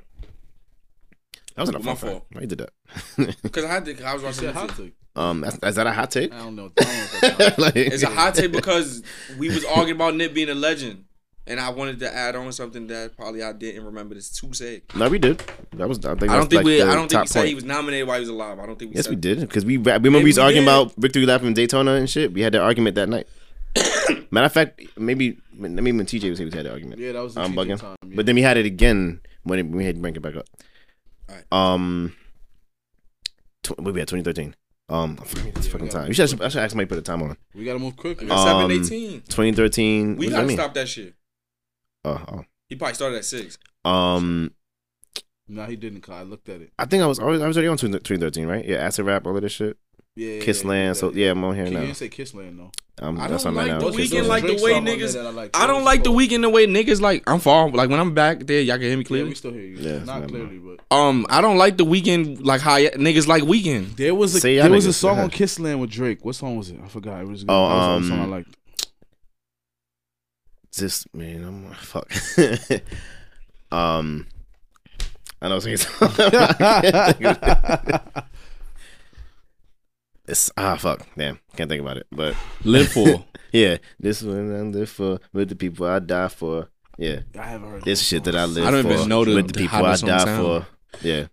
[SPEAKER 2] That wasn't a
[SPEAKER 1] My
[SPEAKER 2] fun fact.
[SPEAKER 1] fault.
[SPEAKER 2] Why you did that?
[SPEAKER 1] because I think I was
[SPEAKER 3] He
[SPEAKER 1] watching.
[SPEAKER 3] said hot
[SPEAKER 1] Nipsey.
[SPEAKER 3] take.
[SPEAKER 2] um, that's, is that a hot take?
[SPEAKER 3] I don't know. I don't know if that's hot.
[SPEAKER 2] Like-
[SPEAKER 1] It's a hot take because we was arguing about Nip being a legend. And I wanted to add on something that probably I didn't remember. This two said.
[SPEAKER 2] No, we did. That was. I, think
[SPEAKER 1] I
[SPEAKER 2] that's
[SPEAKER 1] don't think
[SPEAKER 2] like
[SPEAKER 1] we.
[SPEAKER 2] the
[SPEAKER 1] I don't think
[SPEAKER 2] top
[SPEAKER 1] we said he
[SPEAKER 2] point.
[SPEAKER 1] was nominated while he was alive. I don't think we.
[SPEAKER 2] Yes,
[SPEAKER 1] said
[SPEAKER 2] we
[SPEAKER 1] that.
[SPEAKER 2] did because we ra- remember
[SPEAKER 1] Yeah,
[SPEAKER 2] we was
[SPEAKER 1] we
[SPEAKER 2] arguing
[SPEAKER 1] did.
[SPEAKER 2] about victory lap in Daytona and shit. We had that argument that night. Matter of fact, maybe maybe when TJ was here, we had that argument.
[SPEAKER 3] Yeah, that was the
[SPEAKER 2] I'm
[SPEAKER 3] TJ
[SPEAKER 2] bugging.
[SPEAKER 3] time, yeah.
[SPEAKER 2] But then we had it again when it, we had to bring it back up.
[SPEAKER 1] Alright.
[SPEAKER 2] Um, tw- what we had 2013. Um, I forget this fucking
[SPEAKER 3] we got-
[SPEAKER 2] time. You should I should ask somebody to put a time on.
[SPEAKER 3] We gotta move quickly.
[SPEAKER 1] That's happened
[SPEAKER 2] Um,
[SPEAKER 1] 18. We
[SPEAKER 2] 2013. what does that
[SPEAKER 1] gotta
[SPEAKER 2] mean?
[SPEAKER 1] stop that shit.
[SPEAKER 2] Oh,
[SPEAKER 1] He probably started at six.
[SPEAKER 2] oh. Um,
[SPEAKER 3] no, he didn't. 'cause I looked at it.
[SPEAKER 2] I think I was always I was already on 2013, right? Yeah, acid rap, all of this shit.
[SPEAKER 3] Yeah, yeah,
[SPEAKER 2] Kiss
[SPEAKER 3] yeah,
[SPEAKER 2] Land.
[SPEAKER 3] yeah,
[SPEAKER 2] so yeah, I'm on here
[SPEAKER 3] Can you
[SPEAKER 2] now.
[SPEAKER 3] didn't say Kiss Land though?
[SPEAKER 2] I'm,
[SPEAKER 1] I
[SPEAKER 2] that's
[SPEAKER 1] don't
[SPEAKER 2] on right
[SPEAKER 1] like
[SPEAKER 2] now.
[SPEAKER 1] the
[SPEAKER 2] Kiss
[SPEAKER 1] weekend
[SPEAKER 2] Land.
[SPEAKER 1] like the
[SPEAKER 3] Drinks
[SPEAKER 1] way
[SPEAKER 3] on there that I
[SPEAKER 1] niggas.
[SPEAKER 3] like.
[SPEAKER 1] I don't like the
[SPEAKER 3] Yeah,
[SPEAKER 1] weekend the way niggas like. I'm far like when I'm back there, y'all can hear me
[SPEAKER 3] we
[SPEAKER 1] clearly.
[SPEAKER 3] still hear you.
[SPEAKER 2] Yeah, it's
[SPEAKER 3] not
[SPEAKER 2] not
[SPEAKER 3] clearly, but
[SPEAKER 1] Um, I don't like the weekend like how y- niggas like weekend.
[SPEAKER 3] there was
[SPEAKER 2] a-
[SPEAKER 3] a
[SPEAKER 2] Say y'all
[SPEAKER 3] there was
[SPEAKER 2] niggas,
[SPEAKER 3] a song
[SPEAKER 2] go
[SPEAKER 3] on
[SPEAKER 2] ahead.
[SPEAKER 3] Kiss Land with Drake. What song was it? I forgot. It was good.
[SPEAKER 2] Oh,
[SPEAKER 3] that was the only
[SPEAKER 2] um,
[SPEAKER 3] song I liked.
[SPEAKER 2] Just man, I'm fuck. um, I know it's it's ah fuck damn can't think about it but
[SPEAKER 1] Live for.
[SPEAKER 2] yeah this one I live for with the people I die for yeah
[SPEAKER 3] I haven't heard
[SPEAKER 2] this shit that I live
[SPEAKER 1] I don't
[SPEAKER 2] for
[SPEAKER 1] even know the-
[SPEAKER 2] with the
[SPEAKER 1] the-
[SPEAKER 2] people
[SPEAKER 1] how
[SPEAKER 2] I
[SPEAKER 1] this song
[SPEAKER 2] die
[SPEAKER 1] sound.
[SPEAKER 2] for yeah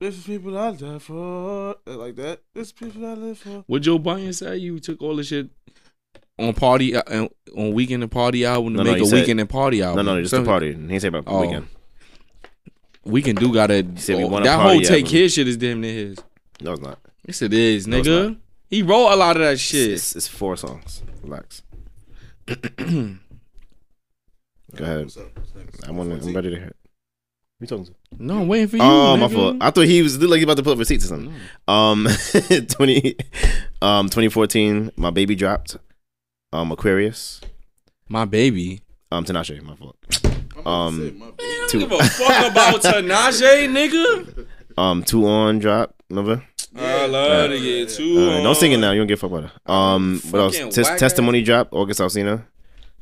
[SPEAKER 3] This is people I die for, like that. This is people I live for.
[SPEAKER 1] What Joe Biden say? You took all the shit on party uh, uh, on weekend and party album to
[SPEAKER 2] No, no,
[SPEAKER 1] make
[SPEAKER 2] he
[SPEAKER 1] a
[SPEAKER 2] said-
[SPEAKER 1] weekend and party
[SPEAKER 2] no
[SPEAKER 1] album.
[SPEAKER 2] no just the
[SPEAKER 1] Something-
[SPEAKER 2] party he ain't say about the
[SPEAKER 1] Oh.
[SPEAKER 2] weekend
[SPEAKER 1] Weekend do gotta.
[SPEAKER 2] said we
[SPEAKER 1] oh,
[SPEAKER 2] want a
[SPEAKER 1] that
[SPEAKER 2] party
[SPEAKER 1] whole take
[SPEAKER 2] album.
[SPEAKER 1] his shit is damn near his.
[SPEAKER 2] no it's not
[SPEAKER 1] Yes, it is,
[SPEAKER 2] it's
[SPEAKER 1] nigga. He wrote a lot of that shit.
[SPEAKER 2] It's, it's four songs. Relax. Go ahead. I want. to I'm ready to hear. it. We talking to?
[SPEAKER 1] No, I'm waiting for you.
[SPEAKER 2] Oh, my
[SPEAKER 1] nigga.
[SPEAKER 2] fault. I thought he was looked like he about to pull up receipts or something. Um, twenty, um, 2014. My baby dropped. Um, Aquarius.
[SPEAKER 1] My baby.
[SPEAKER 2] Um, Tinashe. My fault.
[SPEAKER 3] Say,
[SPEAKER 2] Um,
[SPEAKER 3] my
[SPEAKER 1] I
[SPEAKER 3] bad.
[SPEAKER 1] don't
[SPEAKER 2] Two.
[SPEAKER 1] give a fuck about Tanaje, nigga.
[SPEAKER 2] um, two on drop. Remember?
[SPEAKER 1] I love to get two.
[SPEAKER 2] Uh, no
[SPEAKER 1] on.
[SPEAKER 2] singing now. You don't give a fuck about it. Um, what else?
[SPEAKER 1] Fucking
[SPEAKER 2] Tes-
[SPEAKER 1] whack
[SPEAKER 2] testimony drop. August Alsina.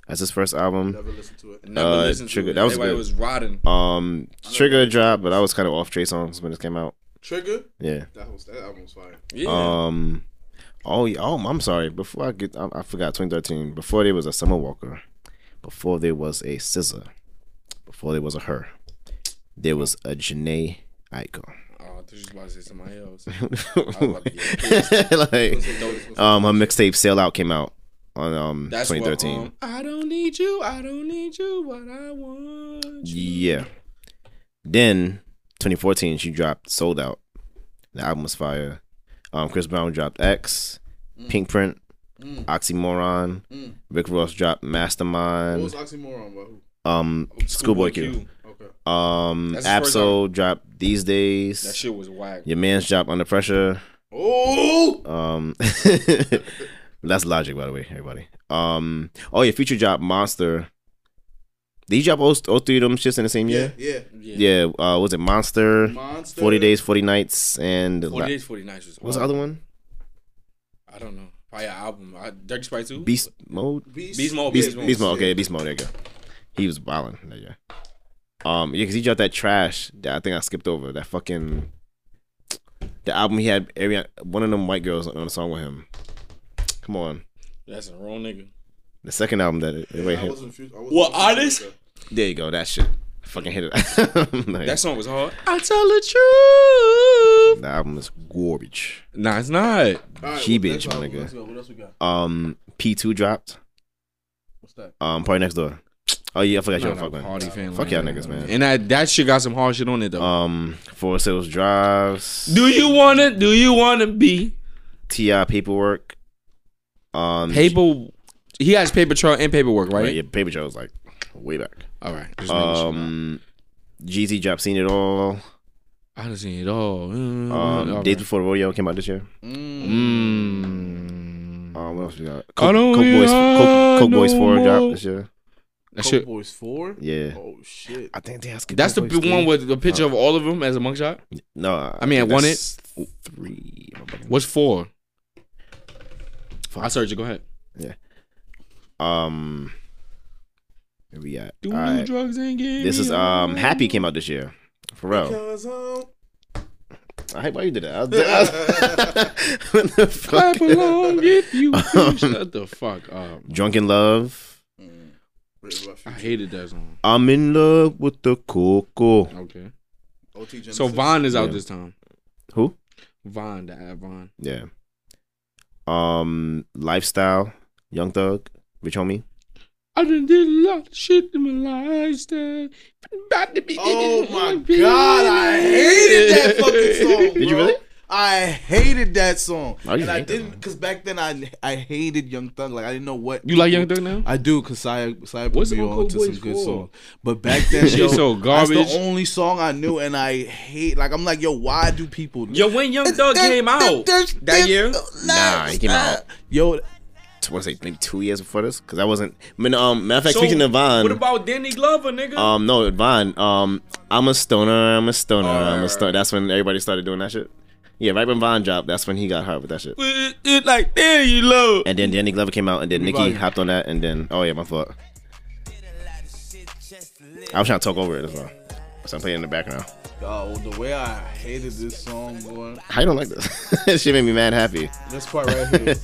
[SPEAKER 2] That's his first album.
[SPEAKER 3] Never listened to it.
[SPEAKER 1] Never
[SPEAKER 2] Uh,
[SPEAKER 1] listened
[SPEAKER 2] Trigger-
[SPEAKER 1] to it.
[SPEAKER 2] that was
[SPEAKER 1] Everybody
[SPEAKER 2] good.
[SPEAKER 1] was rotting.
[SPEAKER 2] Um, Trigger drop, but I was kind of off Trey songs when this came out.
[SPEAKER 3] Trigger.
[SPEAKER 2] Yeah.
[SPEAKER 3] That was that album was fire.
[SPEAKER 1] Oh, Yeah.
[SPEAKER 2] Um. Oh, yeah, oh, I'm sorry. Before I get, I, I forgot. 2013. Before there was a Summer Walker. Before there was a Scissor. Before there was a Her. There was a Janae Icon.
[SPEAKER 1] oh, I thought you was about to say somebody else.
[SPEAKER 2] like, um, her mixtape Sellout came out on um
[SPEAKER 1] That's
[SPEAKER 2] 2013.
[SPEAKER 1] What, um, I don't need you. I don't need you. What I want. you.
[SPEAKER 2] Yeah. Then 2014, she dropped Sold Out. The album was fire. Um, Chris Brown dropped X, Pink Print, Oxymoron. Rick Ross dropped
[SPEAKER 3] What
[SPEAKER 2] Mastermind.
[SPEAKER 3] was Oxymoron about? Who?
[SPEAKER 2] Um, Schoolboy Q.
[SPEAKER 3] Okay.
[SPEAKER 2] Um,
[SPEAKER 1] That's his first
[SPEAKER 2] Absol dropped These
[SPEAKER 1] That
[SPEAKER 2] Days.
[SPEAKER 1] shit was whack.
[SPEAKER 2] Your man's dropped Under Pressure.
[SPEAKER 3] Oh,
[SPEAKER 2] Um, that's logic, by the way, everybody. Um, oh yeah, Future dropped Monster. Did he drop all, all three of them shits in the same
[SPEAKER 3] yeah,
[SPEAKER 2] year? Yeah.
[SPEAKER 3] yeah.
[SPEAKER 2] uh, was it Monster?
[SPEAKER 3] Monster.
[SPEAKER 2] 40 Days, 40 Nights, and the la-
[SPEAKER 1] 40 days, 40 nights was.
[SPEAKER 2] what's the
[SPEAKER 1] hard.
[SPEAKER 2] other one?
[SPEAKER 1] I don't know. Probably an album. I, Dirty Sprite too.
[SPEAKER 2] Beast Mode?
[SPEAKER 3] Beast.
[SPEAKER 1] Beast Mode.
[SPEAKER 2] Beast,
[SPEAKER 1] Beast Mode.
[SPEAKER 2] Beast Mode, okay, Beast Mode, there you go. He was wildin', there you go. Um, yeah, because he dropped that trash that I think I skipped over, that fucking, the album he had, Ariana, one of them white girls on a song with him. Come on.
[SPEAKER 1] That's a wrong nigga.
[SPEAKER 2] The second album that, it, wait,
[SPEAKER 3] I
[SPEAKER 2] here-
[SPEAKER 3] wasn't. fus- I wasn't
[SPEAKER 1] Well,
[SPEAKER 3] fus-
[SPEAKER 1] honest,
[SPEAKER 2] there you go, that shit. I fucking hit it. Like,
[SPEAKER 1] that song was hard. I tell the truth.
[SPEAKER 2] the album is garbage.
[SPEAKER 1] Nah, it's not.
[SPEAKER 3] All right,
[SPEAKER 2] She
[SPEAKER 3] well,
[SPEAKER 2] bitch,
[SPEAKER 3] next
[SPEAKER 2] my
[SPEAKER 3] album,
[SPEAKER 2] nigga.
[SPEAKER 3] Let's go. What else we got?
[SPEAKER 2] Um, P2 dropped.
[SPEAKER 3] What's that?
[SPEAKER 2] Um, Party Next Door. Oh yeah, I forgot you
[SPEAKER 1] Not
[SPEAKER 2] were
[SPEAKER 1] a
[SPEAKER 2] fucking.
[SPEAKER 1] party fan.
[SPEAKER 2] Fuck
[SPEAKER 1] like
[SPEAKER 2] y'all
[SPEAKER 1] that.
[SPEAKER 2] niggas, man.
[SPEAKER 1] And that that shit got some hard shit on it though.
[SPEAKER 2] Um, Four Sales Drives.
[SPEAKER 1] do you wanna? Do you wanna be
[SPEAKER 2] Ti paperwork. Um,
[SPEAKER 1] paper? He has paper trail and paperwork, right?
[SPEAKER 2] right, yeah, paper trail was like way back.
[SPEAKER 1] All right. Just making sure.
[SPEAKER 2] Um, GZ drop seen it all.
[SPEAKER 1] I done seen it all. Mm,
[SPEAKER 2] Um,
[SPEAKER 1] all
[SPEAKER 2] Days
[SPEAKER 1] right.
[SPEAKER 2] before rodeo came out this year.
[SPEAKER 1] Mm.
[SPEAKER 2] Um, what else we got?
[SPEAKER 1] I
[SPEAKER 2] Coke,
[SPEAKER 1] don't
[SPEAKER 2] Coke Boys,
[SPEAKER 1] hear
[SPEAKER 2] Coke, Coke Boys
[SPEAKER 1] no
[SPEAKER 2] Four
[SPEAKER 1] more.
[SPEAKER 2] dropped this year.
[SPEAKER 1] That
[SPEAKER 3] Coke
[SPEAKER 1] shit.
[SPEAKER 3] Boys Four.
[SPEAKER 2] Yeah,
[SPEAKER 3] Oh shit.
[SPEAKER 2] I think they asked.
[SPEAKER 1] That's the big one with the picture of all of them as a mugshot.
[SPEAKER 2] No,
[SPEAKER 1] I mean,
[SPEAKER 2] think
[SPEAKER 1] I won
[SPEAKER 2] that's Three.
[SPEAKER 1] What's four? I searched it. Go ahead.
[SPEAKER 2] Um, where we at?
[SPEAKER 1] Do
[SPEAKER 2] All right.
[SPEAKER 1] drugs and get
[SPEAKER 2] This is um Happy came out this year. Pharrell.
[SPEAKER 3] Cause I'm
[SPEAKER 2] I hate why you did that. I was, I was- What the fuck?
[SPEAKER 1] Clap along if you feel- shut the fuck up.
[SPEAKER 2] Drunken Love.
[SPEAKER 3] written by
[SPEAKER 1] I
[SPEAKER 3] Future.
[SPEAKER 1] hated that song.
[SPEAKER 2] I'm in love with the coco.
[SPEAKER 1] Okay.
[SPEAKER 3] OT Genesis.
[SPEAKER 1] So Vaughn is out
[SPEAKER 2] Yeah.
[SPEAKER 1] this time.
[SPEAKER 2] Who?
[SPEAKER 1] Vaughn, the ad Vaughn.
[SPEAKER 2] Yeah. Um, lifestyle, Young Thug, Rich Homie.
[SPEAKER 1] I done did a lot of shit in my lifestyle. About to be
[SPEAKER 3] Oh my god, I hated that fucking song.
[SPEAKER 2] Did you
[SPEAKER 3] bro.
[SPEAKER 2] really?
[SPEAKER 3] I hated that song,
[SPEAKER 2] I used
[SPEAKER 3] and
[SPEAKER 2] to
[SPEAKER 3] I
[SPEAKER 2] hate that
[SPEAKER 3] didn't because back then I I hated Young Thug. Like I didn't know what
[SPEAKER 1] You like Young Thug now?
[SPEAKER 3] I do because Saya Saya put
[SPEAKER 1] What's
[SPEAKER 3] me
[SPEAKER 1] it on
[SPEAKER 3] on
[SPEAKER 1] Cool
[SPEAKER 3] to some
[SPEAKER 1] Boys
[SPEAKER 3] good
[SPEAKER 1] for?
[SPEAKER 3] songs. But back then,
[SPEAKER 1] Shit
[SPEAKER 3] yo,
[SPEAKER 1] so
[SPEAKER 3] That's
[SPEAKER 1] garbage.
[SPEAKER 3] the only song I knew, and I hate. Like I'm like, yo, why do people?
[SPEAKER 1] Yo, when Young Thug came out that uh, year,
[SPEAKER 2] Nah, he came out.
[SPEAKER 3] Yo,
[SPEAKER 2] I want to say maybe two years before this because I wasn't. I mean, um, matter of fact,
[SPEAKER 1] So,
[SPEAKER 2] speaking of Vaughn,
[SPEAKER 1] What about Danny Glover, nigga?
[SPEAKER 2] um, no, Vaughn, um, I'm a stoner, I'm a stoner, I'm a
[SPEAKER 1] Alright.
[SPEAKER 2] stoner. That's when everybody started doing that shit. Yeah, right when Vaughn dropped, that's when he got hard with that shit.
[SPEAKER 1] it, it like Danny Glover.
[SPEAKER 2] And then Danny Glover came out, and then Nicki hopped on that, and then oh yeah, my fault. I was trying to talk over it as well, so I'm playing in the background.
[SPEAKER 3] yo, oh, the way I hated this song, boy.
[SPEAKER 2] How you don't like this? this shit made me mad happy.
[SPEAKER 3] This part right here.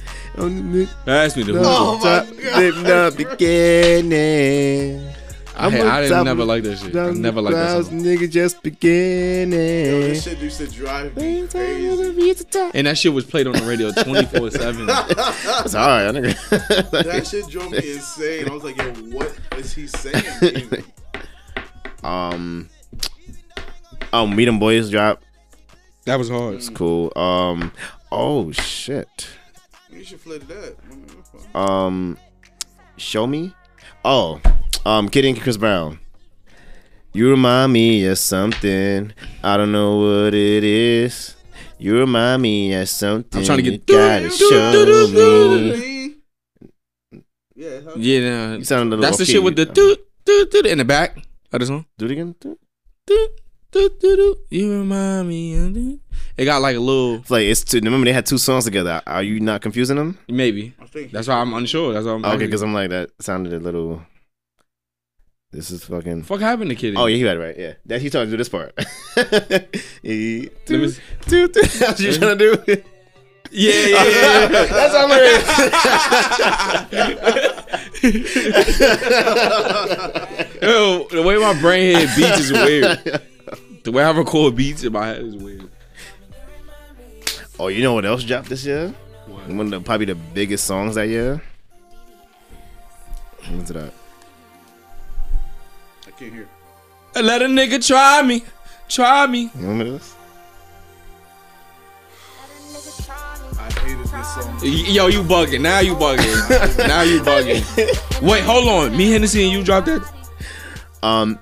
[SPEAKER 1] Ask me the who.
[SPEAKER 3] Oh my God.
[SPEAKER 2] beginning.
[SPEAKER 1] I, had, I didn't never like that shit. I never liked that song.
[SPEAKER 2] Nigga just
[SPEAKER 3] Yo,
[SPEAKER 2] beginning.
[SPEAKER 3] this shit used to drive me crazy.
[SPEAKER 1] And that shit was played on the radio 24 7.
[SPEAKER 2] That's all right, nigga.
[SPEAKER 3] That shit drove me insane. I was like, yo, what is he saying?
[SPEAKER 2] um, oh, Meet 'em Boys drop.
[SPEAKER 1] That was hard.
[SPEAKER 2] It's cool. Um, oh shit.
[SPEAKER 3] you should flip that.
[SPEAKER 2] Um, show me. Oh, um, Kid Ink and Chris Brown. You remind me of something. I don't know what it is. You remind me of something.
[SPEAKER 1] I'm trying to
[SPEAKER 2] You
[SPEAKER 1] get-
[SPEAKER 2] gotta show me.
[SPEAKER 3] Yeah, how-
[SPEAKER 1] Yeah, nah.
[SPEAKER 2] You sound a little
[SPEAKER 1] That's the
[SPEAKER 2] okay.
[SPEAKER 1] shit with the doot, doot, doot in the back of the song.
[SPEAKER 2] Do it again. Do it.
[SPEAKER 1] Doot, doot, doot, doot. You remind me. of doot. It got like a little,
[SPEAKER 2] It's like it's two. Remember they had two songs together. Are you not confusing them?
[SPEAKER 1] maybe.
[SPEAKER 3] I think
[SPEAKER 1] That's why I'm unsure. That's why I'm
[SPEAKER 2] Okay, because I'm like that sounded a little. This is fucking.
[SPEAKER 1] fuck happened to Kitty?
[SPEAKER 2] Oh yeah, you had it right. Yeah, that he's trying to do this part. he,
[SPEAKER 1] Let me s-
[SPEAKER 2] That's what you trying to do.
[SPEAKER 1] yeah, yeah, yeah, yeah.
[SPEAKER 2] That's what I'm like.
[SPEAKER 1] Yo, the way my brain head beats is weird. The way I record beats in my head is weird.
[SPEAKER 2] Oh, you know what else dropped this year? One of the, probably the biggest songs that year. What's that?
[SPEAKER 3] I can't hear.
[SPEAKER 1] Let a nigga try me, try me.
[SPEAKER 2] You remember this?
[SPEAKER 3] I hated this song.
[SPEAKER 1] Y- Yo, you bugging. Now you bugging. now you bugging. Wait, hold on. Me, Hennessy, and you dropped that.
[SPEAKER 2] Um,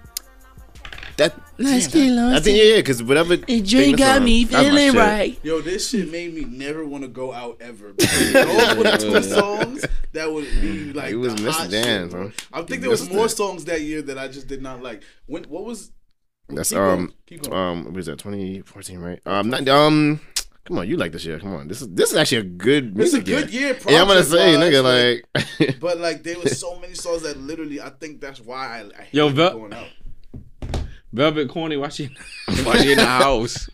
[SPEAKER 2] that. I think yeah, yeah, because whatever. And drink got me feeling right.
[SPEAKER 3] Yo, this shit made me never want to go out ever. because Those were the two songs that would be like
[SPEAKER 2] It was
[SPEAKER 3] the
[SPEAKER 2] Mr.
[SPEAKER 3] hot
[SPEAKER 2] Dan,
[SPEAKER 3] shit, bro.
[SPEAKER 2] bro.
[SPEAKER 3] I
[SPEAKER 2] You
[SPEAKER 3] think there was
[SPEAKER 2] missed
[SPEAKER 3] more
[SPEAKER 2] it.
[SPEAKER 3] songs that year that I just did not like. When what was?
[SPEAKER 2] That's
[SPEAKER 3] Keep going,
[SPEAKER 2] um
[SPEAKER 3] keep going.
[SPEAKER 2] um what is that 2014 right? Um not um come on you like this year come on this is this is actually a good
[SPEAKER 3] It's a
[SPEAKER 2] music
[SPEAKER 3] good year.
[SPEAKER 2] Yeah, I'm gonna say
[SPEAKER 3] project-wise,
[SPEAKER 2] nigga like
[SPEAKER 3] But like, there was so many songs that literally, I think that's why I, I
[SPEAKER 1] Yo,
[SPEAKER 3] hated
[SPEAKER 1] Vel-
[SPEAKER 3] going out.
[SPEAKER 1] Velvet Corny, why she, why she in the house?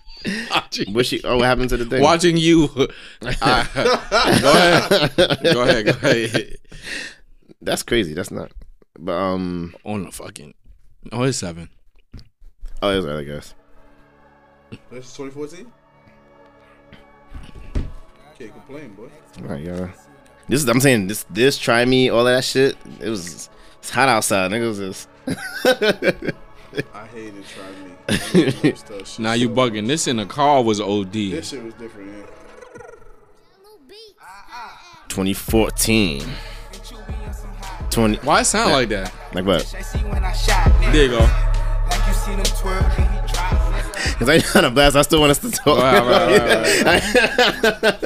[SPEAKER 2] what she oh what happened to the thing?
[SPEAKER 1] Watching you. Alright. go ahead. Go ahead. Go ahead.
[SPEAKER 2] That's crazy. That's not. But um
[SPEAKER 1] On the fucking. Oh, it's seven.
[SPEAKER 2] oh it was right I guess.
[SPEAKER 3] That's 2014. Can't complain, boy.
[SPEAKER 2] All right, y'all. This is I'm saying this this try me all that shit. It was it's hot outside nigga. It was just
[SPEAKER 3] I hated trying me. I hated most of that shit
[SPEAKER 1] Now you
[SPEAKER 3] so-
[SPEAKER 1] bugging. This in the car was OD.
[SPEAKER 3] This shit was different. Yeah.
[SPEAKER 2] 2014. 20
[SPEAKER 1] Why it sound like that?
[SPEAKER 2] like what?
[SPEAKER 6] I see when I shot,
[SPEAKER 1] There
[SPEAKER 6] nigga.
[SPEAKER 1] you go.
[SPEAKER 6] Like you seen him twirl and he drop.
[SPEAKER 2] Cause I on a blast. I still want us to talk.
[SPEAKER 1] Right, right,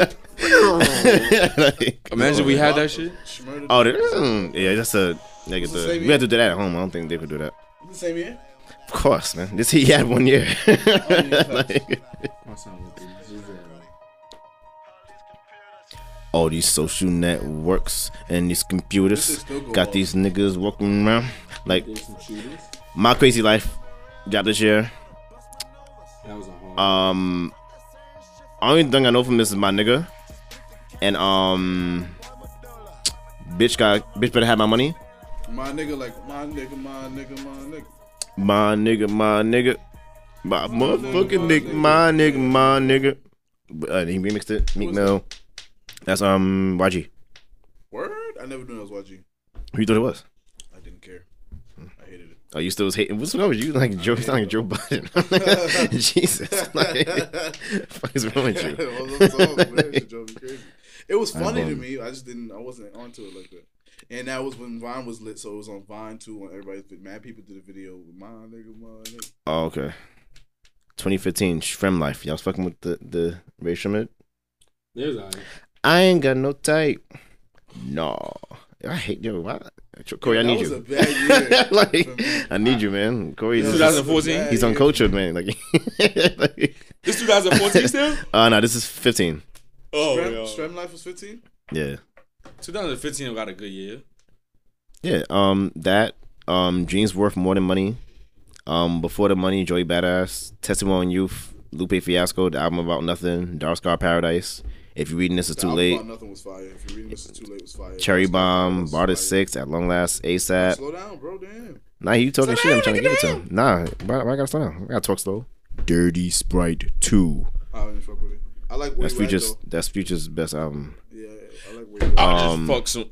[SPEAKER 1] right,
[SPEAKER 2] Like-
[SPEAKER 1] Imagine we had that shit.
[SPEAKER 3] Shmurda-
[SPEAKER 2] Oh, there- mm, yeah, that's a nigga.
[SPEAKER 3] the
[SPEAKER 2] The,
[SPEAKER 3] same
[SPEAKER 2] we had to do that at home. I don't think they could do that.
[SPEAKER 3] the same year.
[SPEAKER 2] Of course, man. This he had one year. Like- all these social networks and these
[SPEAKER 3] This is
[SPEAKER 2] computers
[SPEAKER 3] still going
[SPEAKER 2] got
[SPEAKER 3] on.
[SPEAKER 2] these niggas walking around like my crazy life dropped this year.
[SPEAKER 1] Uh,
[SPEAKER 2] Um, only thing I know from this is my nigga, and um, bitch got bitch better have my money.
[SPEAKER 3] My nigga, like my nigga, my nigga, my nigga.
[SPEAKER 2] My nigga, my nigga. My motherfucking nigga, my nigga, my nigga. But, Uh, he remixed it. Meek Mill. That's um YG.
[SPEAKER 3] Word? I never knew I was YG.
[SPEAKER 2] Who you thought it was?
[SPEAKER 3] I didn't care. I hated it.
[SPEAKER 2] Oh, you still was hating. What's wrong with you? Like Joe, you sound like Joe Biden. Jesus, like, fuck is wrong with
[SPEAKER 3] It
[SPEAKER 2] you?
[SPEAKER 3] was a song, man. It drove me crazy. It was funny to
[SPEAKER 2] love
[SPEAKER 3] me. I just didn't. I wasn't onto it like that. And that was when Vine was lit, so it was on Vine too. On everybody's vid- mad people did a video with my nigga, my nigga.
[SPEAKER 2] Oh, okay. 2015, Shrem Life. Y'all was fucking with the the Ray Shremmit?
[SPEAKER 1] There's all right.
[SPEAKER 2] I ain't got no type. No, I hate you. Why? Corey, I
[SPEAKER 3] That
[SPEAKER 2] need
[SPEAKER 3] was
[SPEAKER 2] you.
[SPEAKER 3] a bad year.
[SPEAKER 2] like,
[SPEAKER 3] for me.
[SPEAKER 2] I need you, man. Corey,
[SPEAKER 3] Yo,
[SPEAKER 1] 2014?
[SPEAKER 2] is-
[SPEAKER 3] this is a
[SPEAKER 2] he's
[SPEAKER 3] bad year.
[SPEAKER 2] uncultured, man. Like,
[SPEAKER 1] This 2014 still?
[SPEAKER 2] uh, no, this is 15.
[SPEAKER 1] Oh,
[SPEAKER 3] Strem,
[SPEAKER 1] yo.
[SPEAKER 3] Strem Life was 15?
[SPEAKER 2] Yeah,
[SPEAKER 1] 2015 got a good year.
[SPEAKER 2] yeah. Um, that um, dreams worth more than money. Um, before the money, Joey Badass, Testimony on Youth, Lupe Fiasco, the album about nothing, Dark Sky Paradise. If you're reading this, it's
[SPEAKER 3] The
[SPEAKER 2] too
[SPEAKER 3] album
[SPEAKER 2] late.
[SPEAKER 3] About Nothing was fire. If you're reading this, it's too late was fire.
[SPEAKER 2] Cherry
[SPEAKER 3] That's
[SPEAKER 2] Bomb,
[SPEAKER 3] was
[SPEAKER 2] Barter
[SPEAKER 3] fire.
[SPEAKER 2] Six, At Long Last, ASAP.
[SPEAKER 3] Slow down, bro. Damn.
[SPEAKER 2] Nah, you talking shit. I'm trying to give it to him. Nah, why, why I gotta slow down? I gotta talk slow. Dirty Sprite Two.
[SPEAKER 3] I didn't fuck with it. I like where
[SPEAKER 2] That's
[SPEAKER 3] you at,
[SPEAKER 2] Future's.
[SPEAKER 3] though.
[SPEAKER 2] That's Future's best album.
[SPEAKER 3] Yeah, I like where you at.
[SPEAKER 1] I
[SPEAKER 2] Um,
[SPEAKER 1] just fuck some.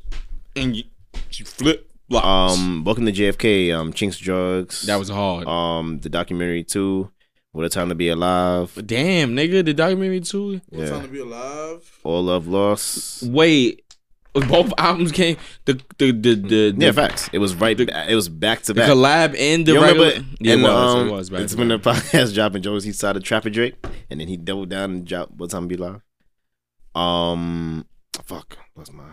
[SPEAKER 1] And you, you flip flops.
[SPEAKER 2] Um, Welcome to JFK. Um, Chinks Drugs.
[SPEAKER 1] that was hard.
[SPEAKER 2] um the documentary too. What a time to be alive.
[SPEAKER 1] Damn, nigga, the documentary too.
[SPEAKER 3] What time
[SPEAKER 2] Yeah.
[SPEAKER 3] to be alive?
[SPEAKER 2] All love lost.
[SPEAKER 1] Wait, both albums came. The the the the,
[SPEAKER 2] Yeah,
[SPEAKER 1] the,
[SPEAKER 2] facts. It was right. ba- it was back to
[SPEAKER 1] the
[SPEAKER 2] back.
[SPEAKER 1] collab and the
[SPEAKER 2] You remember?
[SPEAKER 1] regular. Yeah,
[SPEAKER 2] and,
[SPEAKER 1] it was,
[SPEAKER 2] um,
[SPEAKER 1] it was back
[SPEAKER 2] it's
[SPEAKER 1] to
[SPEAKER 2] when the
[SPEAKER 1] back.
[SPEAKER 2] podcast dropped and Joe's he started Trapper Drake, and then he doubled down and dropped What Time to Be Alive. Um, fuck, what's my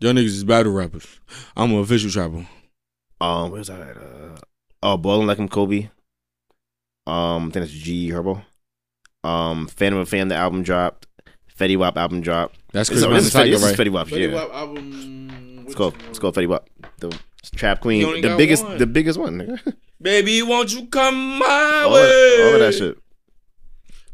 [SPEAKER 1] Y'all niggas is battle rappers. I'm an official trapper.
[SPEAKER 2] Um, where's that? At? Uh, oh, Ballin' Like I'm Kobe. Um, I think that's G Herbo. Um, Phantom of Fam, the album dropped. Fetty Wap album dropped.
[SPEAKER 1] That's
[SPEAKER 2] This,
[SPEAKER 1] Chris
[SPEAKER 2] oh,
[SPEAKER 1] Brown and
[SPEAKER 2] this is Fetty,
[SPEAKER 1] Tiger,
[SPEAKER 2] this is
[SPEAKER 1] right?
[SPEAKER 2] Fetty Wap,
[SPEAKER 3] Fetty
[SPEAKER 2] yeah.
[SPEAKER 3] Wap album.
[SPEAKER 2] It's
[SPEAKER 3] which
[SPEAKER 2] called
[SPEAKER 3] one?
[SPEAKER 2] it's called Fetty Wap, the Trap
[SPEAKER 1] You only
[SPEAKER 2] Queen, the
[SPEAKER 1] got
[SPEAKER 2] biggest,
[SPEAKER 1] one.
[SPEAKER 2] the biggest one. nigga.
[SPEAKER 1] Baby, won't you come my
[SPEAKER 2] all,
[SPEAKER 1] way?
[SPEAKER 2] that, all of that shit.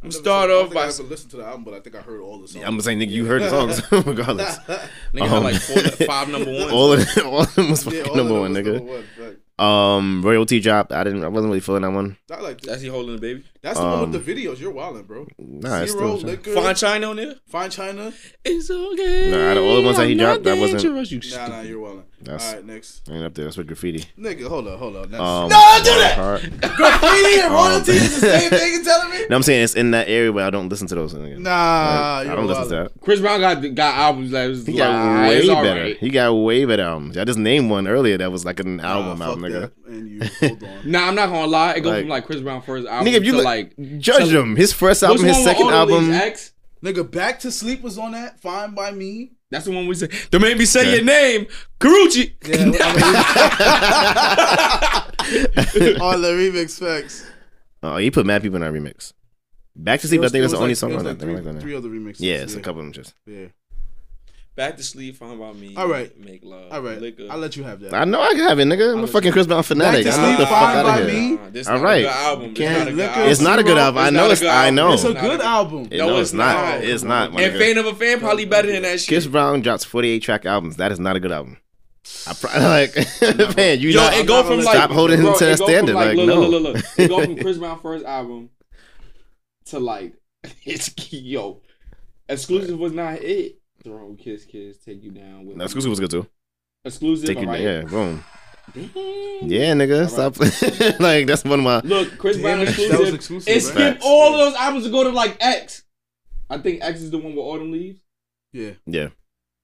[SPEAKER 3] I never
[SPEAKER 1] Start
[SPEAKER 3] said- I don't
[SPEAKER 1] off
[SPEAKER 3] think
[SPEAKER 1] by-
[SPEAKER 3] I ever listened to the album, but I think I heard all the songs.
[SPEAKER 2] I'm gonna say, nigga, you heard the songs regardless.
[SPEAKER 1] Nigga had
[SPEAKER 2] Um,
[SPEAKER 1] like four, five number ones.
[SPEAKER 2] all of them, all of them was fucking
[SPEAKER 3] all of
[SPEAKER 2] number
[SPEAKER 3] them
[SPEAKER 2] one,
[SPEAKER 3] was
[SPEAKER 2] nigga.
[SPEAKER 3] number one, fact.
[SPEAKER 2] Um, royalty dropped. I didn't. I wasn't really feeling that one.
[SPEAKER 3] I like that.
[SPEAKER 1] That's he holding the baby.
[SPEAKER 3] That's the one with the videos. You're wildin', bro.
[SPEAKER 2] Um, Nah, it's
[SPEAKER 3] Zero
[SPEAKER 2] still.
[SPEAKER 3] liquor.
[SPEAKER 1] Fine
[SPEAKER 3] Fine,
[SPEAKER 1] China on there.
[SPEAKER 3] China.
[SPEAKER 1] It's okay.
[SPEAKER 2] Nah, out of all the ones that he
[SPEAKER 1] I'm not
[SPEAKER 2] dropped, that wasn't-
[SPEAKER 1] dangerous, you
[SPEAKER 3] Nah,
[SPEAKER 1] stupid.
[SPEAKER 3] nah, you're wildin'.
[SPEAKER 2] That's-
[SPEAKER 3] All right, next.
[SPEAKER 2] I ain't up there. That's with graffiti.
[SPEAKER 3] Nigga, hold up, hold up. Next.
[SPEAKER 2] Um, no, do that.
[SPEAKER 3] Graffiti and royalty is the same thing you telling me?
[SPEAKER 2] No, I'm saying it's in that area where I don't listen to those. Nigga.
[SPEAKER 3] Nah,
[SPEAKER 2] Like, I
[SPEAKER 3] you're
[SPEAKER 2] don't listen to
[SPEAKER 3] wildin'.
[SPEAKER 2] that.
[SPEAKER 1] Chris Brown got got albums like, it was
[SPEAKER 2] He got
[SPEAKER 1] like,
[SPEAKER 2] way
[SPEAKER 1] it's all
[SPEAKER 2] better.
[SPEAKER 1] right.
[SPEAKER 2] He got way better albums. I just named one earlier that was like an
[SPEAKER 3] Nah,
[SPEAKER 2] album out,
[SPEAKER 3] fuck
[SPEAKER 2] nigga.
[SPEAKER 3] that. And you, hold on.
[SPEAKER 1] Nah, I'm not gonna lie. It goes
[SPEAKER 2] Like-
[SPEAKER 1] from like Chris Brown first album
[SPEAKER 2] Nigga, if you
[SPEAKER 1] to
[SPEAKER 2] look,
[SPEAKER 1] like
[SPEAKER 2] judge him, his first album,
[SPEAKER 1] Which
[SPEAKER 2] his
[SPEAKER 1] one with
[SPEAKER 2] second
[SPEAKER 1] all the
[SPEAKER 2] album.
[SPEAKER 1] leaves, X?
[SPEAKER 3] Nigga, Back to Sleep was on that. Fine by me.
[SPEAKER 1] That's the one we said. They made me say
[SPEAKER 2] Okay.
[SPEAKER 1] your name, Karuchi.
[SPEAKER 3] on the remix facts.
[SPEAKER 2] Oh, he put mad people in that remix. Back to sleep. I think that's the only song
[SPEAKER 3] It was
[SPEAKER 2] on
[SPEAKER 3] like
[SPEAKER 2] that.
[SPEAKER 3] three,
[SPEAKER 2] Like that.
[SPEAKER 3] three other remixes.
[SPEAKER 2] yeah, it's a couple of them. Just
[SPEAKER 3] Yeah.
[SPEAKER 1] Back to sleep, fine by me.
[SPEAKER 3] All right.
[SPEAKER 1] make love.
[SPEAKER 3] All right.
[SPEAKER 1] liquor.
[SPEAKER 3] I'll let you have that.
[SPEAKER 2] I know I can have it, nigga. I'm a fucking Chris Brown fanatic.
[SPEAKER 3] Back to
[SPEAKER 2] Get
[SPEAKER 3] Sleep,
[SPEAKER 2] the fuck
[SPEAKER 3] Fine
[SPEAKER 2] out
[SPEAKER 3] by
[SPEAKER 2] of here.
[SPEAKER 3] Me.
[SPEAKER 1] This
[SPEAKER 2] All
[SPEAKER 1] not
[SPEAKER 2] right.
[SPEAKER 1] a good album. It's
[SPEAKER 2] Can't-
[SPEAKER 1] not a good
[SPEAKER 3] Look,
[SPEAKER 1] album.
[SPEAKER 2] It's not a good
[SPEAKER 3] Zero.
[SPEAKER 2] album. I
[SPEAKER 1] It's
[SPEAKER 2] know
[SPEAKER 1] not a
[SPEAKER 2] it's.
[SPEAKER 1] good
[SPEAKER 2] I
[SPEAKER 1] album.
[SPEAKER 2] know.
[SPEAKER 3] it's a
[SPEAKER 1] not
[SPEAKER 3] good
[SPEAKER 1] a-
[SPEAKER 3] album.
[SPEAKER 2] It-
[SPEAKER 1] No,
[SPEAKER 2] no,
[SPEAKER 1] it's
[SPEAKER 2] it's not.
[SPEAKER 1] not.
[SPEAKER 2] It's not. my
[SPEAKER 1] And
[SPEAKER 2] nigga.
[SPEAKER 1] Faint of a Fan probably better than that shit.
[SPEAKER 2] Chris Brown drops 48 track albums. That is not a good album. I probably like man, you
[SPEAKER 1] Yo,
[SPEAKER 2] know,
[SPEAKER 1] it go from like
[SPEAKER 2] stop holding him
[SPEAKER 1] bro,
[SPEAKER 2] to
[SPEAKER 1] it
[SPEAKER 2] that
[SPEAKER 1] go from,
[SPEAKER 2] standard. Like,
[SPEAKER 1] look,
[SPEAKER 2] no,
[SPEAKER 1] look, look, look, look. It go from Chris Brown first album to like it's yo exclusive was not it. Throw kiss kiss take you down with
[SPEAKER 2] No, Scoozy was good too.
[SPEAKER 1] exclusive.
[SPEAKER 2] Take you,
[SPEAKER 1] alright.
[SPEAKER 2] yeah, boom,
[SPEAKER 1] Damn.
[SPEAKER 2] yeah, nigga, stop. like that's one of my.
[SPEAKER 1] Look, Chris
[SPEAKER 3] Damn,
[SPEAKER 1] Brown
[SPEAKER 3] that- that
[SPEAKER 1] exclusive.
[SPEAKER 3] was exclusive,
[SPEAKER 1] It
[SPEAKER 3] right?
[SPEAKER 1] skipped
[SPEAKER 2] Facts.
[SPEAKER 1] all those albums to go to like X. I think X is the one with Autumn Leaves.
[SPEAKER 3] Yeah.
[SPEAKER 2] Yeah,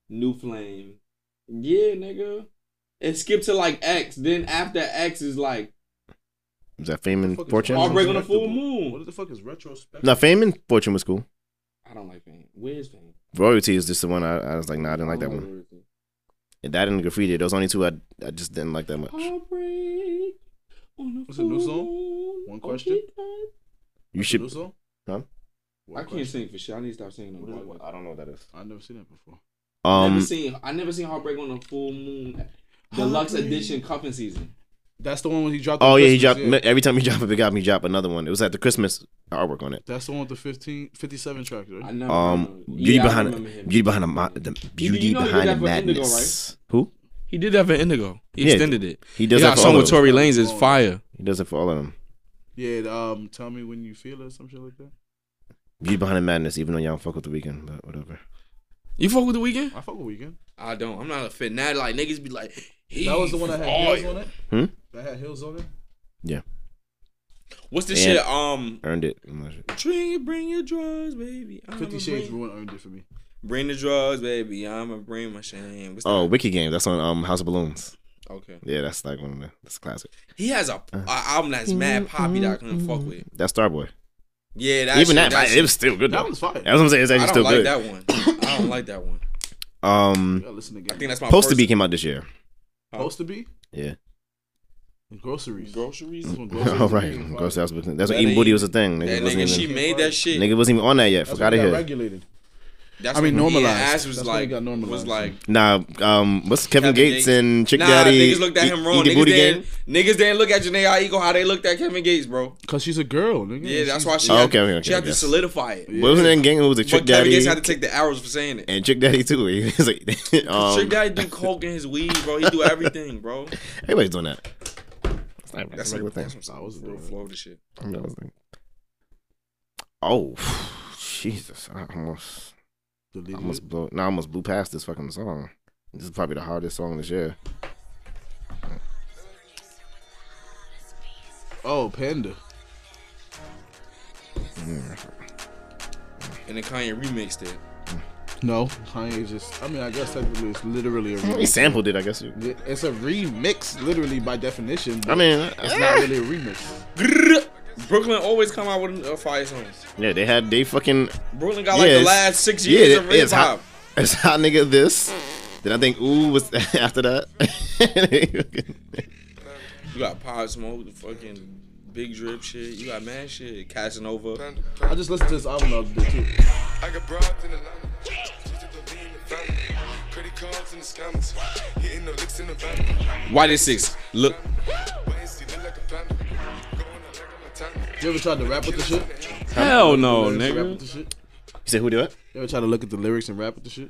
[SPEAKER 1] New Flame. Yeah, nigga. It skipped to like X. Then after X is like
[SPEAKER 2] was that Fame and
[SPEAKER 3] Fuck is
[SPEAKER 2] Fortune?
[SPEAKER 3] wrong?
[SPEAKER 1] Heartbreak on the Full Moon.
[SPEAKER 3] What the fuck is retrospective?
[SPEAKER 2] No, Fame and Fortune was cool.
[SPEAKER 1] I don't like Fame. Where's Fame?
[SPEAKER 2] Royalty is just the one I, I was like, nah, I didn't like that
[SPEAKER 1] I don't
[SPEAKER 2] one.
[SPEAKER 1] Royalty.
[SPEAKER 2] And that and Graffiti, those only two I I just didn't like that much.
[SPEAKER 1] Heartbreak on the
[SPEAKER 3] What's a new song?
[SPEAKER 1] phone.
[SPEAKER 3] One question?
[SPEAKER 2] You should.
[SPEAKER 3] Caruso?
[SPEAKER 2] Huh?
[SPEAKER 1] I can't sing for shit. I need to stop singing. on the podcast.
[SPEAKER 2] don't know what that is.
[SPEAKER 3] I've never seen that before.
[SPEAKER 1] I never
[SPEAKER 2] Um,
[SPEAKER 1] seen. I never seen Heartbreak on the Full Moon Deluxe
[SPEAKER 3] Heartbreak.
[SPEAKER 1] Edition cuffing season.
[SPEAKER 3] That's the one when he dropped.
[SPEAKER 2] oh
[SPEAKER 3] the
[SPEAKER 2] yeah, he dropped
[SPEAKER 3] Christmas,
[SPEAKER 2] every time he dropped a big album, he dropped another one. It was at the Christmas artwork on it.
[SPEAKER 3] That's the one with the 15, 57 track,
[SPEAKER 1] I
[SPEAKER 3] right?
[SPEAKER 1] never.
[SPEAKER 2] Um,
[SPEAKER 1] Yeah,
[SPEAKER 2] beauty
[SPEAKER 1] I
[SPEAKER 2] behind
[SPEAKER 1] remember him.
[SPEAKER 2] beauty behind the, ma- the beauty
[SPEAKER 1] you know he did
[SPEAKER 2] behind the
[SPEAKER 1] that for Indigo,
[SPEAKER 2] madness. Who?
[SPEAKER 1] He did that for Indigo. He
[SPEAKER 2] Yeah,
[SPEAKER 1] extended it.
[SPEAKER 2] he does
[SPEAKER 1] he
[SPEAKER 2] that
[SPEAKER 1] got
[SPEAKER 2] for
[SPEAKER 1] a song
[SPEAKER 2] all
[SPEAKER 1] with
[SPEAKER 2] of them.
[SPEAKER 1] Tory Lanez is fire.
[SPEAKER 2] He does it for all of them.
[SPEAKER 3] Yeah, um, tell me when you feel it or some shit like that.
[SPEAKER 2] You behind the madness, even though y'all don't fuck with the weekend, but whatever.
[SPEAKER 1] You fuck with the weekend?
[SPEAKER 3] I fuck with Weekend.
[SPEAKER 1] I don't. I'm not a fanatic. Like niggas be like,
[SPEAKER 3] That was the one that had hills on it.
[SPEAKER 2] Hmm?
[SPEAKER 3] That had hills on it.
[SPEAKER 1] What's the
[SPEAKER 2] And-
[SPEAKER 1] shit? Um,
[SPEAKER 2] Earned it. I'm not sure.
[SPEAKER 1] Tree, bring your drugs, baby. I'ma
[SPEAKER 3] Fifty Shades
[SPEAKER 1] Bring,
[SPEAKER 3] Ruin earned it for me.
[SPEAKER 1] bring the drugs, baby. I'ma bring my shame. What's
[SPEAKER 2] Oh, Wiki Game. That's on um House of Balloons.
[SPEAKER 1] that? Okay.
[SPEAKER 2] Yeah, that's like one of the that's classic.
[SPEAKER 1] He has a,
[SPEAKER 2] Uh-huh.
[SPEAKER 1] a album that's mad poppy that I couldn't fuck with.
[SPEAKER 2] That's Starboy.
[SPEAKER 1] Yeah, that
[SPEAKER 2] Even
[SPEAKER 1] shit,
[SPEAKER 2] that, it
[SPEAKER 1] shit-
[SPEAKER 2] was still good.
[SPEAKER 3] That
[SPEAKER 2] though.
[SPEAKER 3] was fire.
[SPEAKER 2] That's what I'm saying. It's
[SPEAKER 1] I don't
[SPEAKER 2] actually still
[SPEAKER 1] like
[SPEAKER 2] good.
[SPEAKER 1] that one. I don't like that one.
[SPEAKER 3] You
[SPEAKER 2] Um,
[SPEAKER 3] gotta listen
[SPEAKER 1] I
[SPEAKER 3] again.
[SPEAKER 1] think that's my
[SPEAKER 2] Post to
[SPEAKER 1] first-
[SPEAKER 2] Be came out this year.
[SPEAKER 3] Supposed to be
[SPEAKER 2] Yeah.
[SPEAKER 3] groceries.
[SPEAKER 1] groceries.
[SPEAKER 3] That's when groceries
[SPEAKER 2] All
[SPEAKER 3] was
[SPEAKER 2] right.
[SPEAKER 3] being
[SPEAKER 2] Gross,
[SPEAKER 3] fire.
[SPEAKER 2] That's, what-
[SPEAKER 1] That
[SPEAKER 2] that's when Eating
[SPEAKER 1] ain't-
[SPEAKER 2] Booty was a thing.
[SPEAKER 1] That
[SPEAKER 2] Nigga wasn't
[SPEAKER 1] nigga, she
[SPEAKER 2] even.
[SPEAKER 1] made that shit.
[SPEAKER 2] Nigga wasn't even on that yet.
[SPEAKER 3] That's
[SPEAKER 2] Fuck out of
[SPEAKER 3] when it got
[SPEAKER 2] here.
[SPEAKER 3] Regulated.
[SPEAKER 1] That's
[SPEAKER 3] I mean,
[SPEAKER 1] when he and
[SPEAKER 3] normalized.
[SPEAKER 1] Ass was
[SPEAKER 3] That's when
[SPEAKER 1] like,
[SPEAKER 3] he got normalized.
[SPEAKER 1] was like,
[SPEAKER 2] Nah, um, what's
[SPEAKER 1] Kevin
[SPEAKER 2] Kevin, Gates,
[SPEAKER 1] Gates.
[SPEAKER 2] and Chick
[SPEAKER 1] nah,
[SPEAKER 2] Daddy?
[SPEAKER 1] niggas looked at
[SPEAKER 2] Eat-
[SPEAKER 1] him
[SPEAKER 2] Eat
[SPEAKER 1] wrong.
[SPEAKER 2] the
[SPEAKER 1] Niggas
[SPEAKER 2] booty game.
[SPEAKER 1] didn't, niggas didn't look at Janae Eagle how they looked at Kevin Gates, bro.
[SPEAKER 3] Cause she's a girl. Nigga.
[SPEAKER 1] Yeah, that's why she.
[SPEAKER 2] Oh,
[SPEAKER 1] had,
[SPEAKER 2] okay, okay,
[SPEAKER 1] she
[SPEAKER 2] okay,
[SPEAKER 1] had to
[SPEAKER 2] yes.
[SPEAKER 1] solidify it.
[SPEAKER 2] What was that gang? It was a Trick
[SPEAKER 1] But Kevin
[SPEAKER 2] Daddy
[SPEAKER 1] Gates had to take the arrows for saying it.
[SPEAKER 2] and Trick Daddy too. He was like, um,
[SPEAKER 1] Trick Daddy do coke in his weed, bro. He do everything, bro.
[SPEAKER 2] Everybody's doing that. It's like-
[SPEAKER 1] That's
[SPEAKER 2] it's like
[SPEAKER 1] like
[SPEAKER 2] a thing.
[SPEAKER 1] that's what I was doing. Flow of the shit.
[SPEAKER 2] I'm done with it. Oh, Jesus! I almost, I
[SPEAKER 3] Deleted
[SPEAKER 2] almost blew. No, I almost blew past this fucking song. This is probably the hardest song this year.
[SPEAKER 3] it. Oh, Panda.
[SPEAKER 1] And then Kanye remixed it.
[SPEAKER 3] No, Kanye just. I mean, I guess technically it's literally a
[SPEAKER 2] He
[SPEAKER 3] remix.
[SPEAKER 2] sampled it, I guess.
[SPEAKER 3] Yeah, It's a remix, literally by definition. but
[SPEAKER 2] I mean, eh.
[SPEAKER 3] it's not really a remix.
[SPEAKER 1] Grrr. Brooklyn always come out with a fire songs.
[SPEAKER 2] yeah, they had they fucking
[SPEAKER 1] Brooklyn got like
[SPEAKER 2] Yeah,
[SPEAKER 1] the
[SPEAKER 2] it's-
[SPEAKER 1] last six years
[SPEAKER 2] yeah,
[SPEAKER 1] of
[SPEAKER 2] it-
[SPEAKER 1] hip
[SPEAKER 2] it's
[SPEAKER 1] hop.
[SPEAKER 2] hot. It's hot nigga this. Then I think ooh was after that.
[SPEAKER 1] You got Pop Smoke, the fucking Big Drip shit. You got mad shit. Casanova.
[SPEAKER 3] I just listened to this album the other day too.
[SPEAKER 7] I got broads in Atlanta. Just to the lean in the family. Credit cards in the scammers. Hitting the licks in the van.
[SPEAKER 1] Why did six? Look,
[SPEAKER 7] Wait and see, look like a panda. Going out like a Montana.
[SPEAKER 3] You ever tried to rap with the shit?
[SPEAKER 1] hell no,
[SPEAKER 2] Oh,
[SPEAKER 3] Rap with
[SPEAKER 1] nigga.
[SPEAKER 3] the shit?
[SPEAKER 2] You said who do it?
[SPEAKER 3] You ever try to look at the lyrics and rap with the shit?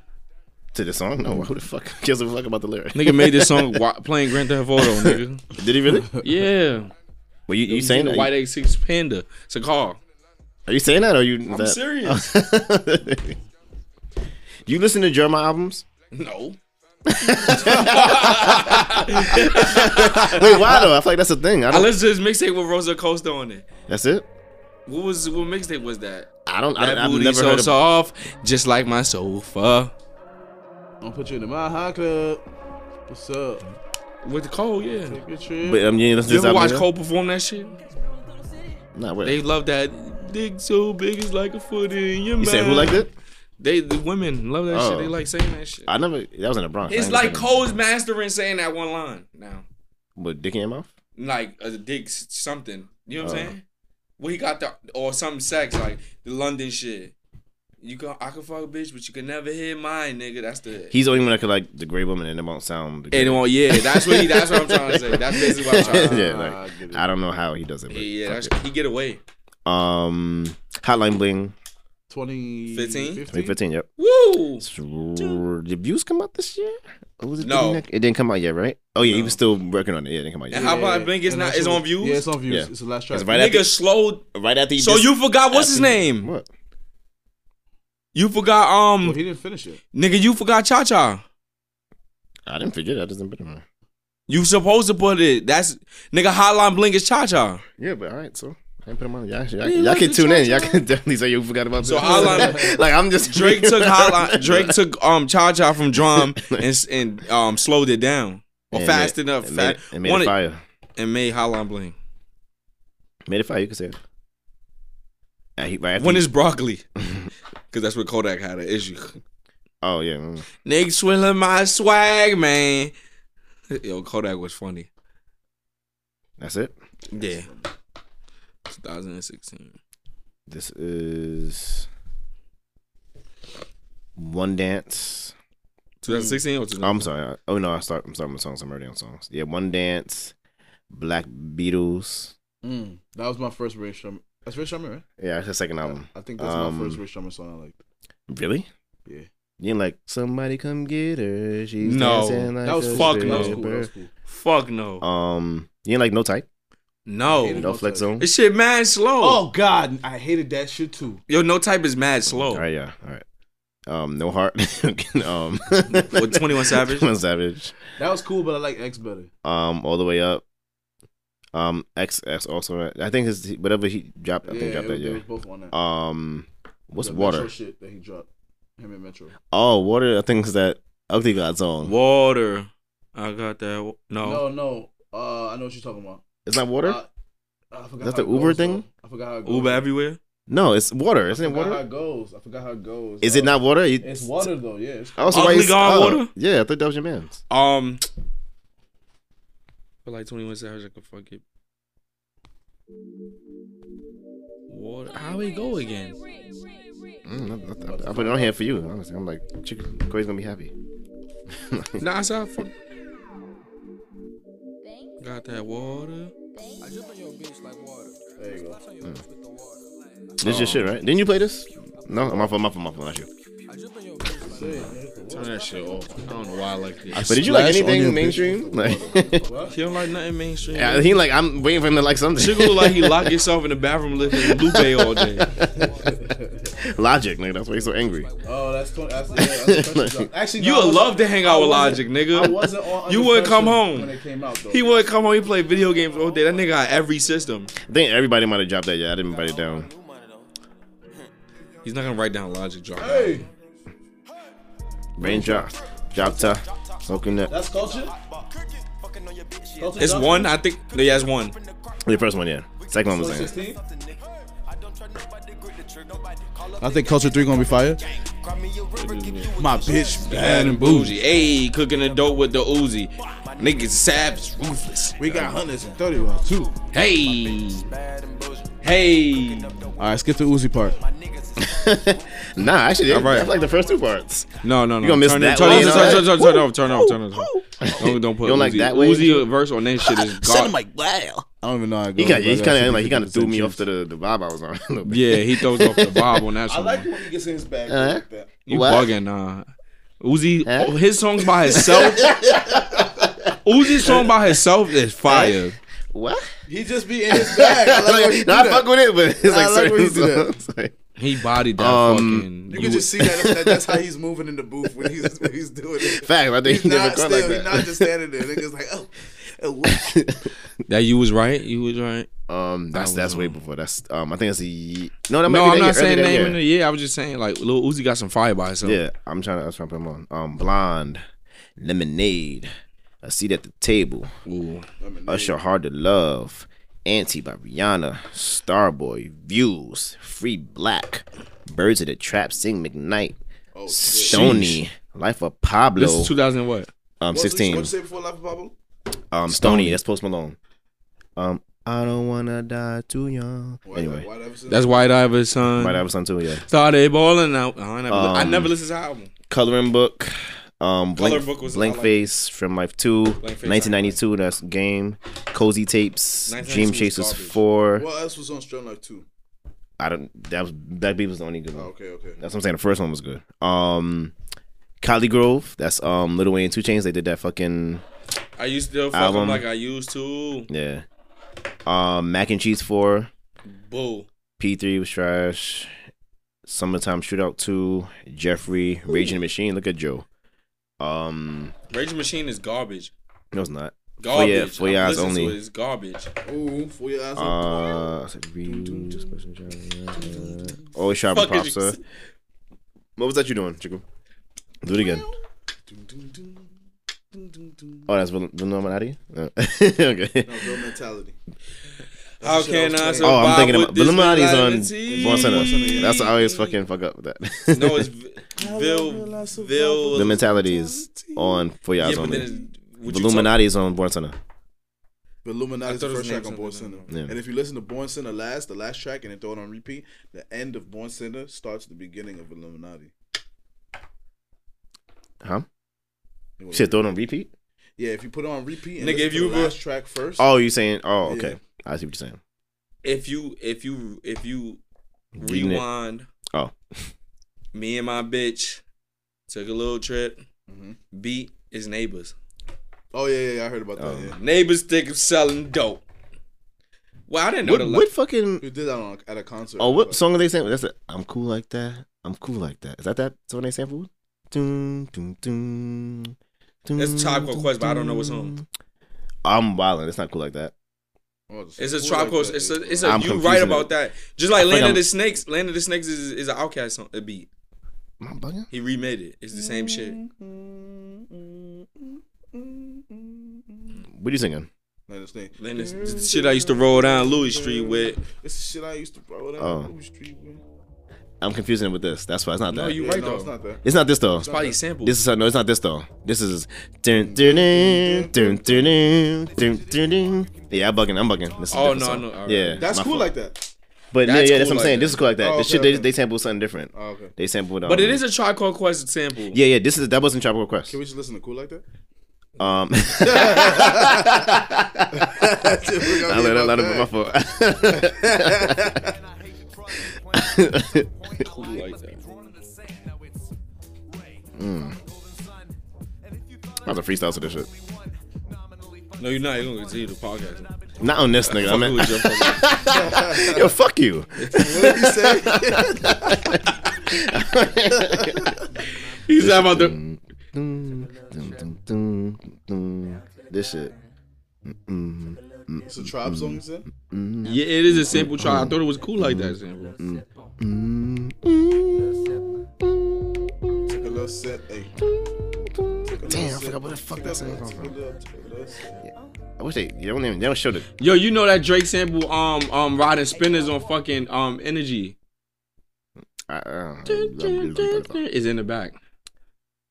[SPEAKER 2] To the song? No, who the fuck cares a fuck about the lyric?
[SPEAKER 1] Nigga made this song wa- playing Grand Theft Auto, nigga.
[SPEAKER 2] Did he really?
[SPEAKER 1] Yeah,
[SPEAKER 2] Were you, you saying
[SPEAKER 1] the
[SPEAKER 2] that?
[SPEAKER 1] White Egg Six Panda. It's a car.
[SPEAKER 2] Are you saying that? Or are you?
[SPEAKER 1] I'm
[SPEAKER 2] that?
[SPEAKER 1] serious.
[SPEAKER 2] you listen to Jeremiah albums?
[SPEAKER 1] no,
[SPEAKER 2] Wait, why though? I feel like that's a thing. I
[SPEAKER 1] I
[SPEAKER 2] don't.
[SPEAKER 1] listened to his mixtape with Rosa Costa on it.
[SPEAKER 2] that's it.
[SPEAKER 1] What was what mixtape was that?
[SPEAKER 2] I don't.
[SPEAKER 1] That
[SPEAKER 2] I, I've
[SPEAKER 1] booty
[SPEAKER 2] never
[SPEAKER 1] so
[SPEAKER 2] heard of.
[SPEAKER 1] soft, just like my sofa.
[SPEAKER 3] I'll put you in my high club. What's up?
[SPEAKER 1] With Cole, yeah.
[SPEAKER 3] Take your trip.
[SPEAKER 2] But um, you ain't listen to
[SPEAKER 1] You
[SPEAKER 2] this
[SPEAKER 1] ever
[SPEAKER 2] album.
[SPEAKER 1] watch
[SPEAKER 2] yet?
[SPEAKER 1] Cole perform that shit?
[SPEAKER 2] Nah, where?
[SPEAKER 1] They love that. Dig so big it's like a foot in your
[SPEAKER 2] you said who liked it?
[SPEAKER 1] They the women love that shit.
[SPEAKER 2] Oh.
[SPEAKER 1] They like saying that shit.
[SPEAKER 2] I never. That was in the Bronx. I
[SPEAKER 1] It's
[SPEAKER 2] ain't
[SPEAKER 1] like
[SPEAKER 2] listening.
[SPEAKER 1] Cole's mastering saying that one line now.
[SPEAKER 2] With dick in your mouth.
[SPEAKER 1] Like a dick s- something. You know what I'm
[SPEAKER 2] Oh.
[SPEAKER 1] saying? Well, he got the or some sex like the London shit. You can I can fuck a bitch, but you can never hit mine, nigga. That's the
[SPEAKER 2] He's the only one that could like the great woman, and it won't sound.
[SPEAKER 1] and well, yeah, that's what he, that's what I'm trying to say. That's basically what I'm trying to say.
[SPEAKER 2] yeah, like, I don't know how he does it. But
[SPEAKER 1] Yeah, yeah,
[SPEAKER 2] fuck
[SPEAKER 1] that's,
[SPEAKER 2] it.
[SPEAKER 1] he get away.
[SPEAKER 2] Um, Hotline Bling,
[SPEAKER 3] 2015?
[SPEAKER 2] 2015. Yep.
[SPEAKER 1] Woo!
[SPEAKER 2] Did Views come out this year? Or was it
[SPEAKER 1] No.
[SPEAKER 2] the next- it didn't come out yet, right? Oh yeah, he was still working on it. Yeah, it didn't come out yet.
[SPEAKER 1] And how about Blink is
[SPEAKER 3] And
[SPEAKER 1] not
[SPEAKER 3] that
[SPEAKER 1] is
[SPEAKER 3] shit
[SPEAKER 1] on
[SPEAKER 3] was-
[SPEAKER 1] views?
[SPEAKER 3] Yeah, it's on views.
[SPEAKER 2] Yeah.
[SPEAKER 3] It's the last track.
[SPEAKER 2] It's right
[SPEAKER 1] Nigga slowed.
[SPEAKER 2] right after he
[SPEAKER 1] So
[SPEAKER 2] just-
[SPEAKER 1] you forgot what's his name?
[SPEAKER 2] What?
[SPEAKER 1] You forgot
[SPEAKER 3] Well,
[SPEAKER 1] um
[SPEAKER 3] he didn't finish it.
[SPEAKER 1] nigga, you forgot Cha Cha.
[SPEAKER 2] I didn't figure that doesn't matter.
[SPEAKER 1] You supposed to put it. That's nigga hotline blink is cha cha.
[SPEAKER 2] Yeah, but all right, so I ain't put him on. Y'all, y'all,
[SPEAKER 1] Yeah,
[SPEAKER 2] y'all
[SPEAKER 1] look
[SPEAKER 2] can
[SPEAKER 1] at
[SPEAKER 2] tune in. Y'all
[SPEAKER 1] Cha-Cha.
[SPEAKER 2] can definitely say you forgot about
[SPEAKER 1] So
[SPEAKER 2] this.
[SPEAKER 1] Hotline-
[SPEAKER 2] like I'm just
[SPEAKER 1] Drake took hotline. Drake took um cha cha from drum and s- and um slowed it down or
[SPEAKER 2] And it
[SPEAKER 1] fast
[SPEAKER 2] made-
[SPEAKER 1] enough
[SPEAKER 2] It
[SPEAKER 1] fa-
[SPEAKER 2] made, it made it
[SPEAKER 1] wanted-
[SPEAKER 2] fire.
[SPEAKER 1] and made hotline blink.
[SPEAKER 2] Made it fire. You can say it. Uh, he, right after
[SPEAKER 1] When
[SPEAKER 2] he-
[SPEAKER 1] is broccoli? Because that's where Kodak had an issue.
[SPEAKER 2] oh yeah, mm.
[SPEAKER 1] Nigga swilling my swag, man. Yo, Kodak was funny.
[SPEAKER 2] that's it.
[SPEAKER 1] Yeah. 2016.
[SPEAKER 2] This is one dance.
[SPEAKER 1] 2016 or 2000?
[SPEAKER 2] I'm sorry. I- oh no, I start. I'm starting with songs. I'm already on songs. Yeah, one dance. Black Beatles.
[SPEAKER 3] Mm. That was my first Ray Sherman. That's Ray Sherman, right?
[SPEAKER 2] Yeah, that's the second album.
[SPEAKER 3] I think that's
[SPEAKER 2] Um,
[SPEAKER 3] my first Ray Sherman song I liked.
[SPEAKER 2] Really?
[SPEAKER 3] Yeah.
[SPEAKER 2] You ain't like somebody come get her. She's
[SPEAKER 1] No.
[SPEAKER 2] dancing like
[SPEAKER 3] That was
[SPEAKER 2] a
[SPEAKER 3] cool.
[SPEAKER 1] fuck
[SPEAKER 3] That was cool.
[SPEAKER 2] stripper."
[SPEAKER 3] That was cool.
[SPEAKER 1] Fuck no.
[SPEAKER 2] Um, you ain't like no type,
[SPEAKER 1] no.
[SPEAKER 3] Ain't
[SPEAKER 2] no
[SPEAKER 3] No
[SPEAKER 2] flex
[SPEAKER 3] Type.
[SPEAKER 2] zone.
[SPEAKER 1] This shit mad slow.
[SPEAKER 3] Oh God, I hated that shit too.
[SPEAKER 1] Yo, no type is mad slow.
[SPEAKER 2] All right, Oh, yeah, all right. Um, no heart. um,
[SPEAKER 1] With 21 Savage?
[SPEAKER 2] 21 Savage.
[SPEAKER 3] That was cool, but I like X better.
[SPEAKER 2] Um, all the way up. Um, X X also. I think his whatever he dropped. I think he dropped
[SPEAKER 3] it was-
[SPEAKER 2] that.
[SPEAKER 3] they
[SPEAKER 2] Yeah.
[SPEAKER 3] was both on that.
[SPEAKER 2] Um, what's
[SPEAKER 3] The
[SPEAKER 2] water?
[SPEAKER 3] Metro shit that he dropped. Him and Metro.
[SPEAKER 2] Oh, water. I think is that Ugly God song.
[SPEAKER 1] Water. I got that. wa- No.
[SPEAKER 3] No, no. Uh, I know what you're talking about.
[SPEAKER 2] It's not water.
[SPEAKER 3] Uh, I forgot
[SPEAKER 2] That's
[SPEAKER 3] how
[SPEAKER 2] the
[SPEAKER 3] it
[SPEAKER 2] Uber
[SPEAKER 3] goes,
[SPEAKER 2] thing?
[SPEAKER 3] though. I forgot how it goes.
[SPEAKER 1] Uber everywhere.
[SPEAKER 2] no, it's water. Isn't
[SPEAKER 3] I
[SPEAKER 2] it
[SPEAKER 3] forgot how
[SPEAKER 2] water?
[SPEAKER 3] it goes. I forgot how it goes.
[SPEAKER 2] Is it
[SPEAKER 3] Uh,
[SPEAKER 2] not water? You-
[SPEAKER 3] It's water though. Yeah. It's
[SPEAKER 2] I also
[SPEAKER 1] Ugly
[SPEAKER 2] why you-
[SPEAKER 1] God
[SPEAKER 2] oh,
[SPEAKER 1] water?
[SPEAKER 2] Yeah, I thought that was your man's.
[SPEAKER 1] Um. But like 21 Savage, I could fuck it. Water. How we go again?
[SPEAKER 2] Mm, I, I, I put it on here for you. Honestly, I'm like, chicken, Corey's gonna be happy.
[SPEAKER 1] Nah, I saw. Fuck. Got that water.
[SPEAKER 3] there you go.
[SPEAKER 2] This is your shit, right? Didn't you play this? No, my fault, my fault, my fault, not you.
[SPEAKER 1] Turn that shit off. I don't know why I like this.
[SPEAKER 2] But did you like anything mainstream? Like,
[SPEAKER 1] He don't like nothing mainstream.
[SPEAKER 2] yeah, he like, I'm waiting for him to like something.
[SPEAKER 1] Sugar look like he locked himself in the bathroom listening to Lupe all day.
[SPEAKER 2] Logic, nigga, that's why he's so angry.
[SPEAKER 3] Oh, that's twenty. That's, yeah, that's pressure drop. Actually,
[SPEAKER 1] You
[SPEAKER 3] no, I
[SPEAKER 1] would
[SPEAKER 3] wasn't-
[SPEAKER 1] love to hang out with
[SPEAKER 3] I wasn't-
[SPEAKER 1] Logic, nigga.
[SPEAKER 3] I wasn't on. Under
[SPEAKER 1] You wouldn't come
[SPEAKER 3] Pressure
[SPEAKER 1] home.
[SPEAKER 3] when it came out though.
[SPEAKER 1] He would come home. He played video games all day. That nigga got every system.
[SPEAKER 2] I think everybody might have dropped that. Yeah, I didn't write it down.
[SPEAKER 1] He's not gonna write down Logic drop.
[SPEAKER 3] Hey,
[SPEAKER 2] Raindrop, drop top, smoking that.
[SPEAKER 3] that's culture. Culture
[SPEAKER 1] It's
[SPEAKER 3] drop?
[SPEAKER 1] one. I think. No, yeah, it's one.
[SPEAKER 2] The first one, yeah. Second one was
[SPEAKER 3] So
[SPEAKER 2] like,
[SPEAKER 3] 16?
[SPEAKER 4] I think Culture Three gonna be fire. My bitch bad and
[SPEAKER 1] Bougie.
[SPEAKER 4] bougie.
[SPEAKER 1] Hey, cooking a dope with the Uzi. Niggas savage, ruthless.
[SPEAKER 4] We got hundreds and thirty one too.
[SPEAKER 1] Hey. Hey.
[SPEAKER 4] All right, skip the Uzi part.
[SPEAKER 2] nah, actually,
[SPEAKER 1] All right.
[SPEAKER 2] that's like the first two parts.
[SPEAKER 1] No, no, no.
[SPEAKER 2] gonna miss
[SPEAKER 1] turn
[SPEAKER 2] that
[SPEAKER 1] It, turn,
[SPEAKER 2] one,
[SPEAKER 1] it-
[SPEAKER 2] you know
[SPEAKER 1] turn,
[SPEAKER 2] that?
[SPEAKER 1] turn, turn, turn it off. Turn it off. Turn it off. Don't, don't put
[SPEAKER 2] You don't like
[SPEAKER 1] Uzi.
[SPEAKER 2] that way?
[SPEAKER 1] Uzi verse on that shit is god.
[SPEAKER 4] I don't even know. How it
[SPEAKER 2] He
[SPEAKER 4] goes, but
[SPEAKER 2] kind of, he
[SPEAKER 4] I
[SPEAKER 2] kind
[SPEAKER 4] gotta
[SPEAKER 2] of, like,
[SPEAKER 4] skip
[SPEAKER 2] he
[SPEAKER 4] it
[SPEAKER 2] kind of threw me off to
[SPEAKER 4] the.
[SPEAKER 2] the, the vibe I was on. a little bit.
[SPEAKER 1] Yeah, he throws off the bob on that
[SPEAKER 3] I
[SPEAKER 1] song.
[SPEAKER 3] like it when he gets in his bag
[SPEAKER 2] Uh-huh.
[SPEAKER 3] like that.
[SPEAKER 1] You
[SPEAKER 2] What?
[SPEAKER 1] bugging, nah. Uzi,
[SPEAKER 2] Huh?
[SPEAKER 1] oh, his songs by himself. Uzi's song by himself is fire.
[SPEAKER 2] What?
[SPEAKER 3] He just be in his bag. I like when he do
[SPEAKER 2] no, I
[SPEAKER 3] that.
[SPEAKER 2] fuck with it, but it's like
[SPEAKER 3] I like when
[SPEAKER 2] certain
[SPEAKER 3] you do that.
[SPEAKER 2] songs, like-
[SPEAKER 1] He bodied that
[SPEAKER 2] Um,
[SPEAKER 1] fucking.
[SPEAKER 3] You can just see that, that that's how he's moving in the booth when he's when he's doing it.
[SPEAKER 2] Facts, I think
[SPEAKER 3] He's
[SPEAKER 2] he never
[SPEAKER 3] not
[SPEAKER 2] caught
[SPEAKER 3] still.
[SPEAKER 2] like
[SPEAKER 3] he's not
[SPEAKER 2] that.
[SPEAKER 3] just standing there. Niggas like, oh, oh, what?
[SPEAKER 1] that you was right. You was right.
[SPEAKER 2] um, that's
[SPEAKER 1] I
[SPEAKER 2] that's
[SPEAKER 1] was
[SPEAKER 2] way
[SPEAKER 1] wrong.
[SPEAKER 2] before. That's um, I think that's the no. That might
[SPEAKER 1] No,
[SPEAKER 2] be
[SPEAKER 1] I'm not
[SPEAKER 2] that year,
[SPEAKER 1] saying
[SPEAKER 2] early that
[SPEAKER 1] name in
[SPEAKER 2] year.
[SPEAKER 1] the year. I was just saying like Lil Uzi got some fire by himself.
[SPEAKER 2] Yeah, I'm trying. to. I was trying to put him on. Um, blonde, lemonade, a seat at the table,
[SPEAKER 1] Ooh.
[SPEAKER 2] Usher, hard to love, anti by Rihanna, Starboy, views, free black, birds of the trap, sing McKnight,
[SPEAKER 3] Oh,
[SPEAKER 2] Stony, life of
[SPEAKER 1] This
[SPEAKER 2] Pablo,
[SPEAKER 1] is 2000 and what?
[SPEAKER 2] um,
[SPEAKER 3] What
[SPEAKER 2] sixteen.
[SPEAKER 3] What you say before Life of Pablo?
[SPEAKER 2] Um, Stony. That's Post Malone. Um, I don't wanna die too young. anyway,
[SPEAKER 3] Why that was
[SPEAKER 1] That's White Iver's son.
[SPEAKER 2] might have some too. Yeah.
[SPEAKER 1] Started balling out. I never, I
[SPEAKER 2] Um,
[SPEAKER 1] never listened to his album.
[SPEAKER 2] Coloring book. Um,
[SPEAKER 1] Color
[SPEAKER 2] blank,
[SPEAKER 1] Book was- I
[SPEAKER 2] blank
[SPEAKER 1] like-
[SPEAKER 2] face from Life Two,
[SPEAKER 1] Face, I
[SPEAKER 2] 1992. That's game. Cozy tapes.
[SPEAKER 1] 1992
[SPEAKER 2] Dream
[SPEAKER 1] was
[SPEAKER 2] Chasers
[SPEAKER 1] garbage.
[SPEAKER 2] Four.
[SPEAKER 3] What else was on Strong Life Two?
[SPEAKER 2] I don't. That was that beat was the only good one.
[SPEAKER 3] Okay, okay.
[SPEAKER 2] That's what I'm saying. The first one was good. Um, Kylie Grove. That's um Little Wayne and Two Chains. They did that fucking
[SPEAKER 1] I used to fuck him
[SPEAKER 2] album.
[SPEAKER 1] like I used to.
[SPEAKER 2] yeah. Um, Mac and Cheese Four.
[SPEAKER 1] Boo.
[SPEAKER 2] P3 was trash. Summertime Shootout 2. Jeffrey. Raging Machine. Look at Joe. Um,
[SPEAKER 1] Rage Machine is garbage.
[SPEAKER 2] no, it's not. For
[SPEAKER 1] Garbage.
[SPEAKER 2] your- for your
[SPEAKER 1] I've
[SPEAKER 2] eyes
[SPEAKER 1] listened to
[SPEAKER 2] only.
[SPEAKER 1] it. It's garbage.
[SPEAKER 3] Ooh, for your eyes. on-
[SPEAKER 2] Uh, I said Reeves, Person Driver, uh, always shopping
[SPEAKER 1] Fuck is
[SPEAKER 2] pops. uh.
[SPEAKER 1] you-
[SPEAKER 2] What was that you doing, Chico? Do it again. Oh, that's Vil- Villanova Illuminati? No. okay.
[SPEAKER 3] No, real mentality.
[SPEAKER 1] How can I survive
[SPEAKER 2] Oh, I'm thinking
[SPEAKER 1] with
[SPEAKER 2] about
[SPEAKER 1] this
[SPEAKER 2] Illuminati's
[SPEAKER 1] reality?
[SPEAKER 2] on Born Center. That's I always fucking fuck up with that.
[SPEAKER 1] No, it's v- Vil. Vil.
[SPEAKER 2] the mentality is on for
[SPEAKER 1] Yeah,
[SPEAKER 2] y'all
[SPEAKER 1] but then it's,
[SPEAKER 2] only.
[SPEAKER 1] what you
[SPEAKER 2] Illuminati is on Born Center.
[SPEAKER 3] But Illuminati is
[SPEAKER 1] I
[SPEAKER 3] the
[SPEAKER 1] thought
[SPEAKER 3] first
[SPEAKER 1] it was
[SPEAKER 3] track on Born
[SPEAKER 1] named
[SPEAKER 3] Center.
[SPEAKER 1] something,
[SPEAKER 2] yeah.
[SPEAKER 3] And if you listen to Born Center last, the last track, and then throw it on repeat, the end of Born Center starts the beginning of Illuminati.
[SPEAKER 2] Huh?
[SPEAKER 3] It was-
[SPEAKER 2] Shit, throw it on repeat?
[SPEAKER 3] Yeah, if you put it on repeat and
[SPEAKER 1] Nigga,
[SPEAKER 3] listen
[SPEAKER 1] if
[SPEAKER 3] to
[SPEAKER 1] you
[SPEAKER 3] the
[SPEAKER 1] were-
[SPEAKER 3] last track first,
[SPEAKER 2] Oh, you saying? Oh, okay.
[SPEAKER 3] Yeah.
[SPEAKER 2] I see what you're saying.
[SPEAKER 1] If you if you if you
[SPEAKER 2] Reading it.
[SPEAKER 1] rewind
[SPEAKER 2] Oh,
[SPEAKER 1] me and my bitch Took a little trip. Beat his neighbors.
[SPEAKER 3] Oh yeah, yeah, yeah, I heard about that. yeah.
[SPEAKER 1] Neighbors think of selling dope. Well, I didn't know
[SPEAKER 2] What,
[SPEAKER 1] the
[SPEAKER 2] what
[SPEAKER 1] la-
[SPEAKER 2] fucking?
[SPEAKER 3] We did that on, at a concert.
[SPEAKER 2] Oh, what
[SPEAKER 3] but-
[SPEAKER 2] song are they saying? That's it. I'm cool like that. I'm cool like that. Is that that song they sampled? Doom, doom, doom. doom,
[SPEAKER 1] It's Tribe Called
[SPEAKER 2] doom,
[SPEAKER 1] Quest, but I don't know what
[SPEAKER 2] doom.
[SPEAKER 1] song.
[SPEAKER 2] I'm wildin'. It's not cool like that.
[SPEAKER 3] Oh, it's
[SPEAKER 1] It's a
[SPEAKER 3] cool
[SPEAKER 1] tribe
[SPEAKER 3] like
[SPEAKER 1] called.
[SPEAKER 3] that,
[SPEAKER 1] It's
[SPEAKER 3] yeah.
[SPEAKER 1] a. It's a.
[SPEAKER 2] I'm
[SPEAKER 1] you right
[SPEAKER 2] confusing
[SPEAKER 1] about
[SPEAKER 2] it.
[SPEAKER 1] that. Just like
[SPEAKER 2] think
[SPEAKER 1] Land
[SPEAKER 2] I'm-
[SPEAKER 1] of the Snakes. Land of the Snakes is is an Outcast song. A beat.
[SPEAKER 2] Am I bugging?
[SPEAKER 1] He remade it. It's the same shit.
[SPEAKER 2] What are you singing?
[SPEAKER 3] Let us think.
[SPEAKER 1] Land of, it's the shit I used to roll down Louis Street with.
[SPEAKER 3] It's the shit I used to bro. That
[SPEAKER 2] Oh.
[SPEAKER 3] Louis Street, man.
[SPEAKER 2] I'm confusing it with this. That's why it's not that.
[SPEAKER 1] No, you
[SPEAKER 3] Yeah,
[SPEAKER 1] right
[SPEAKER 3] no,
[SPEAKER 1] though.
[SPEAKER 3] it's not that.
[SPEAKER 2] It's not this though.
[SPEAKER 1] Probably sample.
[SPEAKER 2] This is no, it's not this though. This is dun, dun, dun, dun, dun, dun, dun, dun, dun. yeah, I'm bugging, I'm bugging. This is a
[SPEAKER 1] Oh,
[SPEAKER 2] different
[SPEAKER 1] no,
[SPEAKER 2] song.
[SPEAKER 1] no, alright.
[SPEAKER 2] yeah,
[SPEAKER 3] That's
[SPEAKER 2] my
[SPEAKER 3] cool
[SPEAKER 2] fault.
[SPEAKER 3] like that.
[SPEAKER 2] But
[SPEAKER 1] That's
[SPEAKER 2] yeah, yeah, that's
[SPEAKER 1] cool
[SPEAKER 2] what I'm saying.
[SPEAKER 1] like
[SPEAKER 2] This is cool like that.
[SPEAKER 3] Oh,
[SPEAKER 2] this
[SPEAKER 3] okay,
[SPEAKER 2] shit, they,
[SPEAKER 3] okay.
[SPEAKER 2] they sampled something different.
[SPEAKER 3] Oh, okay.
[SPEAKER 2] They sampled, um,
[SPEAKER 1] But it is a Tribe Called Quest sample.
[SPEAKER 2] yeah, yeah. This is that wasn't Tropical Quest.
[SPEAKER 3] Can we just listen to cool like that?
[SPEAKER 2] Um, I
[SPEAKER 3] I
[SPEAKER 2] let that my fault.
[SPEAKER 1] Like that.
[SPEAKER 3] Hmm.
[SPEAKER 2] I was a freestyle to this shit.
[SPEAKER 1] No, you're not. You're gonna continue the podcast.
[SPEAKER 2] Not on this nigga. I
[SPEAKER 1] Fuck who
[SPEAKER 2] mean,
[SPEAKER 1] was your fucking-
[SPEAKER 2] yo, fuck you.
[SPEAKER 1] He's talking about the.
[SPEAKER 2] Dun, dun, dun, dun, dun. This shit.
[SPEAKER 3] It's a tribe song, you said?
[SPEAKER 1] Yeah, it is a sample tribe. I thought it was cool like that sample.
[SPEAKER 3] Take a little set. Hey.
[SPEAKER 2] Damn, I forgot where the fuck that song come
[SPEAKER 3] Take a
[SPEAKER 2] from.
[SPEAKER 3] little- take a little set.
[SPEAKER 2] I wish they, they don't even, they don't show the
[SPEAKER 1] Yo, you know that Drake sample, um, um, riding spinners on fucking um energy
[SPEAKER 2] I, I, don't-
[SPEAKER 1] is in the back.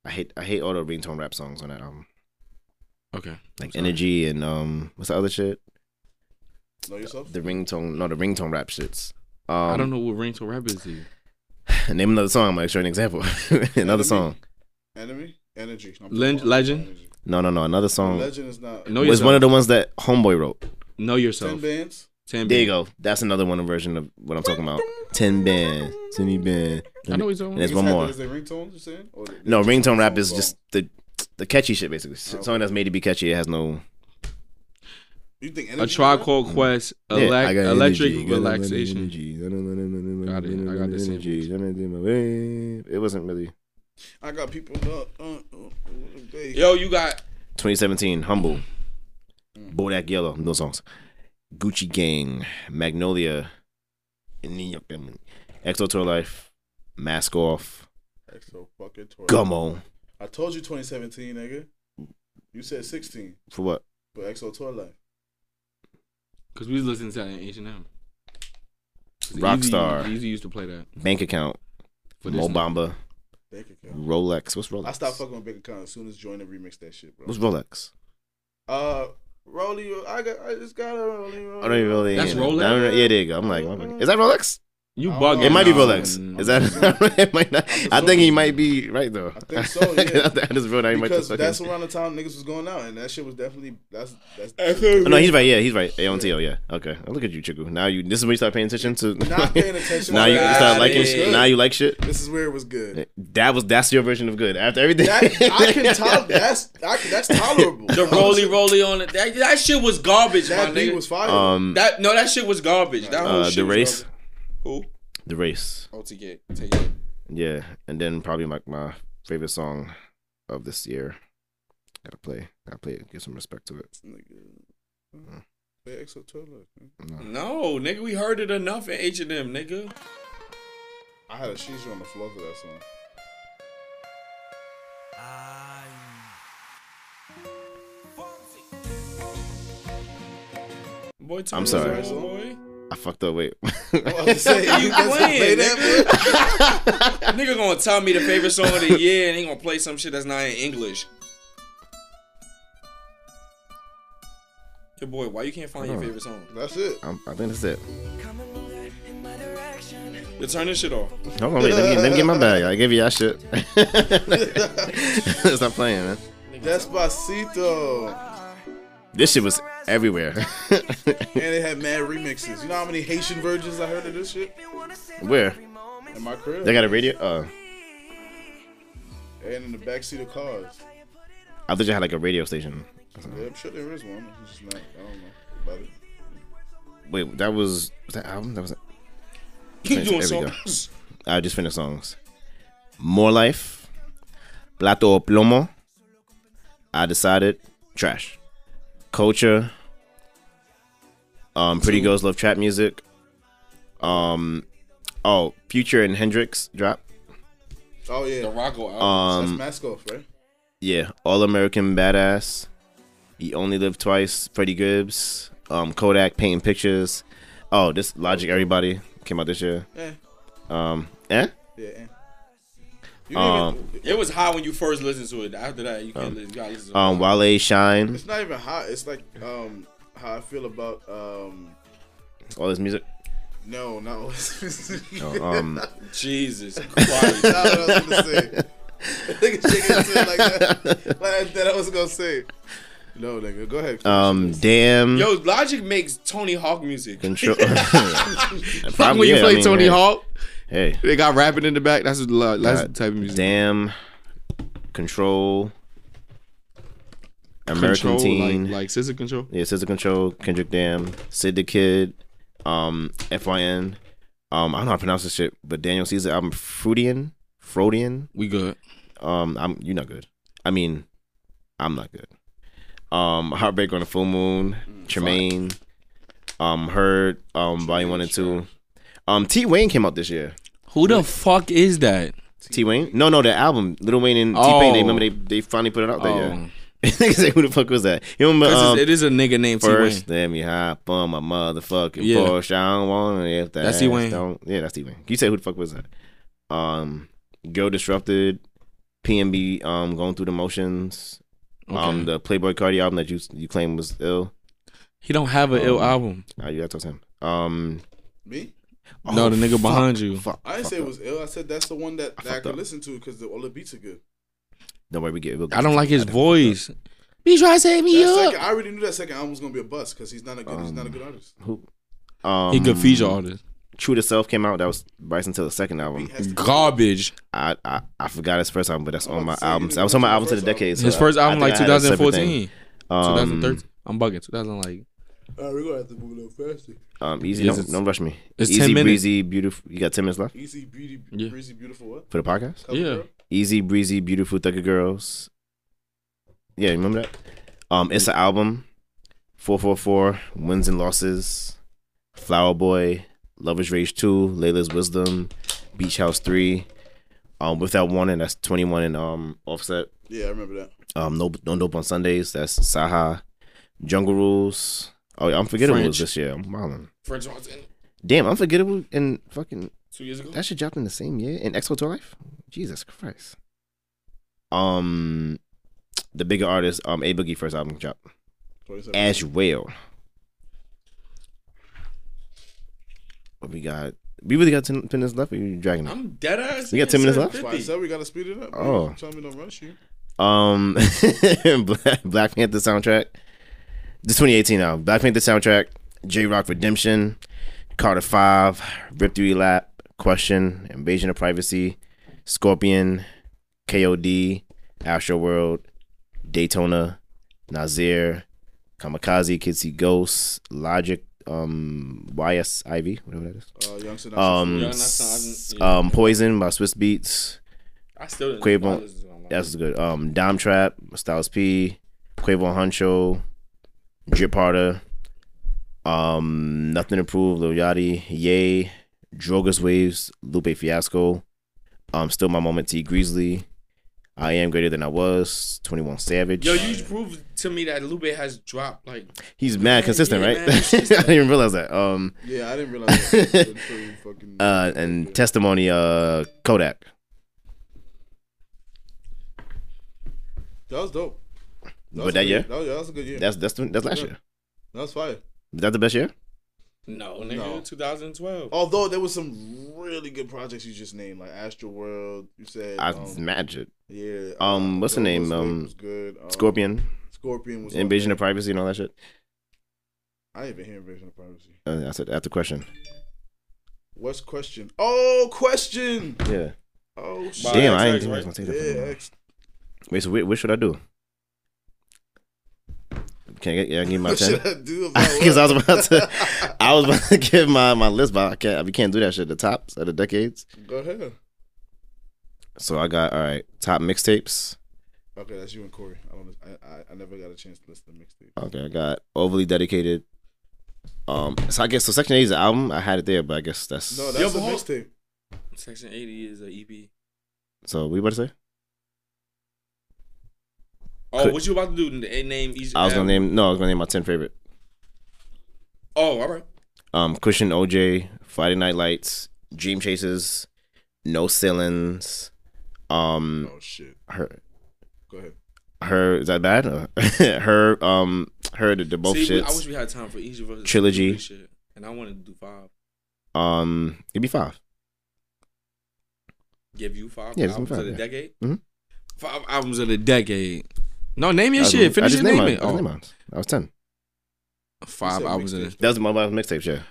[SPEAKER 2] I hate I hate all the ringtone rap songs on that um, album.
[SPEAKER 1] Okay.
[SPEAKER 2] Like Energy and um what's the other shit?
[SPEAKER 3] Know yourself?
[SPEAKER 2] The ringtone no the ringtone rap shits. Um,
[SPEAKER 1] I don't know what ring to rap is to you.
[SPEAKER 2] Name another song. I'm gonna show you an example. another song.
[SPEAKER 3] Enemy? Energy. No, I'm
[SPEAKER 1] Len-
[SPEAKER 3] talking about
[SPEAKER 1] Legend?
[SPEAKER 3] energy.
[SPEAKER 2] No no no another song.
[SPEAKER 3] Legend is not.
[SPEAKER 1] Know
[SPEAKER 2] was
[SPEAKER 1] yourself.
[SPEAKER 2] one of the ones that Homeboy wrote.
[SPEAKER 1] know
[SPEAKER 3] 10
[SPEAKER 1] yourself.
[SPEAKER 3] bands?
[SPEAKER 1] Ten
[SPEAKER 2] There you
[SPEAKER 1] Band.
[SPEAKER 2] go. That's another one version of what I'm talking about. Ten band, Cindy band.
[SPEAKER 1] I know what you're talking
[SPEAKER 2] And there's
[SPEAKER 3] Niggas
[SPEAKER 2] one
[SPEAKER 3] had
[SPEAKER 2] more.
[SPEAKER 3] that as their ringtones, you saying? Or they-
[SPEAKER 2] No,
[SPEAKER 3] they-
[SPEAKER 2] ringtone rap
[SPEAKER 3] song
[SPEAKER 2] is
[SPEAKER 3] song. Oh,
[SPEAKER 2] just the the catchy shit basically. Something that's made to be catchy. It has no.
[SPEAKER 3] You think energy?
[SPEAKER 1] A
[SPEAKER 3] is
[SPEAKER 1] tribe
[SPEAKER 3] that?
[SPEAKER 1] called Quest. Elec-
[SPEAKER 2] Yeah, I got
[SPEAKER 1] electric
[SPEAKER 2] energy, got a lot of
[SPEAKER 1] relaxation.
[SPEAKER 2] energy. Got
[SPEAKER 1] it. I got the same
[SPEAKER 2] energy. It wasn't really.
[SPEAKER 3] I got people. Uh, uh, uh, they,
[SPEAKER 1] Yo, you got
[SPEAKER 2] 2017, Humble, Bodak Yellow, no songs. Gucci Gang, Magnolia, and New York Family, Exo Tour Life, Mask Off,
[SPEAKER 3] Exo fucking Tory.
[SPEAKER 2] Gummo.
[SPEAKER 3] I told you 2017, nigga. You said 16,
[SPEAKER 2] For what?
[SPEAKER 3] but EXO tour life.
[SPEAKER 1] because we was listening to that in H and M.
[SPEAKER 2] Rockstar.
[SPEAKER 1] Easy, easy used to play that.
[SPEAKER 2] Bank Account,
[SPEAKER 1] For this
[SPEAKER 2] Mo Bamba,
[SPEAKER 3] Bank account.
[SPEAKER 2] Rolex. What's Rolex?
[SPEAKER 3] I stopped fucking with bank account as soon as Joyner remixed that shit, bro.
[SPEAKER 2] What's Rolex?
[SPEAKER 3] Uh, Rolly, I got, I just got a Rolly. Rolly.
[SPEAKER 2] I don't even know the
[SPEAKER 1] That's
[SPEAKER 2] name.
[SPEAKER 1] Rolex?
[SPEAKER 2] I don't know- Yeah, there you go. I'm like, is that Rolex?
[SPEAKER 1] You
[SPEAKER 3] I
[SPEAKER 1] bugging.
[SPEAKER 3] don't know.
[SPEAKER 2] It might be
[SPEAKER 1] Nah,
[SPEAKER 2] Rolex.
[SPEAKER 1] mm.
[SPEAKER 2] Is that? it might not. I think he might be right though.
[SPEAKER 3] I think so, yeah.
[SPEAKER 2] I just wrote out he might
[SPEAKER 3] Because
[SPEAKER 2] just fucking-
[SPEAKER 3] that's around the time niggas was going out, and that shit was definitely that's that's.
[SPEAKER 2] Oh, no, he's right. Yeah, he's right. AONTO. Yeah. Okay. Oh, look at you, Chiku. Now you. This is when you start paying attention to.
[SPEAKER 3] Not paying attention.
[SPEAKER 2] now you
[SPEAKER 3] Nah,
[SPEAKER 2] start liking.
[SPEAKER 1] it
[SPEAKER 2] shit.
[SPEAKER 1] was
[SPEAKER 2] Now you like shit.
[SPEAKER 3] this is where it was good.
[SPEAKER 2] That was that's your version of good. After everything.
[SPEAKER 3] That, I can tolerate. That's I can, that's tolerable.
[SPEAKER 1] The roly roly on it. That, that shit was garbage,
[SPEAKER 3] That
[SPEAKER 1] my
[SPEAKER 3] beat
[SPEAKER 1] nigga.
[SPEAKER 3] was fire.
[SPEAKER 2] um.
[SPEAKER 1] that no, that shit was garbage. That whole
[SPEAKER 2] Uh,
[SPEAKER 1] shit
[SPEAKER 2] the
[SPEAKER 1] was
[SPEAKER 2] race.
[SPEAKER 1] garbage.
[SPEAKER 2] The race.
[SPEAKER 1] Who? OTK. Take it.
[SPEAKER 2] Yeah, and then probably my my favorite song of this year. Gotta play. Gotta play it. Give some respect to it.
[SPEAKER 3] Hey, EXO tour life. man.
[SPEAKER 1] No, nigga, we heard it enough in H and M, nigga.
[SPEAKER 3] I had a seizure on the floor for that song.
[SPEAKER 1] Boy,
[SPEAKER 2] I'm
[SPEAKER 1] Tyler's
[SPEAKER 2] sorry.
[SPEAKER 1] a Boy.
[SPEAKER 2] I fucked up. Wait.
[SPEAKER 3] I was saying,
[SPEAKER 1] You
[SPEAKER 3] you guys
[SPEAKER 1] playing,
[SPEAKER 3] play that, man?
[SPEAKER 1] nigga gonna tell me the favorite song of the year and he gonna play some shit that's not in English. Your boy, why you can't find your favorite song?
[SPEAKER 3] That's it.
[SPEAKER 2] I'm, I think that's it.
[SPEAKER 1] You turn this shit off.
[SPEAKER 2] Hold on. Wait. Let me, let me get my bag. I give you that shit. Stop playing, man.
[SPEAKER 3] Despacito.
[SPEAKER 2] This shit was everywhere.
[SPEAKER 3] And it had mad remixes. You know how many Haitian virgins I heard of this shit?
[SPEAKER 2] Where?
[SPEAKER 3] In my crib.
[SPEAKER 2] They got a radio? Uh,
[SPEAKER 3] and in the backseat of cars.
[SPEAKER 2] I thought you had like a radio station.
[SPEAKER 3] Yeah, I'm sure there is one. It's just not, I don't know about it.
[SPEAKER 2] Wait, that was, was that album? That was
[SPEAKER 1] You doing
[SPEAKER 2] There we go.
[SPEAKER 1] songs?
[SPEAKER 2] I just finished songs. More life, Plato o Plomo. I decided trash. Culture. Um, pretty girls love trap music. Um, oh, Future and Hendrix drop.
[SPEAKER 3] Oh
[SPEAKER 1] The
[SPEAKER 3] yeah,
[SPEAKER 1] Rocco album.
[SPEAKER 3] that's
[SPEAKER 2] Um,
[SPEAKER 3] mask off, right?
[SPEAKER 2] yeah, All American Badass. You only live twice. Freddie Gibbs. Um, Kodak painting pictures. Oh, this Logic everybody came out this year.
[SPEAKER 3] Yeah,
[SPEAKER 2] Um, eh?
[SPEAKER 3] yeah. yeah. You
[SPEAKER 2] Um,
[SPEAKER 3] even,
[SPEAKER 1] it was high when you first listened to it. After that, you can't listen. You gotta listen to
[SPEAKER 2] Um, Wale Shine.
[SPEAKER 3] it's not even hot. It's like um how I feel about um
[SPEAKER 2] All this music.
[SPEAKER 3] no, not what
[SPEAKER 2] Oh, um.
[SPEAKER 1] Jesus Christ.
[SPEAKER 3] not what I was gonna say. Nigga, shake it to it like that. Like that, I was gonna say. No, nigga, go ahead.
[SPEAKER 2] Um, damn.
[SPEAKER 1] Yo, Logic makes Tony Hawk music.
[SPEAKER 2] Control.
[SPEAKER 1] Fuck when you play Tony Hawk,
[SPEAKER 2] Hey.
[SPEAKER 1] they got rapping in the back. That's what lo- that's
[SPEAKER 2] God
[SPEAKER 1] the type of music.
[SPEAKER 2] Damn. Control. American
[SPEAKER 1] control,
[SPEAKER 2] Teen.
[SPEAKER 1] like like Scissor Control.
[SPEAKER 2] yeah, Scissor Control. Kendrick Dam. Sid the Kid. Um, FYN. Um, I don't know how to pronounce this shit, but Daniel Caesar album Freudian. Freudian.
[SPEAKER 1] We good.
[SPEAKER 2] Um, I'm you're not good. I mean, I'm not good. Um, Heartbreak on the Full Moon,
[SPEAKER 1] Mm,
[SPEAKER 2] Tremaine, um, Heard, um, Volume One and Two. Um, T Wayne came out this year.
[SPEAKER 1] Who the fuck is that?
[SPEAKER 2] T Wayne? No, no, the album. Little Wayne and T Pain. They
[SPEAKER 1] Oh.
[SPEAKER 2] remember they they finally put it out that
[SPEAKER 1] Oh.
[SPEAKER 2] year. Niggas say, who the fuck was that? You remember?
[SPEAKER 1] This is-
[SPEAKER 2] Um,
[SPEAKER 1] it is a nigga named T Wayne.
[SPEAKER 2] First, let me hop on my motherfucking
[SPEAKER 1] Yeah.
[SPEAKER 2] Porsche. I don't want it if that
[SPEAKER 1] That's T-Wayne.
[SPEAKER 2] ass don't- Yeah, that's T Wayne. You say who the fuck was that? Um, Girl Disrupted, PNB, um, going through the motions. Um, the Playboy Cardi album that you you claim was ill.
[SPEAKER 1] he don't have an ill
[SPEAKER 2] um,
[SPEAKER 1] album.
[SPEAKER 2] Nah, you that was him. Um,
[SPEAKER 3] Me?
[SPEAKER 1] no, the nigga behind you.
[SPEAKER 2] fuck.
[SPEAKER 3] I didn't say it was ill. I said that's the one that, that I
[SPEAKER 2] fucked
[SPEAKER 3] could
[SPEAKER 2] up.
[SPEAKER 3] listen to because all the beats are good.
[SPEAKER 2] Don't worry, we get. We'll get
[SPEAKER 1] I don't like his
[SPEAKER 2] that.
[SPEAKER 1] voice. Be trying to save me
[SPEAKER 3] That
[SPEAKER 1] up.
[SPEAKER 3] second, I already knew that second album was gonna be a bust because he's not a good. he's not a good artist.
[SPEAKER 2] Who? Um,
[SPEAKER 1] He good feature artist.
[SPEAKER 2] True to Self came out. That was Bryson Tiller's second album.
[SPEAKER 3] He has to-
[SPEAKER 1] Garbage.
[SPEAKER 2] I, I I forgot his first album, but that's
[SPEAKER 3] I'm
[SPEAKER 2] on
[SPEAKER 3] about
[SPEAKER 2] my
[SPEAKER 3] to say, you
[SPEAKER 2] albums.
[SPEAKER 3] didn't
[SPEAKER 2] I was on my
[SPEAKER 3] mention
[SPEAKER 2] albums
[SPEAKER 3] the
[SPEAKER 2] of the
[SPEAKER 3] first
[SPEAKER 2] decades.
[SPEAKER 1] His
[SPEAKER 2] so
[SPEAKER 1] first
[SPEAKER 2] I- I
[SPEAKER 1] album
[SPEAKER 2] think
[SPEAKER 1] like
[SPEAKER 2] I had us everything.
[SPEAKER 1] 2014,
[SPEAKER 2] Um,
[SPEAKER 1] 2013. I'm bugging. 2000 like
[SPEAKER 3] All right, we're gonna have to move a little faster.
[SPEAKER 2] Um, easy,
[SPEAKER 1] Yes,
[SPEAKER 2] don't,
[SPEAKER 1] it's-
[SPEAKER 2] don't rush me.
[SPEAKER 1] it's
[SPEAKER 2] easy,
[SPEAKER 1] 10 minutes.
[SPEAKER 2] breezy, beautiful. You got ten minutes left
[SPEAKER 3] Easy, beauty,
[SPEAKER 1] Yeah.
[SPEAKER 3] breezy, beautiful. What?
[SPEAKER 2] for the podcast.
[SPEAKER 3] Cover
[SPEAKER 1] Yeah.
[SPEAKER 3] girl?
[SPEAKER 2] Easy, breezy, beautiful, Thugger Girls. Yeah, you remember that? Um, it's an album. Four four four wins and losses. Flower Boy, Lovers Rage two, Layla's Wisdom, Beach House three. Um, without warning, that's twenty one and um offset.
[SPEAKER 3] Yeah, I remember that.
[SPEAKER 2] Um, no, no dope on Sundays. That's Saha, Jungle Rules. Oh, yeah, Unforgettable was
[SPEAKER 1] French.
[SPEAKER 2] this year. I'm wildin'.
[SPEAKER 1] French Montana.
[SPEAKER 2] Damn, Unforgettable and fucking
[SPEAKER 1] Two years ago.
[SPEAKER 2] that shit dropped in the same year in Expo Tour Life. Jesus Christ. Um, the bigger artist, um, A Boogie first album drop
[SPEAKER 3] 27.
[SPEAKER 2] as well. What we got? We really got ten minutes left. Or you dragging it?
[SPEAKER 1] I'm dead ass.
[SPEAKER 2] We got 10 minutes left?
[SPEAKER 3] That's why I said we gotta speed it up.
[SPEAKER 2] Oh.
[SPEAKER 3] bro. Tell me don't rush you.
[SPEAKER 2] Um, Black, Black Panther soundtrack. The 2018 now. Black Panther soundtrack. J Rock Redemption. Carter Five. Rip Three Lap. Question. Invasion of Privacy. Scorpion. KOD. Astro World. Daytona. Nazir. Kamikaze. Kids See Ghosts. Logic. Um, YSIV. Whatever that is.
[SPEAKER 3] Uh, young Sinatra.
[SPEAKER 2] Um,
[SPEAKER 1] Oh, Yeah,
[SPEAKER 2] s-
[SPEAKER 1] that's not-
[SPEAKER 2] um, Poison by Swiss Beats.
[SPEAKER 1] I still didn't I
[SPEAKER 2] Quavo-
[SPEAKER 1] listened to him.
[SPEAKER 2] That's good. Um, Dom Trap, Styles P, Quavo Huncho, Drip Harder, um, Nothing to Prove, Lil Yachty, Yay, Drogas Waves, Lupe Fiasco, um, Still My Moment, T Grizzly, I Am Greater Than I Was, 21 Savage.
[SPEAKER 1] Yo, you proved to me that Lupe has dropped like
[SPEAKER 2] He's mad consistent,
[SPEAKER 1] yeah,
[SPEAKER 2] right?
[SPEAKER 1] man, he's
[SPEAKER 2] I didn't even realize that. Um,
[SPEAKER 3] yeah, I didn't realize that until you fucking.
[SPEAKER 2] uh, and Testimony, uh, Kodak.
[SPEAKER 3] that was dope. That was
[SPEAKER 2] But that
[SPEAKER 3] a good-
[SPEAKER 2] year?
[SPEAKER 3] That was, that was a good year.
[SPEAKER 2] That's that's that's last year.
[SPEAKER 3] that was fire.
[SPEAKER 2] Is that the best year?
[SPEAKER 1] no, nigga,
[SPEAKER 3] No.
[SPEAKER 1] 2012.
[SPEAKER 2] Oh.
[SPEAKER 3] Although there was some really good projects you just named, like Astro World. You said.
[SPEAKER 2] I
[SPEAKER 3] um,
[SPEAKER 2] matched it.
[SPEAKER 3] Yeah. uh,
[SPEAKER 2] Um, what's the
[SPEAKER 3] Dope
[SPEAKER 2] name?
[SPEAKER 3] Was Dope
[SPEAKER 2] Um,
[SPEAKER 3] was good. Um,
[SPEAKER 2] Scorpion,
[SPEAKER 3] Scorpion was. on
[SPEAKER 2] Invasion
[SPEAKER 3] there.
[SPEAKER 2] of Privacy, and all that shit.
[SPEAKER 3] I didn't even hear Invasion of Privacy.
[SPEAKER 2] Uh, I said, after question.
[SPEAKER 3] What's question? Oh, question.
[SPEAKER 2] Yeah.
[SPEAKER 3] Oh shit.
[SPEAKER 1] By
[SPEAKER 2] Damn, I
[SPEAKER 1] XX,
[SPEAKER 2] didn't think I was
[SPEAKER 1] right?
[SPEAKER 2] gonna take
[SPEAKER 3] Yeah,
[SPEAKER 2] that.
[SPEAKER 3] X,
[SPEAKER 2] Wait, so what, what should I do? Can I get, yeah, I can give my
[SPEAKER 3] What
[SPEAKER 2] ten?
[SPEAKER 3] should I do about
[SPEAKER 2] Because
[SPEAKER 3] what?
[SPEAKER 2] I was about to, I was about to give my, my list, but I can't. We can't do that shit. The tops of the decades.
[SPEAKER 3] Go ahead.
[SPEAKER 2] So I got all right. Top mixtapes.
[SPEAKER 3] Okay, that's you and Corey. I, don't, I, I I never got a chance to listen to mixtape.
[SPEAKER 2] Okay, I got overly dedicated. Um, so I guess so. Section 8 is an album. I had it there, but I guess that's
[SPEAKER 3] No,
[SPEAKER 2] no.
[SPEAKER 3] that's
[SPEAKER 1] but
[SPEAKER 3] a
[SPEAKER 1] hold-
[SPEAKER 3] mixtape.
[SPEAKER 1] Section 80 is E an EP.
[SPEAKER 2] So we about to say?
[SPEAKER 1] Oh,
[SPEAKER 2] Could-
[SPEAKER 1] what you about to do? N- Name each.
[SPEAKER 2] I was gonna
[SPEAKER 1] album?
[SPEAKER 2] name. No, I was gonna name my ten favorite.
[SPEAKER 1] Oh, all right.
[SPEAKER 2] Um, Cushion OJ, Friday Night Lights, Dream Chasers, No Ceilings. Um,
[SPEAKER 3] Oh shit.
[SPEAKER 2] her,
[SPEAKER 3] Go ahead.
[SPEAKER 2] her is that bad? Or- her, um, her the, the both
[SPEAKER 1] See, we- I wish
[SPEAKER 2] shits.
[SPEAKER 1] we had time for each of us. to do
[SPEAKER 2] Trilogy.
[SPEAKER 1] this shit, And I wanted to do five.
[SPEAKER 2] Um, it'd be five.
[SPEAKER 1] Give you five
[SPEAKER 2] Yeah, just
[SPEAKER 1] albums
[SPEAKER 2] five,
[SPEAKER 1] of the
[SPEAKER 2] yeah.
[SPEAKER 1] decade.
[SPEAKER 2] Mhm.
[SPEAKER 1] Five albums of the decade. No, name your
[SPEAKER 2] I was-
[SPEAKER 1] shit.
[SPEAKER 2] I
[SPEAKER 1] Finish
[SPEAKER 2] just
[SPEAKER 1] your name.
[SPEAKER 2] named
[SPEAKER 1] it.
[SPEAKER 2] mine. I just
[SPEAKER 1] Oh,
[SPEAKER 2] named mine. I was ten.
[SPEAKER 1] five
[SPEAKER 3] You said
[SPEAKER 1] albums of the.
[SPEAKER 2] That was my last mixtape. Yeah,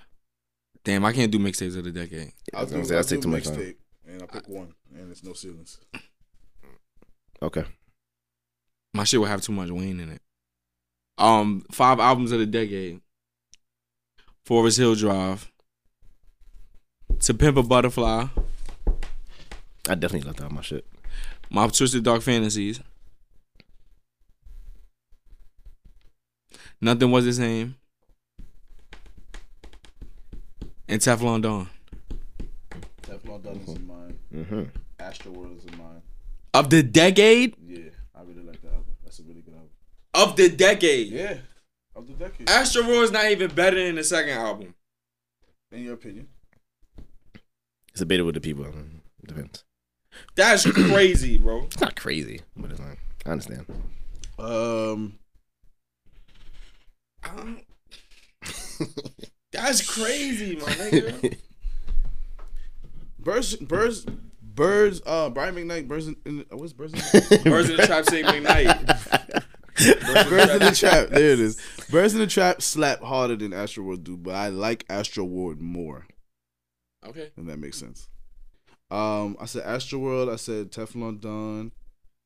[SPEAKER 1] Damn, I can't do mixtapes of the decade.
[SPEAKER 2] I was gonna say that's
[SPEAKER 3] do
[SPEAKER 2] take too much time.
[SPEAKER 3] mixtape, and I pick one, and it's no ceilings.
[SPEAKER 2] Okay.
[SPEAKER 1] My shit will have too much Wayne in it. Um, five albums of the decade. Forest Hill Drive. To Pimp a Butterfly.
[SPEAKER 2] I definitely left out my shit.
[SPEAKER 1] My Twisted Dark Fantasies. Nothing was the same. And Teflon Dawn.
[SPEAKER 3] Teflon Don is in mine.
[SPEAKER 2] Mm-hmm.
[SPEAKER 3] Astroworld is in mine.
[SPEAKER 1] Of the decade?
[SPEAKER 3] Yeah, I really like that album. That's a really good album.
[SPEAKER 1] Of the decade.
[SPEAKER 3] Yeah, of the decade.
[SPEAKER 1] Astro World's not even better than the second album.
[SPEAKER 3] In your opinion,
[SPEAKER 2] It's debated with the people. Mm, Depends.
[SPEAKER 1] That's crazy, bro.
[SPEAKER 2] It's not crazy, but it's like I understand.
[SPEAKER 3] um,
[SPEAKER 1] I don't- That's crazy, my nigga.
[SPEAKER 3] birds, birds, birds. Uh, Brian McKnight, birds. In, in, oh, what's birds? In,
[SPEAKER 1] Birds in the Trap say McKnight.
[SPEAKER 3] birds in the trap. There it is. Birds in the trap slap harder than Astroworld do, but I like Astroworld more.
[SPEAKER 1] Okay.
[SPEAKER 3] If that makes sense. Um, I said Astroworld. I said Teflon Don.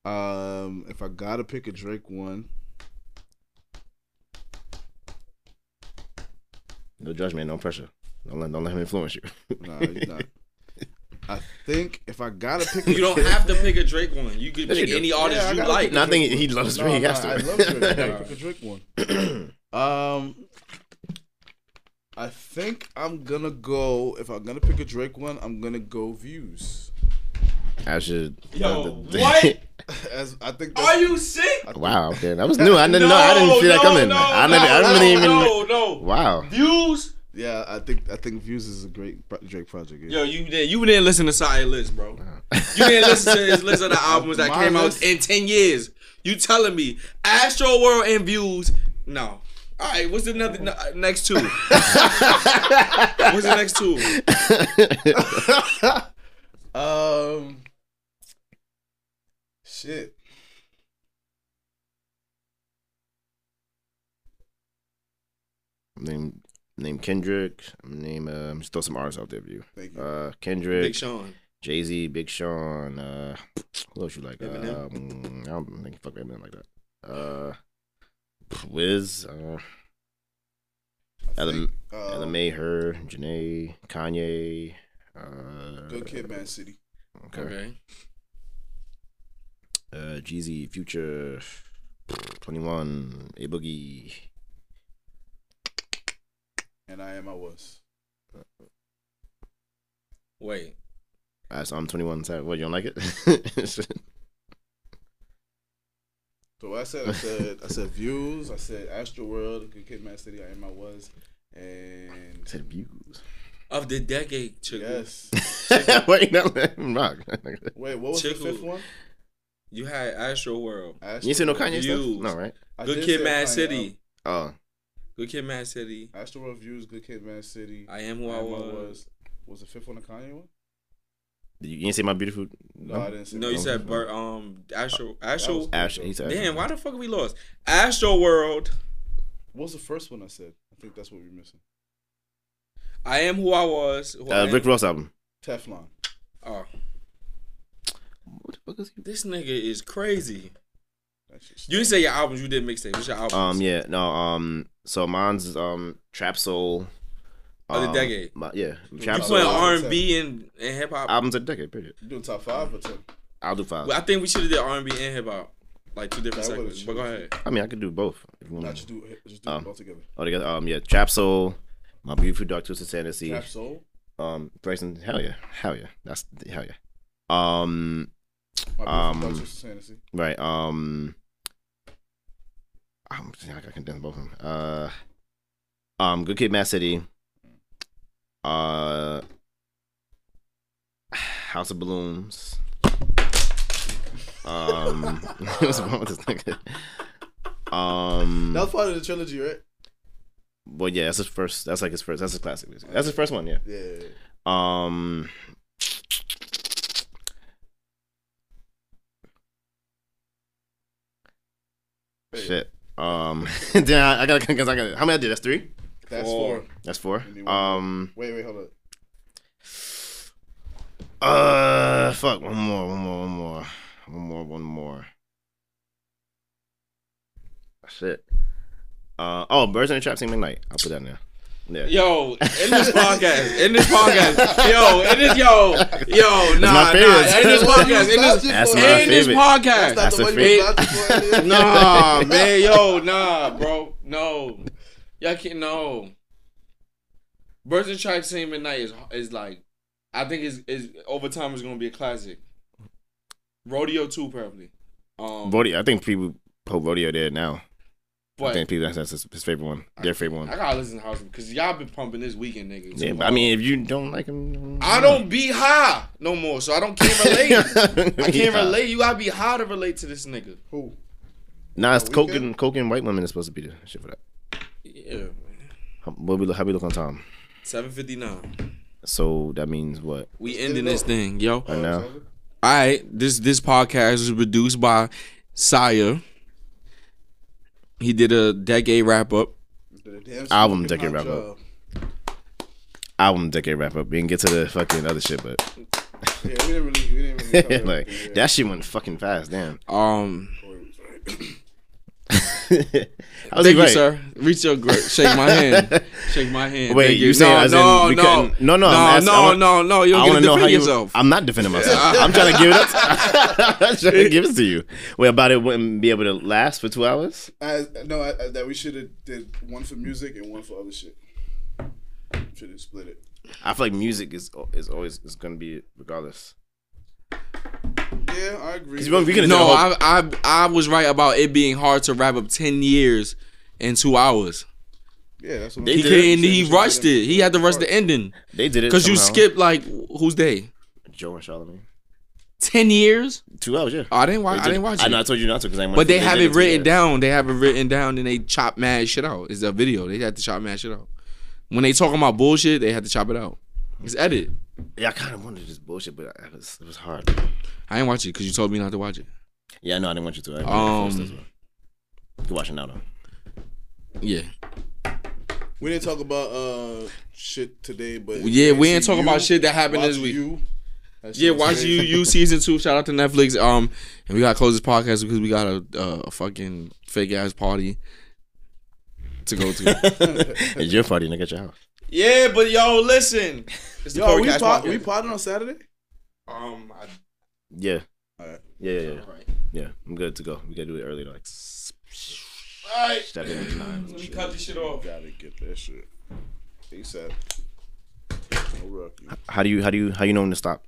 [SPEAKER 3] Um, if I gotta pick a Drake one,
[SPEAKER 2] No judgment, no pressure. Don't let don't let him influence you.
[SPEAKER 3] nah, he's not. I think if I gotta pick, a
[SPEAKER 1] You don't have to pick a Drake one. You could
[SPEAKER 2] Yes, you
[SPEAKER 1] pick
[SPEAKER 2] do.
[SPEAKER 1] any artist
[SPEAKER 3] I
[SPEAKER 1] you
[SPEAKER 3] gotta
[SPEAKER 1] like.
[SPEAKER 3] pick
[SPEAKER 2] No, I think he loves
[SPEAKER 3] No,
[SPEAKER 2] me. He
[SPEAKER 3] no,
[SPEAKER 2] has to.
[SPEAKER 3] I love Drake. I pick a Drake one. Um, I think I'm gonna go. If I'm gonna pick a Drake one, I'm gonna go views.
[SPEAKER 2] I should.
[SPEAKER 1] Yo, what?
[SPEAKER 3] As I think.
[SPEAKER 1] Are you sick?
[SPEAKER 2] wow, okay, that was new. I didn't know. I didn't see that coming. I never. I
[SPEAKER 1] no,
[SPEAKER 2] didn't even.
[SPEAKER 1] No, no.
[SPEAKER 2] Wow.
[SPEAKER 1] Views?
[SPEAKER 3] Yeah, I think I think views is a great pro- Drake project. Yeah.
[SPEAKER 1] Yo, you didn't. You didn't listen to Side list, bro. You didn't listen to his list of the albums that
[SPEAKER 3] My
[SPEAKER 1] came
[SPEAKER 3] list-
[SPEAKER 1] out in ten years. You telling me Astro World and Views? No. All right. What's the another, n- next two? what's the next two?
[SPEAKER 3] Um. Shit.
[SPEAKER 2] name name Kendrick. Name um. Just throw some R's out there for you.
[SPEAKER 3] Thank you.
[SPEAKER 2] Uh,
[SPEAKER 1] Big
[SPEAKER 2] Kendrick,
[SPEAKER 1] Sean.
[SPEAKER 2] Jay Z, Big Sean. Uh, who else you like?
[SPEAKER 1] Eminem.
[SPEAKER 2] Um, I don't think fuck Eminem like that. Uh, Wiz. Uh, Ella,
[SPEAKER 3] Uh,
[SPEAKER 2] Ella May, her, Janae, Kanye. Uh,
[SPEAKER 3] Good kid, Man City.
[SPEAKER 2] okay.
[SPEAKER 1] Okay.
[SPEAKER 2] uh Jeezy, Future, 21, A Boogie.
[SPEAKER 3] And I am. I was.
[SPEAKER 1] Wait.
[SPEAKER 2] Uh, so I'm 21. Sad. What, you don't like it?
[SPEAKER 3] So I said, I said, I said views. I said Astro World, Good Kid, Man City. I am. I was. And
[SPEAKER 2] Said views.
[SPEAKER 1] Of the decade, chick.
[SPEAKER 3] yes.
[SPEAKER 2] Wait, no, rock.
[SPEAKER 3] Wait, what was
[SPEAKER 1] Chicken.
[SPEAKER 3] the fifth one?
[SPEAKER 1] You had Astro World.
[SPEAKER 3] Astro
[SPEAKER 2] you see no
[SPEAKER 3] World.
[SPEAKER 2] Kanye
[SPEAKER 1] Views.
[SPEAKER 2] stuff? No, right?
[SPEAKER 3] I
[SPEAKER 1] Good
[SPEAKER 3] did
[SPEAKER 1] Kid,
[SPEAKER 3] say
[SPEAKER 1] Mad
[SPEAKER 3] Kanye.
[SPEAKER 1] City.
[SPEAKER 2] Oh,
[SPEAKER 1] Good Kid, Mad City.
[SPEAKER 3] Um, Astro World views. Good Kid, Man City.
[SPEAKER 1] I am who I,
[SPEAKER 3] Am
[SPEAKER 1] was.
[SPEAKER 3] Was the fifth one a Kanye one?
[SPEAKER 2] you you didn't say my beautiful.
[SPEAKER 3] No, I didn't say.
[SPEAKER 1] No,
[SPEAKER 3] that.
[SPEAKER 1] you
[SPEAKER 2] No,
[SPEAKER 1] said
[SPEAKER 2] no.
[SPEAKER 1] Bur- um Astro
[SPEAKER 3] That was-
[SPEAKER 1] Astro.
[SPEAKER 2] Ash, he said.
[SPEAKER 1] Damn, why the fuck are we lost? Astro World.
[SPEAKER 3] What was the first one I said? I think that's what we're missing.
[SPEAKER 1] I am who I was. Who I
[SPEAKER 2] Uh,
[SPEAKER 1] am.
[SPEAKER 2] Rick Ross album.
[SPEAKER 3] Teflon.
[SPEAKER 1] Oh,
[SPEAKER 2] What the fuck is he?
[SPEAKER 1] This nigga is crazy. You didn't say your albums. You did mixtape. What's your albums?
[SPEAKER 2] Um, yeah, no, um, so mine's is, um trap soul.
[SPEAKER 1] Of the
[SPEAKER 2] um,
[SPEAKER 1] decade.
[SPEAKER 2] my- yeah,
[SPEAKER 1] you
[SPEAKER 2] trap
[SPEAKER 1] playing
[SPEAKER 2] soul
[SPEAKER 1] R and B and, and hip hop.
[SPEAKER 2] albums of the decade. Period.
[SPEAKER 3] You doing top five or ten?
[SPEAKER 2] I'll do five.
[SPEAKER 1] Well, I think we should have did R and B and hip hop, like two different
[SPEAKER 3] That would've
[SPEAKER 1] segments. But go ahead.
[SPEAKER 2] I mean, I could do both. If you want
[SPEAKER 3] Not just do just do
[SPEAKER 2] Um,
[SPEAKER 3] it all together.
[SPEAKER 2] Oh, they got um yeah, Trap Soul, My Beautiful Dark Twisted Fantasy,
[SPEAKER 3] Trap Soul.
[SPEAKER 2] um Bryson, hell yeah, hell yeah, that's hell yeah. Um
[SPEAKER 3] My
[SPEAKER 2] Um,
[SPEAKER 3] um, fantasy.
[SPEAKER 2] right um, I'm I can dance both of them. Uh, um Good Kid, Mad City, uh, House of Balloons. Um, what's wrong with this nigga? Um,
[SPEAKER 3] That was part of the trilogy, right?
[SPEAKER 2] well, yeah, that's his first. That's like his first. That's his classic. Music. That's his first one. Yeah.
[SPEAKER 3] Yeah.
[SPEAKER 2] Um. Shit. Um. then I, I gotta because I got how many I did? That's three.
[SPEAKER 3] That's four.
[SPEAKER 2] That's four.
[SPEAKER 3] need one more.
[SPEAKER 2] Um.
[SPEAKER 3] Wait, wait, hold up.
[SPEAKER 2] Uh. Fuck. One more. One more. One more. One more. One more. Shit. Uh. Oh, birds in the trap sing midnight. I'll put that in there. Yeah.
[SPEAKER 1] Yo, in this podcast, in this podcast, yo, in this, yo, yo, nah, nah,
[SPEAKER 2] my favorite.
[SPEAKER 1] in this podcast, in this,
[SPEAKER 2] That's my
[SPEAKER 1] in this
[SPEAKER 2] favorite.
[SPEAKER 1] podcast,
[SPEAKER 2] That's
[SPEAKER 3] That's the
[SPEAKER 2] a
[SPEAKER 3] one
[SPEAKER 2] favorite.
[SPEAKER 3] you vouched for, it is.
[SPEAKER 1] nah, man, yo, nah, bro, no, y'all can't, no. Birds and Stripes Same at Night is is like, I think is is over time is gonna be a classic. Rodeo too, probably. Um,
[SPEAKER 2] Rodeo. I think people put rodeo there now. I
[SPEAKER 1] but
[SPEAKER 2] think people that's, that's his, his favorite one. Their favorite one.
[SPEAKER 1] I gotta listen to House because y'all been pumping this weekend, nigga.
[SPEAKER 2] yeah, but I mean, if you don't like him,
[SPEAKER 1] I don't be high no more, so I don't can't relate. I can't
[SPEAKER 2] Yeah.
[SPEAKER 1] relate. You gotta be high to relate to this nigga.
[SPEAKER 3] Who?
[SPEAKER 2] Nah, it's coke
[SPEAKER 3] Weeknd?
[SPEAKER 2] and coke and white women is supposed to be the shit for that.
[SPEAKER 1] Yeah,
[SPEAKER 2] How, what we look, how we look on time?
[SPEAKER 1] seven fifty nine.
[SPEAKER 2] So that means what?
[SPEAKER 1] We ending this thing, yo.
[SPEAKER 2] Right now,
[SPEAKER 1] All right, this this podcast was produced by Saya. He did a decade wrap up.
[SPEAKER 3] Did a damn
[SPEAKER 2] Album
[SPEAKER 3] good
[SPEAKER 2] decade wrap up.
[SPEAKER 3] job.
[SPEAKER 2] Album decade wrap up. We can get to the fucking other shit, but
[SPEAKER 3] Yeah, we didn't really, we didn't really. cover
[SPEAKER 2] like
[SPEAKER 3] everything, yeah.
[SPEAKER 2] that shit went fucking fast. Damn.
[SPEAKER 1] Um,
[SPEAKER 2] I was
[SPEAKER 1] thank you,
[SPEAKER 2] right.
[SPEAKER 1] sir. Reach your grip, shake my hand, shake my hand.
[SPEAKER 2] Wait,
[SPEAKER 1] thank
[SPEAKER 2] you saying as in we couldn't- no, no,
[SPEAKER 1] no,
[SPEAKER 2] I'm asking- I
[SPEAKER 1] no,
[SPEAKER 2] want-
[SPEAKER 1] no, no. You
[SPEAKER 2] I
[SPEAKER 1] don't
[SPEAKER 2] want
[SPEAKER 1] get
[SPEAKER 2] to
[SPEAKER 1] to
[SPEAKER 2] know how
[SPEAKER 1] defend
[SPEAKER 2] you.
[SPEAKER 1] yourself.
[SPEAKER 2] I'm not defending myself. I'm trying to give it up. I'm trying to give it to you. Wait, about it wouldn't be able to last for two hours.
[SPEAKER 3] As, no, I, I, that we should have did one for music and one for other shit. Should have split it.
[SPEAKER 2] I feel like music is is always is gonna be regardless.
[SPEAKER 3] Yeah, I agree.
[SPEAKER 2] 'Cause we- we could have done a
[SPEAKER 1] No,
[SPEAKER 2] whole-
[SPEAKER 1] I, I I was right about it being hard to wrap up ten years in two hours.
[SPEAKER 3] yeah, that's what
[SPEAKER 2] They
[SPEAKER 1] He
[SPEAKER 2] did.
[SPEAKER 1] couldn't. He rushed it. He had to rush the ending
[SPEAKER 2] They did it
[SPEAKER 1] because you
[SPEAKER 2] somehow.
[SPEAKER 1] skipped like who's day
[SPEAKER 2] Joe and Charlamagne.
[SPEAKER 1] ten years.
[SPEAKER 2] Two hours, yeah.
[SPEAKER 1] Oh, I didn't
[SPEAKER 2] They
[SPEAKER 1] watch.
[SPEAKER 2] did
[SPEAKER 1] I didn't watch
[SPEAKER 2] I
[SPEAKER 1] it.
[SPEAKER 2] know I told you not to because I.
[SPEAKER 1] But they have it written down. They have it written down, and they chop mad shit out. It's a video. They had to chop mad shit out. When they talking about bullshit, they had to chop it out. It's edit.
[SPEAKER 2] Yeah, I kind of wanted this bullshit, but I- it was it was hard.
[SPEAKER 1] I didn't watch it because you told me not to watch it.
[SPEAKER 2] Yeah, no, I didn't want you to. I didn't want you to force
[SPEAKER 1] Um,
[SPEAKER 2] this one. You can watch it now though.
[SPEAKER 1] Yeah,
[SPEAKER 3] We didn't talk about uh shit today, but
[SPEAKER 1] yeah. We ain't talking
[SPEAKER 3] You,
[SPEAKER 1] about shit that happened this
[SPEAKER 3] Watch
[SPEAKER 1] week.
[SPEAKER 3] You. That shit
[SPEAKER 1] Yeah,
[SPEAKER 3] was
[SPEAKER 1] watch
[SPEAKER 3] crazy.
[SPEAKER 1] you you season two. Shout out to Netflix. Um, and we gotta close this podcast because we got a, uh, a fucking fake ass party to go to.
[SPEAKER 2] it's your party, nigga. At your house.
[SPEAKER 1] yeah, but yo, listen, it's the
[SPEAKER 3] Yo, we
[SPEAKER 1] podcast
[SPEAKER 3] pod,
[SPEAKER 1] podcast.
[SPEAKER 3] we potted on Saturday.
[SPEAKER 1] um, I,
[SPEAKER 2] Yeah.
[SPEAKER 3] Alright.
[SPEAKER 2] Yeah, yeah, yeah,
[SPEAKER 1] all right.
[SPEAKER 2] yeah. I'm good to go. We gotta do it early, like. s-
[SPEAKER 1] All right,
[SPEAKER 2] That in nine.
[SPEAKER 1] let me cut this shit off.
[SPEAKER 3] Gotta get that shit. ASAP. No rocky.
[SPEAKER 2] How do you how do you how you know when to stop?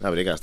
[SPEAKER 2] No, but they gotta